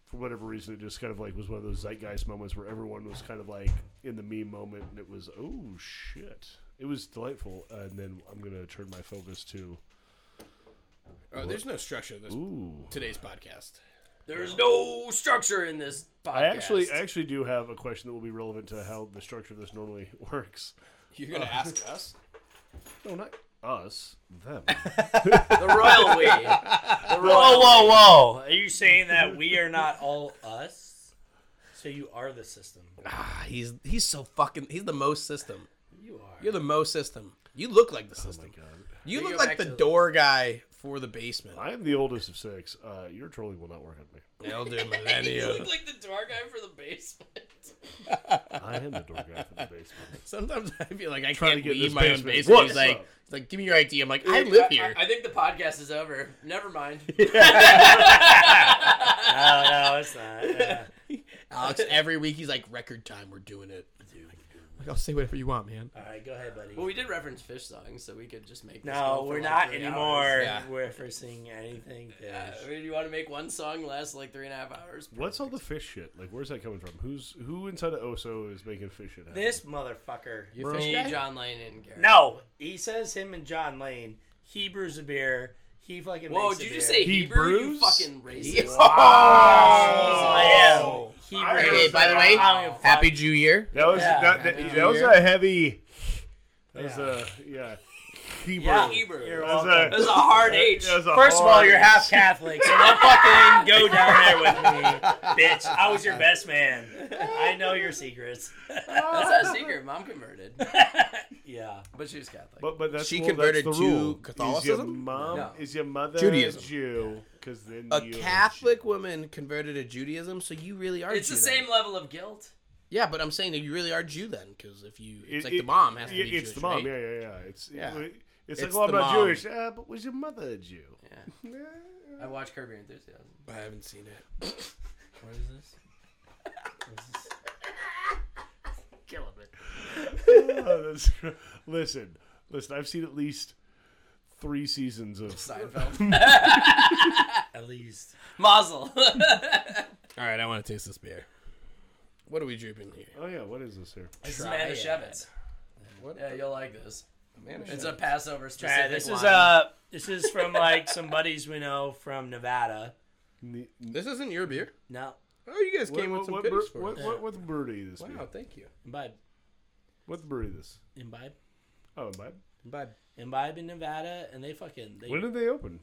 for whatever reason, it just kind of like was one of those zeitgeist moments where everyone was kind of like in the meme moment, and it was oh shit, It was delightful, and then I'm gonna turn my focus to Oh, there's no structure to this ooh. today's podcast. There's no structure in this podcast. I actually I actually do have a question that will be relevant to how the structure of this normally works. You're Oh. gonna ask us? No, not Oh us, them. the royal we. The Whoa, royal whoa, whoa! Are you saying that we are not all us? So you are the system. Ah, he's he's so fucking. He's the most system. You are. You're the most system. You look like the system. You We look go like back the to the- door guy for the basement. I am the oldest of six. Uh, your trolling will not work on me. Elder You millennium. look like the dark guy for the basement. I am the door guy for the basement. Sometimes I feel like I Trying to get can't in leave this my own basement. basement. He's What's like, up? he's like, give me your ID. I'm like, I live here. I, think the podcast is over. Never mind. No, no, it's not. Yeah. Alex, every week he's like, record time. We're doing it. Like, I'll say whatever you want, man. All right, go ahead, buddy. well, we did reference fish songs, so we could just make. This no, go for we're like not three anymore. hours. Yeah. We're referencing anything. Yeah, Uh, I fish. mean, you want to make one song last like three and a half hours? What's all the fish shit? Like, where's that coming from? Who's who inside of Oso is making fish shit? Happen? This motherfucker. Bro. Me, John Lane, and Garrett. No, he says him and John Lane. He brews a beer. He fucking. Whoa, makes did a you just beer. say Hebrew? You Hebrews? fucking racist. Oh, yeah. He brews Hey, by the way, I don't give a fuck. happy Jew year. That was Yeah. that, that, that was a heavy. That was a yeah. Hebrew. Yeah. Hebrew. You're That was welcome. a- That was a hard H. that was a First of all, hard- you're half Catholic, so don't fucking go down there with me, bitch. I was your best man. I know your secrets. That's not a secret. Mom converted, Yeah. but she was Catholic. But but that's She well, converted that's to the rule. Is your Catholicism? mom No. is your mother Judaism. a Jew? Because then A you're Catholic woman converted to Judaism, so you really are. it's Jew the then. same level of guilt. Yeah, but I'm saying that you really are Jew then, because if you, Jew. it's like It- the mom has to it- be It's Jewish, the mom. right? Yeah, yeah, yeah. It's Yeah. It, it's, like It's well, I'm the not mom. Jewish. Uh, but was your mother a Jew? Yeah. I watched Curb Your Enthusiasm. I haven't seen it. What is this? Oh, that's gr- listen, listen. I've seen at least three seasons of. Seinfeld. At least. Mazel. All right, I want to taste this beer. What are we drooping here? Oh yeah, what is this here? this is Try it. Manischewitz. What Yeah, you'll like this. Manischewitz. It's a Passover specific this wine. is uh this is from like some buddies we know from Nevada. Ne- This isn't your beer. No. Oh, you guys What came what with some what, goodies bre- for what, us. what, what brewery this? Wow, Wow. thank you. Imbibe. What brewery this? Imbibe. Oh, bud. Bye. Imbibe in Nevada and they fucking they When did they open?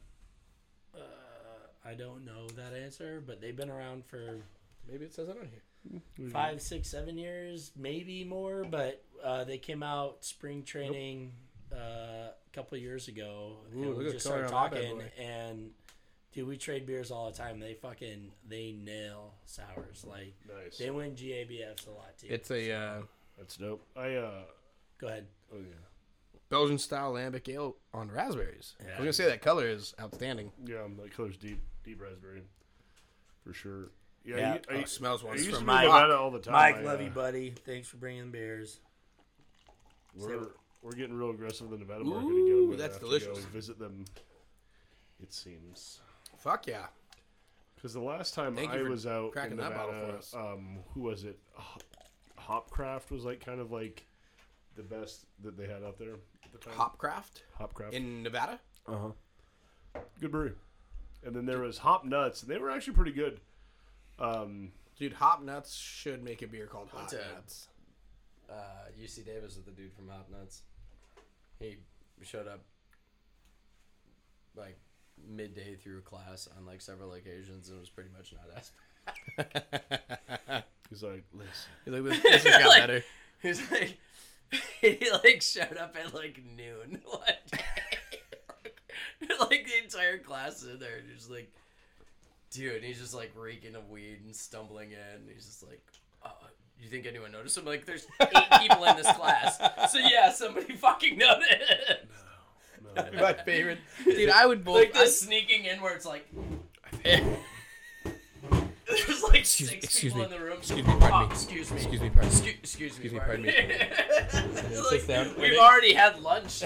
I don't know that answer, but they've been around for Maybe it says it on here. five, six, seven years, maybe more. But uh, they came out spring training uh, a couple of years ago, Ooh, and look we at just the color started on that bad boy. talking. And dude, we trade beers all the time. They fucking they nail sours. Like Nice. they win GABFs a lot too. It's a uh, That's dope. I uh. Go ahead. Oh yeah. Belgian style lambic ale on raspberries. I Yeah. was gonna say that color is outstanding. Yeah, um, that color's deep, deep raspberry, for sure. Yeah, Yeah. I, I, Oh, smells I one used to from be Mike. Nevada all the Oh, time. Mike, I, love you, uh, buddy. Thanks for bringing beers. We're, we're getting real aggressive in the Nevada market Ooh, again. We're gonna that's have to delicious. Go visit them. It seems Fuck yeah. because the last time Thank you I for was out cracking in that bottle Nevada, for us. um, who was it? H- Hopcraft was like kind of like the best that they had out there at the time. Hopcraft Hopcraft, in Nevada. good brewery. And then there was Hop Nuts, and they were actually pretty good. Um, Dude, Hop Nuts should make a beer called Hop What's a- Nuts. uh, UC Davis with the dude from Hop Nuts. He showed up like midday through class on like several occasions and was pretty much not asked. he's like, listen, He's like, this, this has got Like- better. He was like, he like showed up at like noon one day. like the entire class is in there, and just like, dude, and he's just like reeking of weed and stumbling in. And he's just like, uh, you think anyone noticed him? Like, there's eight people in this class, so yeah, somebody fucking noticed. My favorite. Dude, I would both. like this sneaking in where it's like there's like six excuse people me. in the room. Excuse me, pardon Oh, me. Excuse me. Excuse me, pardon me. Excu- excuse me. Excuse me, pardon pardon me. me. like, sits down. We've already had lunch.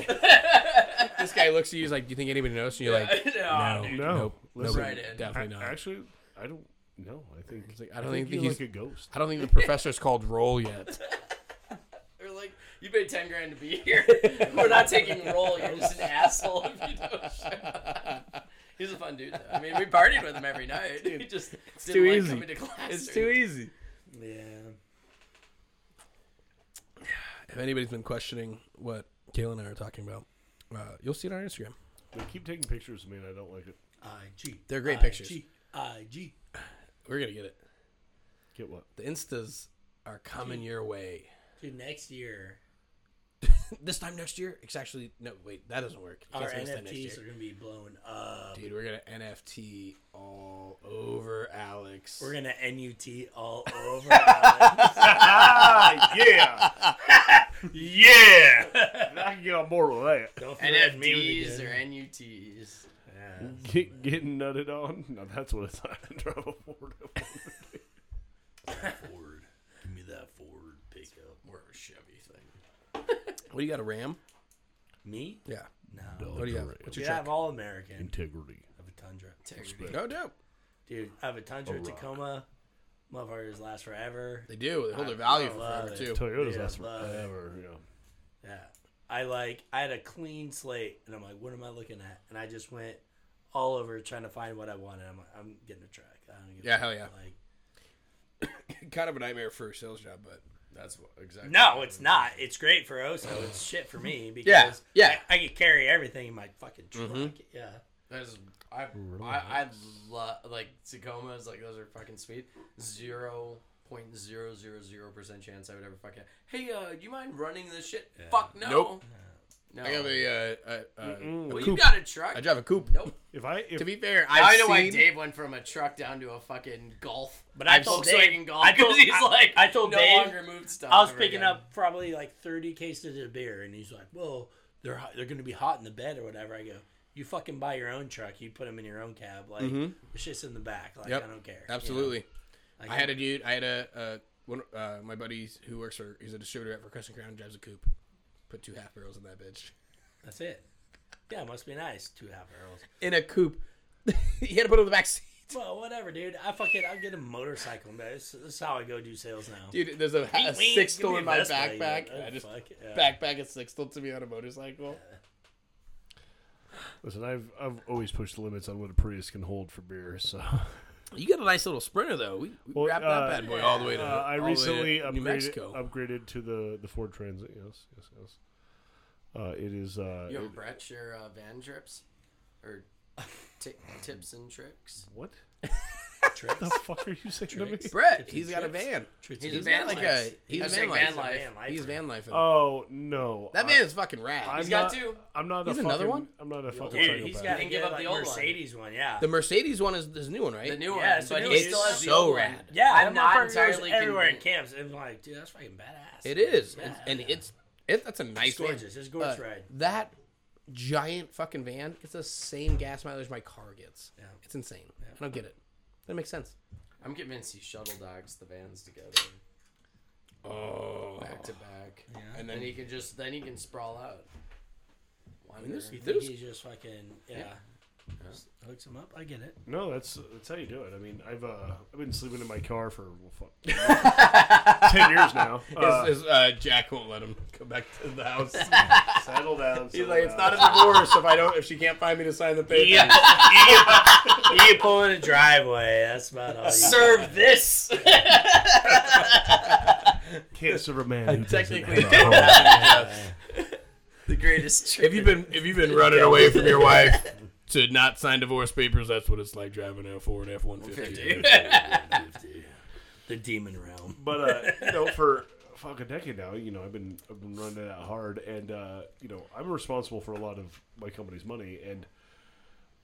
this guy looks at you he's like, do you think anybody noticed? And you're like, No, no, dude. No. nope, Listen. nope, Right in. definitely I- not. Actually, I don't know. I think like, I don't think you're he's- like a ghost. I don't think the professor's called roll yet. They're like, You paid ten grand to be here. We're not taking roll. You're just an asshole if you don't show up." He's a fun dude. Though. I mean, we partied with him every night. he just it's didn't too like easy. coming to class. It's or- too easy. Yeah. If anybody's been questioning what Kayla and I are talking about, uh, you'll see it on Instagram. They keep taking pictures of me, and I don't like it. IG. They're great IG, pictures. IG. We're gonna get it. Get what? The instas are coming your way. Dude, next year This time next year, it's actually no. Wait, that doesn't work. You can't our say this time next NFTs year. are gonna be blown up. Dude, we're gonna NFT all over Alex. We're gonna NUT all over. Uh, Alex. Ah, yeah, yeah. I can get on board with that. Don't threaten me NFTs with again. or NUTs. Yeah. Get, getting nutted on? No, that's what it's not. Drive a Ford. Ford. Give me that Ford pickup. More of a Chevy thing. What do you got? A Ram? Me? Yeah. No. What do you have? What's your Dude, I have truck? all American. Integrity. I have a Tundra. No dope. Dude, I have a Tundra Tacoma. Motherfuckers last forever. They do. They hold their I value for love forever it. too. Toyota's Yeah, last uh, love it. forever. Yeah. Yeah. I like I had a clean slate and I'm like, what am I looking at? And I just went all over trying to find what I wanted. I'm like, I'm getting a track. I don't give a Yeah, hell fuck. yeah. Like kind of a nightmare for a sales job, but that's what, exactly. No, it's not. It's great for Oso. It's shit for me because Yeah, yeah. Mm-hmm. I, I can carry everything in my fucking truck. Yeah. There's I I, I love like Tacomas like those are fucking sweet. Zero point zero zero zero percent chance I would ever fucking. Hey, uh, do you mind running this shit? Fuck no. Nope. No. I Oh. have a, uh, a, a, well, a you coupe. got a truck. I drive a coupe. Nope. If I if To be fair, I've i know why seen, Dave went from a truck down to a fucking golf. But I a told Volkswagen Dave- golf I told- 'cause he's I- like I told no Dave- longer moved stuff. I was ever picking again. up probably like 30 cases of beer, and he's like, "Well, they're hot, they're going to be hot in the bed or whatever." I go, "You fucking buy your own truck. You put them in your own cab. Like the shit's in the back. Like Mm-hmm. Yep. I don't care." Absolutely. Like, I had a dude. I had a, a one. Uh, my buddy who works for he's a distributor for Crescent Crown drives a coupe. Put two half barrels in that bitch. That's it. Yeah, it must be nice. Two half barrels. In a coupe, he had to put it in the back seat. Well, whatever, dude. I fucking I'll get a motorcycle. Man. This, this is how I go do sales now. Dude, there's a, a Wink, six wink, give me still in a my Vespa, you know. backpack. Oh, I just fuck, yeah. backpack a six still to me on a motorcycle. listen, I've I've always pushed the limits on what a Prius can hold for beer. So You got a nice little sprinter though. We, we Well, wrapped uh, that bad boy all the way uh, to. I all the way to recently New upgraded, Mexico. upgraded to the the Ford Transit. Yes, yes, yes. Uh, it is. Uh, You it- and Brett your uh, van trips or ti tips and tricks. what? the fuck are you saying to me? Brett, he's got a van. He's, a He's van got like life. a he's I a was van saying life. van life. Man, life He's or- van life. Oh no, that I- man is fucking rad. I'm He's got not, two. I'm not He's a fucking, another one? I'm not a fucking Dude, he's got psychopath. to Didn't give up the old one. Mercedes one. yeah. the Mercedes one is this new one, right? The new Yeah, one, it's a but new he one. still has the So old rad. one. yeah, I'm that not motherfucker goes entirely everywhere convinced. in camps. And I'm like, dude, that's fucking badass. It is, and, and it's it, that's a nice It's gorgeous. It's a one. Uh, gorgeous ride. That giant fucking van gets the same gas mileage my car gets. Yeah. It's insane. I don't get it. That makes sense. I'm convinced he shuttle dogs the vans together Oh, back to back, and and then he can just then he can sprawl out. Wander. this- You think There's- he's just fucking yeah. Just hooks him up. I get it. No, that's that's how you do it. I mean, I've uh, I've been sleeping in my car for well, fuck, ten years now. Uh, his, his, uh, Jack won't let him come back to the house. settle down. He's like, it's not a divorce if I don't if she can't find me to sign the paper. You can pull in a driveway. That's about all. You Serve this. can't serve a man who Technically, doesn't have a home. the greatest trick. if you've been if you've been running away from your wife to not sign divorce papers, that's what it's like driving an F four and F one fifty. the demon realm. But uh, you know, for fuck a decade now, you know, I've been I've been running it out hard, and uh, you know, I'm responsible for a lot of my company's money, and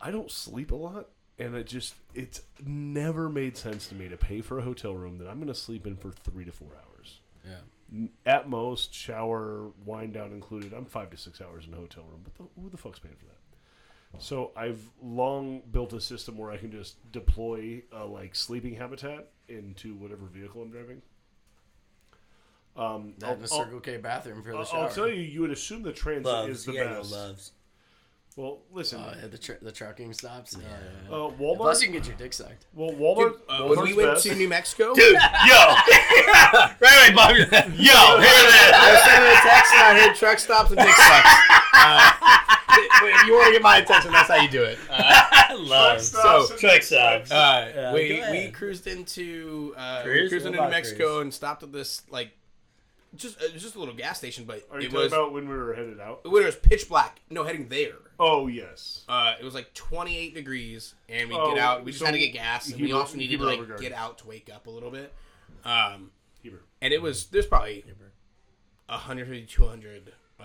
I don't sleep a lot, and it just it's never made sense to me to pay for a hotel room that I'm going to sleep in for three to four hours. Yeah. At most, shower, wind down included. I'm five to six hours in a hotel room. But the, who the fuck's paying for that? So I've long built a system where I can just deploy a like sleeping habitat into whatever vehicle I'm driving. Um, I'll, Not in the Circle K bathroom for the I'll- shower. I'll tell you, you would assume the transit Loves. is the you gotta go best. loves. Well, listen. Oh, Uh, Uh, the tr- the trucking stops. Yeah. Plus, Oh, Walmart. you can get your dick sucked. Well, Walmart. uh, when we went uh, best. to New Mexico, Yo, right away, Bob. Yo, hear that? I was sending a text and I hit truck stops and dick sucks. Uh, wait, if you want to get my attention, that's how you do it. Uh, I love it. so, Truck stops. uh, Yeah, go we, we ahead. cruised into uh, we Cruise? cruised What into New about Mexico cruise? and stopped at this like just uh, just a little gas station, but Are you it talking was about when we were headed out? when it was pitch black. No, heading there. Oh yes. Uh, it was like 28 degrees, and we Oh, get out. We just so had to get gas, and we Hebrew- also needed to Hebrew like regard. get out to wake up a little bit. Um, Hebrew. and it was there's probably 150 200 uh,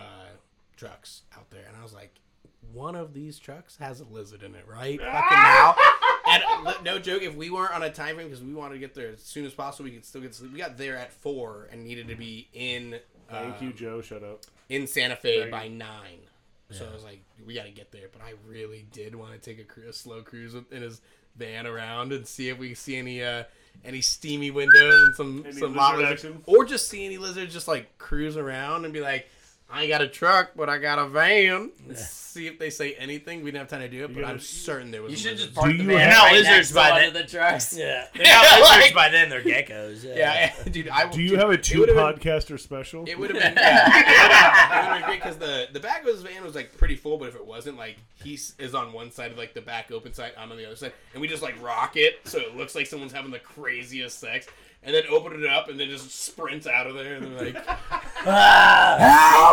trucks out there and i was like one of these trucks has a lizard in it right fucking now and uh, no joke if we weren't on a time frame because we wanted to get there as soon as possible we could still get to sleep we got there at four and needed to be in uh, Thank you, Joe. Shut up. in santa fe by nine so i was like we got to get there but i really did want to take a, cru- a slow cruise with, in his van around and see if we see any uh any steamy windows and some Any some lizard lava lizards action? or just see any lizards just like cruise around and be like, I got a truck, but I got a van. And See if they say anything. We didn't have time to do it, but gotta- I'm certain there was. You a should lizard. just park you the van have right lizards next by to one the- of the trucks. Yeah, they got lizards by then. They're geckos. Yeah, dude. I Do you have a two would've been- podcaster special? It would have been. Yeah, it would have been great because the the back of his van was like pretty full, but if it wasn't, like he s- is on one side of like the back open side, I'm on the other side, and we just like rock it so it looks like someone's having the craziest sex, and then open it up and then just sprint out of there and they're like.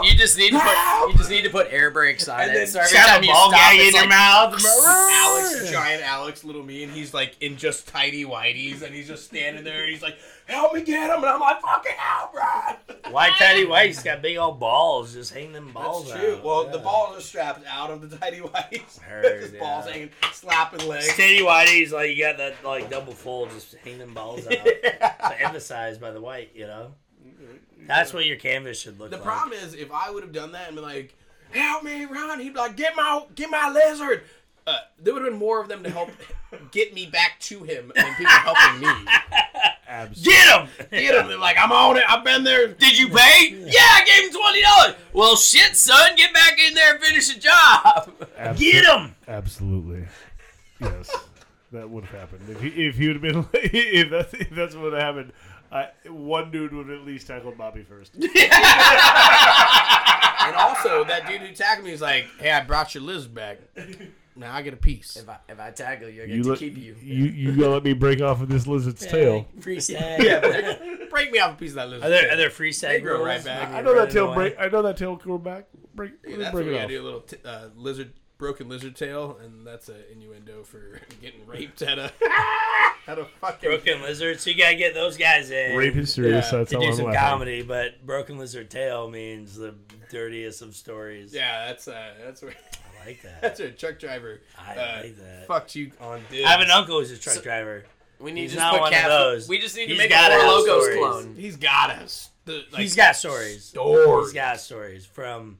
You just need to put you just need to put air brakes on it. So every Shove time a you ball stop, gag it's in your like- mouth. Alex, giant Alex, little me, and he's like in just tidy whities, and he's just standing there, and he's like, "Help me get him!" And I'm like, "Fucking help, Rod!" Why Teddy White's got big old balls? Just hang them balls That's true. out. Well, the Yeah. balls are strapped out of the tidy whities. Heard, His balls yeah. hanging, slapping legs. Teddy Whitey's like you got that like double fold. Just hang them balls out. So emphasized by the white, you know. Mm-hmm. That's what your canvas should look The like. problem is, if I would have done that and been like, "Help me, Ron," he'd be like, "Get my, get my lizard." Uh, there would have been more of them to help get me back to him than people helping me. Get him. Get him! They're like, "I'm on it. I've been there." Did you pay? Yeah, I gave him twenty dollars. Well, shit, son, get back in there and finish the job. Abso- Get him. Absolutely. Yes, that would have happened if he if he would have been if that's if that's what happened. I, one dude would have at least tackled Bobby first. And also, that dude who tackled me was like, "Hey, I brought your lizard back. Now I get a piece." If I, if I tackle you, I get You to let, keep you. you you gonna let me break off of this lizard's tail? Freestyle. Break me off a piece of that lizard. Are there tail. are there free sex grow rules? right back. You're I know that running tail away. break. I know that tail core back. Break. Yeah, let me that's what break we it gotta off. do. A little t- uh, lizard, broken lizard tail, and that's an innuendo for getting raped at a at a fucking. Broken lizard. So you gotta get those guys in. Rape is serious. Yeah, that's to all do I'm some laughing. comedy, but broken lizard tail means the dirtiest of stories. Yeah, that's uh, that's where I like that. that's where truck driver I uh, like that. fucked you on dick. I have an uncle who's a truck driver. We need He's to just not put one of Cap- those. We just need He's to make gotta a have Four Locos stories. clone. He's got us. The, like, He's got stories. stories. He's got stories from.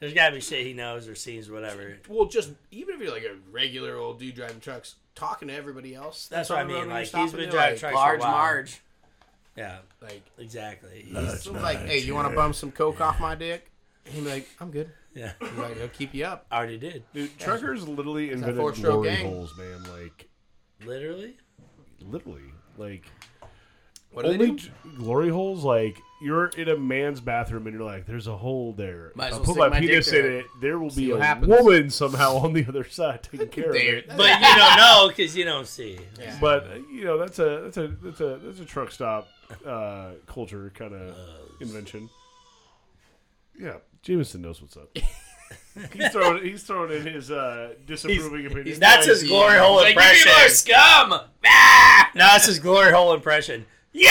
There's gotta be shit he knows or scenes or whatever. Well, just even if you're like a regular old dude driving trucks, talking to everybody else. That's what on I the road mean. when you're Like stopping, he's been they're driving like, trucks for a Large while. Marge. Yeah, Like exactly. He's like, hey, you want to bump some coke off my dick? And he'd be like, I'm good. Yeah, He's like, I'll keep you up. already did. Dude, truckers literally four invented stroke glory gang. holes, man. Like Literally. literally, like What do they only do? j- glory holes. Like you're in a man's bathroom and you're like, "There's a hole there. Might if as I well put stick my, my dick penis in there. it, there will See be what a happens." woman somehow on the other side taking care of There. it." But you don't know because you don't see. Yeah. But uh, you know, that's a that's a that's a that's a truck stop uh, culture kind of invention. Yeah, Jameson knows what's up. he's throwing he's throwing in his uh, disapproving opinion. That's his glory hole Like, you impression. people are scum. No, that's his glory hole impression. Yeah.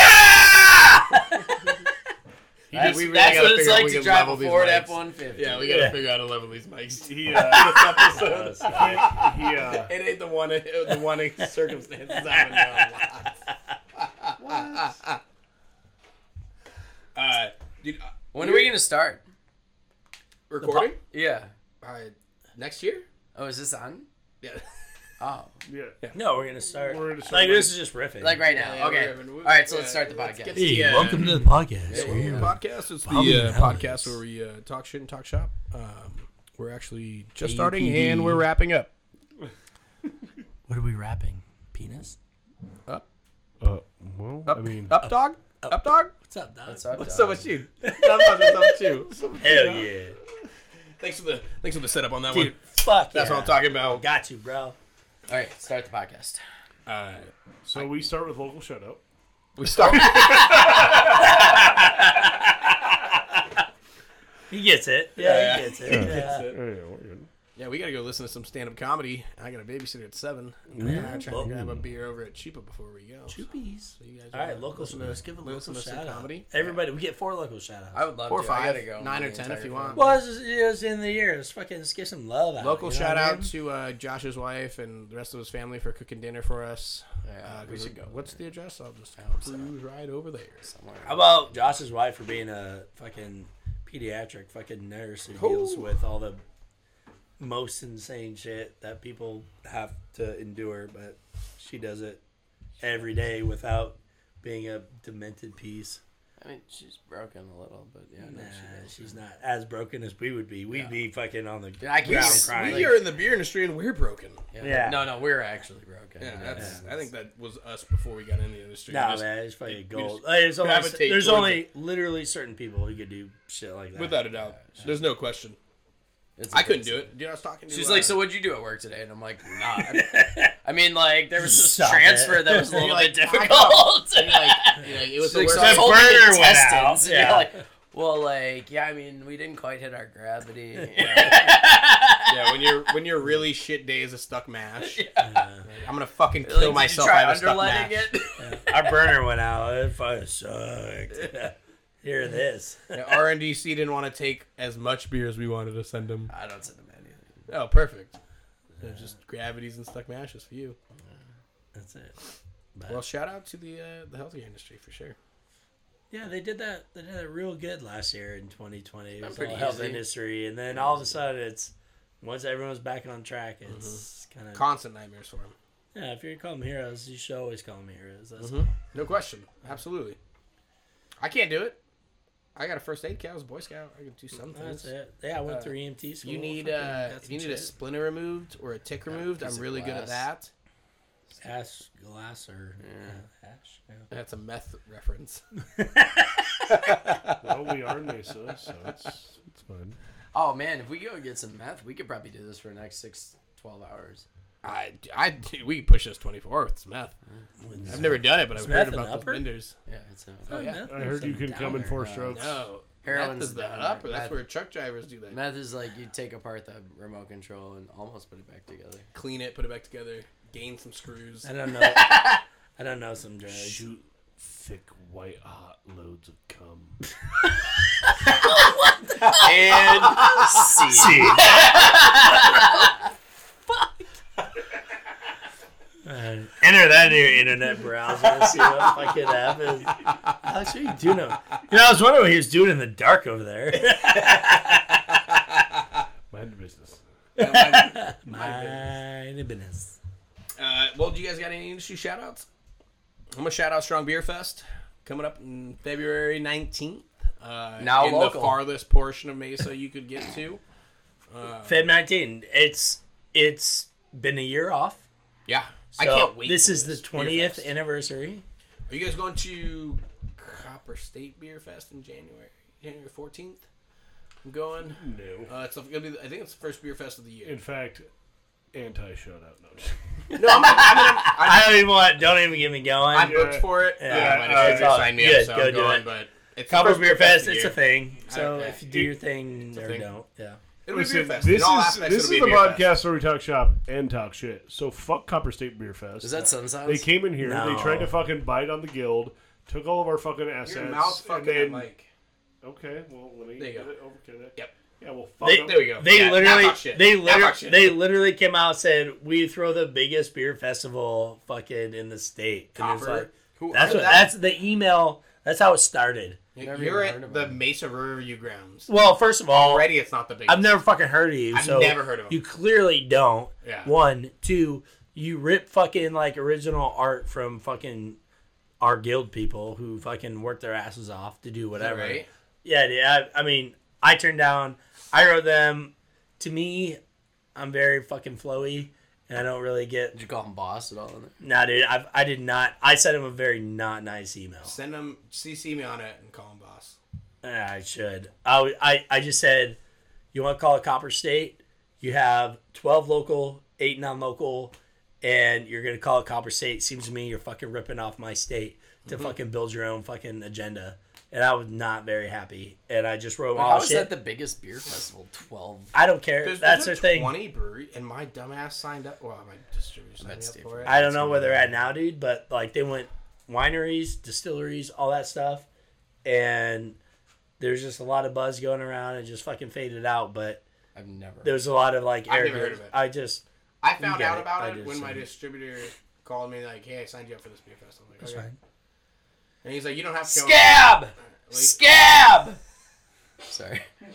That's That's, what it's like to drive a Ford F one fifty. Yeah, we gotta Yeah. figure out how to level these mics. he uh, Oh, sorry. he uh, It ain't the one, the one circumstances I've been down lots. uh, dude, uh, When are we gonna start? recording Yeah. uh, next year? Oh, is this on? Yeah, Oh, yeah. no, we're gonna start. We're gonna start like this is just riffing. like right now. Yeah, okay. we're having- All right, so let's yeah, start the let's get podcast. the- Yeah. Welcome to the podcast. Podcast. It's the Bobby uh, Helms. podcast where we uh, talk shit and talk shop. Um, We're actually Just starting and we're wrapping up. What are we wrapping? Penis? Uh, well, I mean, Up dog? Up, dog? What's up, dog? That's our What's job. up with you? What's up with you? Hell yeah. Thanks for the thanks for the setup on that Dude, one. fuck That's yeah. what I'm talking about. Got you, bro. All right, start the podcast. Uh, so we start with local shout out. we start. He gets it. Yeah, he gets it. Yeah. Oh, yeah, we're good. yeah, we gotta go listen to some stand up comedy. I got a babysitter at seven. I'm trying to grab a beer over at Chupa before we go. Chupies. So you guys All right, wanna local. listen to- Let's give a listen local to some shout out. comedy? Everybody, we get four local shout outs. I would love Four or to. I five, gotta go. nine or The ten if you entire want. thing. Well, it's, just, it's in the year. Let's fucking let's get some love out. Local you know shout what I out mean? to uh, Josh's wife and the rest of his family for cooking dinner for us. Yeah, Uh, we should go. What's the address? I'll just cruise right over there. How about Josh's wife for being a fucking pediatric fucking nurse who deals with all the most insane shit that people have to endure, but she does it every day without being a demented piece. I mean, she's broken a little, but yeah, no, Nah, she does. she's not as broken as we would be. We'd be fucking on the I can't ground even- crying. We are in the beer industry and we're broken. Yeah. Yeah. No, no, we're actually broken. Yeah, that's. I think that was us before we got into the industry. No, Just- man, it's fucking we gold. just Like, there's only, gravitate there's towards only literally certain people who could do shit like that. Without a doubt, there's no question. It's I couldn't do it. Dude, I was talking to. She's uh, like, so what'd you do at work today? And I'm like, nah. I mean, like, there was this Stop transfer it. that was a little bit difficult. like, you know, it She's was the like, worst. so I The told my burner went out. intestines. And you're Yeah. like, well, like, yeah, I mean, we didn't quite hit our gravity. yeah, when you're when you're really shit day is a stuck mash. Uh, I'm gonna fucking Like, did kill you myself. try I have a stuck mash. underlining it? our burner went out. It fucking sucked. Hear this. R and D C didn't want to take as much beer as we wanted to send them. I don't send them anything. Oh, perfect. They're just gravities and stuck mashes for you. That's it. Well, shout out to the uh, the healthcare industry for sure. Yeah, they did that. They did that real good last year in 2020. It was pretty all health easy. industry, and then all of a sudden, it's once everyone's back on track, Mm-hmm. it's kind of Constant nightmares for him. yeah. If you're calling them heroes, you should always call them heroes. That's No question. Absolutely. I can't do it. I got a first aid kit. I was a Boy Scout. I can do some That's things. it. Yeah, I Mm-hmm. went Uh, through EMT school. You need uh, Fucking got if some you need a shit. splinter removed or a tick removed. piece I'm of really good at that. glass. ash glass or uh, ash. Yeah. That's a meth reference. Well, we are Mesa, so it's, it's fine. Oh, man, if we go get some meth, we could probably do this for the next six, 12 hours. I, I we can push this 24. It's meth. I've never done it, but I've meth heard an about those upper? vendors. Yeah, it's enough. Oh, yeah. I heard you can come in four strokes. No, Heroin's meth is the down there. upper. That's Meth- where truck drivers do that. Meth is like you take apart the remote control and almost put it back together. Clean it, put it back together, gain some screws. I don't know. I don't know some drugs. Shoot thick, white, hot loads of cum. Uh, enter that in your internet browser. See what fucking happens. How sure you do know? You know, I was wondering what he was doing in the dark over there. Mind your business. My business. Uh, well, do you guys got any industry shout outs? I'm going to shout out Strong Beer Fest coming up in February 19th. Uh, Now in local. the farthest portion of Mesa you could get to. Feb 19. It's it's been a year off. Yeah. I So can't wait. This for is the Beer 20th Fest. anniversary. Are you guys going to Copper State Beer Fest in January? January 14th? I'm going. No. Uh, it's gonna be. the- I think it's the first beer fest of the year. In fact, anti shutout. No, I'm just- No, I'm, I'm, I'm, I'm, I don't even want. Don't even get me going. I'm booked for it. Yeah, my uh, dad's it's all signed me good. up, so Go I'm do going. it. But it's the Cover first Beer Fest. of It's the year. a thing. So Okay. if you do your thing or thing. don't, yeah. It'll be a beer Listen, fest. this In all is aspects, this it'll is be a the beer podcast fest. where we talk shop and talk shit. So fuck Copper State Beer Fest. Is that Sunsauce? They came in here. No. They tried to fucking bite on the guild. Took all of our fucking assets. Your mouth's and fucking then- like. Okay, well let me There you get go. it over to that. Yep. Yeah, well fuck. They, them. There we go. They Yeah, literally, now fuck shit. they Now literally, fuck shit. they literally came out and said, "We throw the biggest beer festival fucking in the state." And it's Copper. like, Who that's are what, they? that's the email. That's how it started. Never You're even heard at of the it. Mesa Riverview grounds. Well, first of all, Already, it's not the biggest. I've never fucking heard of you. I've so never heard of 'em. You clearly don't. Yeah. One, two, you rip fucking like original art from fucking our guild people who fucking work their asses off to do whatever. right? Yeah, dude, I, I mean, I turned down. I wrote them to me, I'm very fucking flowy, and I don't really get. Did you call him boss at all in there? Nah, dude, I, I did not. I sent him a very not nice email. Send him CC me on it and call him boss. Ah, I should. I, w- I, I just said, you want to call it Copper State? You have 12 local, 8 non local, and you're going to call it Copper State. Seems to me you're fucking ripping off my state to Mm-hmm. fucking build your own fucking agenda. And I was not very happy. And I just wrote, How oh, is shit. that the biggest beer festival? Twelve. I don't care. That's their there's thing. Twenty brewery, and my dumbass signed up. Well, my distributor signed me That's up for it. I don't know where they're at now, dude, but like they went wineries, distilleries, all that stuff, and there's just a lot of buzz going around and just fucking faded out. But I've never. there's a lot of like I've never arrogance. heard of it. I just I found get out it. about I it did when my some- distributor called me like, "Hey, I signed you up for this beer festival." I'm like, okay. And he's like, "You don't have to." go." Scab. Like- Scab. Sorry. He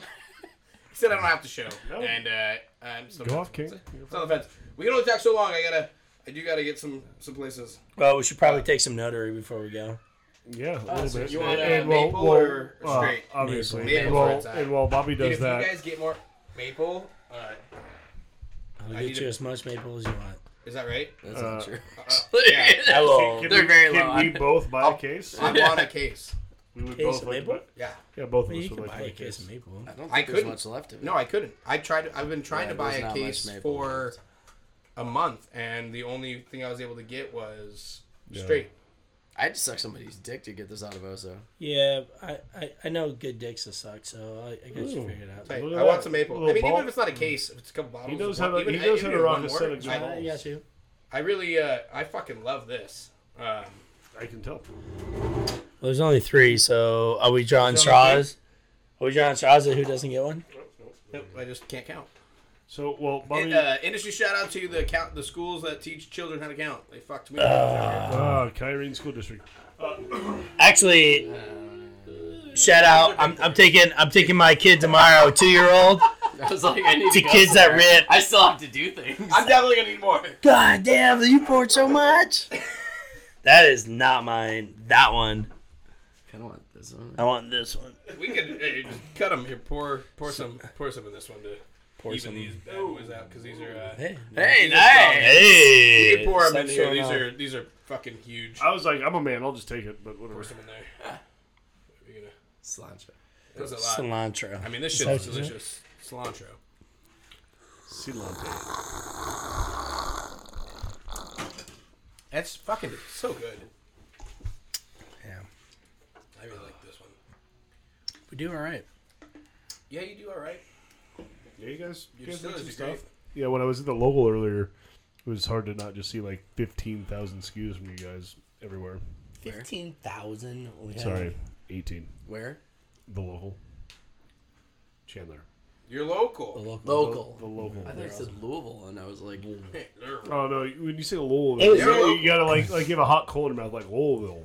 said, "I don't have to show." And uh, I'm still Go off, King. It's on the fence. We can only talk so long. I gotta. I do gotta get some some places. well, we should probably take some notary before we go. Yeah, a little so bit. you want, uh, and while, maple while- or uh, straight? obviously, Maple. and, Maple's where while, it's at. and while Bobby Dude, does if that, you guys get more maple, uh, I'll I need get you to- as much maple as you want. is that right? That's not true. yeah. I will. can They're we, very can low. we both buy a case? I want a case. We would Case both of like to maple? buy- Yeah. Yeah, both of You us would can like buy to a buy case of maple. I don't think I there's couldn't. much left of it. No, I couldn't. I tried. I've been trying Yeah, to buy there's a not case much maple for left. a month, and the only thing I was able to get was straight. I had to suck somebody's dick to get this out of Oso. Yeah, I, I, I know good dicks that suck, so I, I guess you figured it out. Hey, Look at I want that some maple. I little mean, ball. even if it's not a case, if it's a couple bottles. of does wine- have a- even- he does even have a one rocket more, set of I- I got you. I really, uh, I fucking love this. Um, I can tell. Well, there's only three, so are we drawing There's only straws? Are we drawing straws at who doesn't get one? nope, I just can't count. So, well, Bobby. And, uh, industry shout out to the count the schools that teach children how to count. They fucked me. Ah, Kyrene School District. Actually, shout out. I'm, I'm taking I'm taking my kid tomorrow, two year old, I was like, I need to go kids that somewhere. rip. I still have to do things. I'm definitely gonna need more. God damn, you poured so much. That is not mine. That one. kind of want this one. I want this one. We could hey, just cut them here. Pour pour some pour some in this one to even these bad boys out because these are. Uh, Hey, Hey, nice. These are solid. You can hey. pour them in Stop here. showing These off. are these are fucking huge. I was like, I'm a man. uh, I'll just take it. But whatever. Pour some in there. We're gonna- Cilantro. There's a lot. cilantro. I mean, this that shit's what you said? delicious. Cilantro. Cilantro. That's fucking so good. Yeah. I really like this one. we do all right. Yeah, you do all right. Yeah, you guys. You Your guys make some distilleries stuff. are great. Yeah, when I was at the local earlier, it was hard to not just see like fifteen thousand SKUs from you guys everywhere. Fifteen thousand. Sorry, eighteen. Where? The local. Chandler. You're local. Local. The local. I thought you said Louisville, and I was like, Oh no! When you say Lowell, It was- you, you gotta like like give a hot cold in your mouth like Lowellville.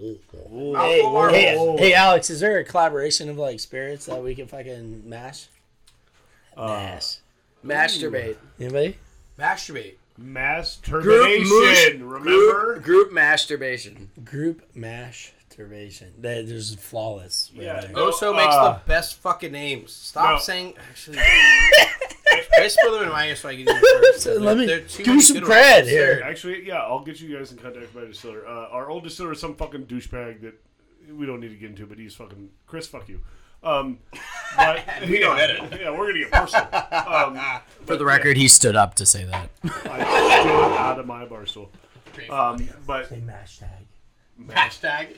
Hey, Or- hey, hey, Alex, is there a collaboration of like spirits that we can fucking mash? Uh, mash. masturbate. Anybody? Masturbate. Masturbation. Remember? Group masturbation. Group masturbation. That there's flawless. right Yeah. there. Oso makes Uh, the best fucking names. Stop no. saying. Actually, whisper them in my ear so I can do it first. So let me- There are too give me many some good cred ones. here. They're- Actually, yeah, I'll get you guys in contact with my distiller. Uh, our old distiller is some fucking douchebag that we don't need to get into, but he's fucking Chris. Fuck you. Um, but we don't edit. Yeah, we're gonna get personal. Um, For the record, he stood up to say that. I stood out of my bar stool. Um, but Hashtag. Hashtag.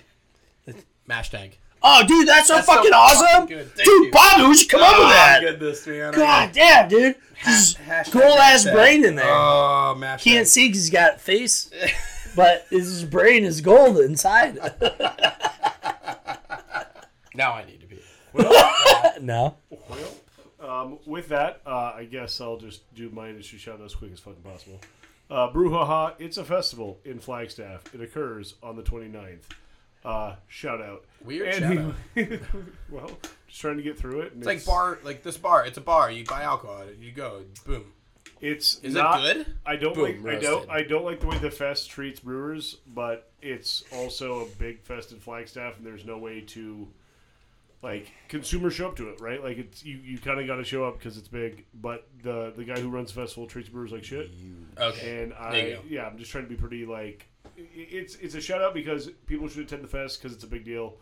Mashtag. Oh, dude, that's so fucking awesome, good. Thank dude. you. Oh, Bob, who'd you come up with that? Goodness, man. God damn, dude. This hashtag cool ass hashtag. brain in there. Oh, mash. Can't see because he's got face, but his brain is gold inside. Now I need to be. no. um, with that, uh, I guess I'll just do my industry shout out as quick as fucking possible. Uh, Brouhaha, it's a festival in Flagstaff. It occurs on the 29th. Uh, shout out. Weird And- well, just trying to get through it. and It's like bar, like this bar. It's a bar. You buy alcohol. You go. Boom. It's Is not, it good? I don't Boom, like. I roasted. don't. I don't like the way the fest treats brewers, but it's also a big fest in Flagstaff, and there's no way to like consumers show up to it, right? Like it's you, you kind of got to show up because it's big. But the the guy who runs the festival treats brewers like shit. Okay. And There you I go. yeah, I'm just trying to be pretty like i- it's it's a shout out because people should attend the fest because it's a big deal.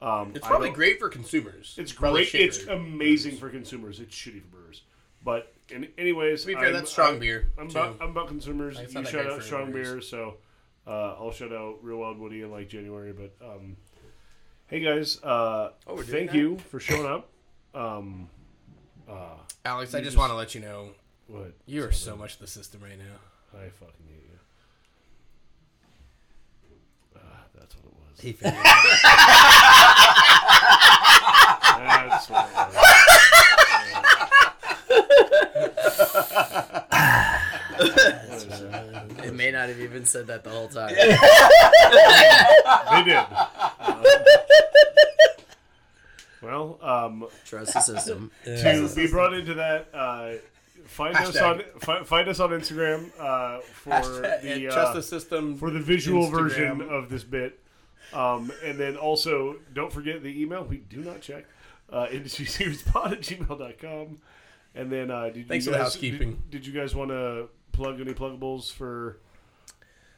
Um, It's I probably don't- great for consumers. It's Probably great. shit It's um, for- amazing for consumers. It's shitty for brewers. But in, anyways, To be fair, I'm- that's strong I'm- beer. I'm too. about, I'm about consumers. Like, it's you not that shout great out for strong brewers. beer, so uh, I'll shout out Real Wild Woody in like January. But um, hey guys, uh, we're doing thank that? you for showing up. Um, uh, Alex, I just, just- want to let you know what you are so much the system right now. I fucking hate you. Ah, that's what it was. He figured. That's what it was. It may not have even said that the whole time. They did. well, um, Trust the system. to be brought into that. Uh, Find us on fi- find us on Instagram uh, for the and uh, trust the system. for the visual Instagram. version of this bit. Um, and then also, don't forget the email. We do not check. Uh, IndustrySeriesPod at gmail.com. And then, uh, did Thanks you for guys, the housekeeping. Did, did you guys want to plug any pluggables for.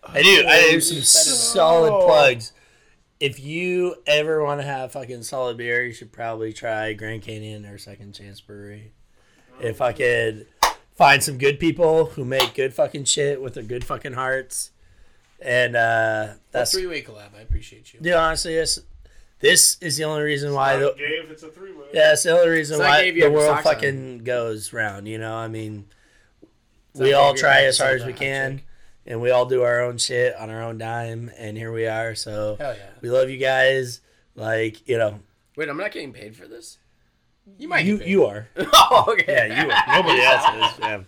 I do. I do some solid plugs. if you ever want to have fucking solid beer, you should probably try Grand Canyon or Second Chance Brewery. If I could find some good people who make good fucking shit with their good fucking hearts, and uh, that's Three way collab. I appreciate you. dude, honestly, this this is the only reason why the Dave, it's a three way. yeah, it's the only reason So I why gave you the your world socks on. fucking goes round. You know, I mean, I we gave all you try your as hard as socks we on, can, and we all do our own shit on our own dime, and here we are. So Hell yeah. we love you guys. Like you know, Wait, I'm not getting paid for this. You might. you get paid. you are. oh, okay. Yeah, you are. Nobody else is. Yeah.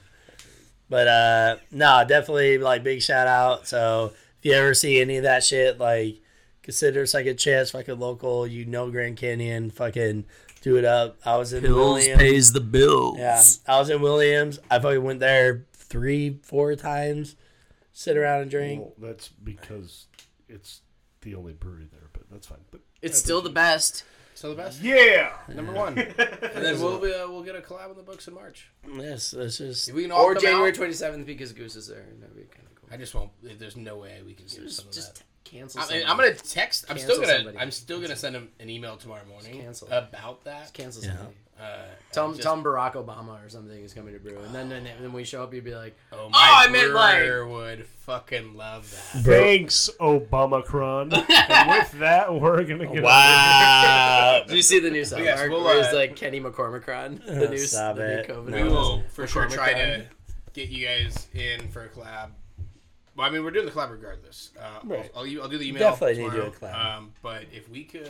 But uh, no, definitely like big shout out. So if you ever see any of that shit, like consider second chance, fucking local. You know Grand Canyon, fucking do it up. I was in Williams. pays the bills. Yeah, I was in Williams. I fucking went there three, four times. Sit around and drink. Well, that's because it's the only brewery there, but that's fine. But It's still the best. So the best yeah, number one, and then we'll be, uh, we'll get a collab on the books in March. Yes, it's just If we can all Or or come January January 27th because Goose is there. That'd be kind of cool. I just won't. There's no way we can do some of that. Just cancel. I somebody. mean, I'm gonna text. I'm still Cancel gonna. somebody. I'm still gonna send him an email tomorrow morning cancel. about that. cancel somebody. Uh, Tell him, just- tell him Barack Obama or something is coming to brew, and then then, then we show up, you'd be like, Oh, my I meant, like- brewer would fucking love that. thanks, Obamacron. and with that, we're gonna get wow. "Did you see the new South Yes, Park? we'll, where it's uh, like Kenny McCormicron, the new, stop the new it. COVID. We will for sure McCormick try on. to get you guys in for a collab. Well, I mean, we're doing the collab regardless. Uh, Right. I'll, I'll, I'll do the email. Definitely need to tomorrow. do a collab. Um, but if we could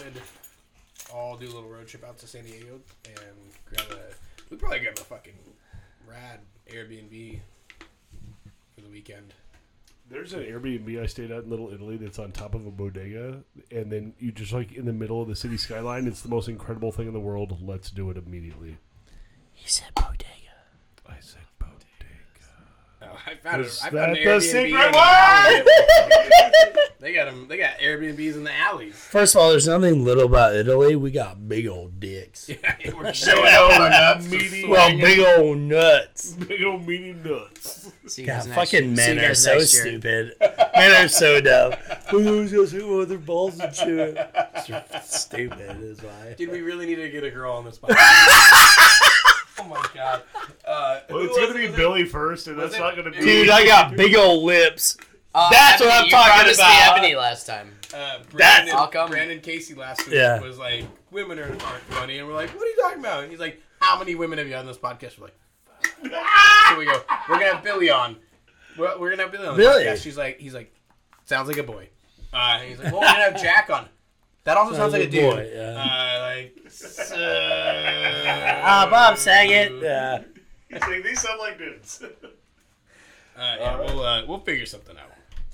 all do a little road trip out to San Diego and grab a, we'd probably grab a fucking rad Airbnb for the weekend. There's an Airbnb I stayed at in Little Italy that's on top of a bodega, and then you just like in the middle of the city skyline. It's the most incredible thing in the world. Let's do it immediately. He said bodega. I said bodega. Oh, I found, a, Is I found that an the Airbnb. secret in an word? alley. they got 'em- They got Airbnbs in the alleys. First of all, there's nothing little about Italy. We got big old dicks. Oh, we're showing up. meaty, Well, big old nuts. big old meaty nuts. See you God, guys next year. fucking See you men are guys so next year. stupid. men are so dumb. Look at those guys who with their balls and shit. stupid is why. Dude, we really need to get a girl on this podcast. oh my god. Uh, Well, who it's gonna was be it- was it- Billy first, and that's was it- not gonna be. Dude, I got big old lips. That's what I'm Uh, you talking promised about. Me ebony last time. Uh, That's- Brandon, I'll come. Brandon Casey last week Yeah. was like, "Women are, aren't funny," and we're like, "What are you talking about?" And he's like, "How many women have you on this podcast?" We're like, "Fuck." "So we go, we're gonna have Billy on. We're, we're gonna have Billy on." the Billy. podcast." She's like, "He's like, sounds like a boy." Uh, and he's like, "Well, we're gonna have Jack on." That also sounds, like a dude. boy, yeah. Uh, like, so- Ah, Bob Saget. Yeah. He's like, These sound like dudes. Uh, yeah, we'll uh, we'll figure something out.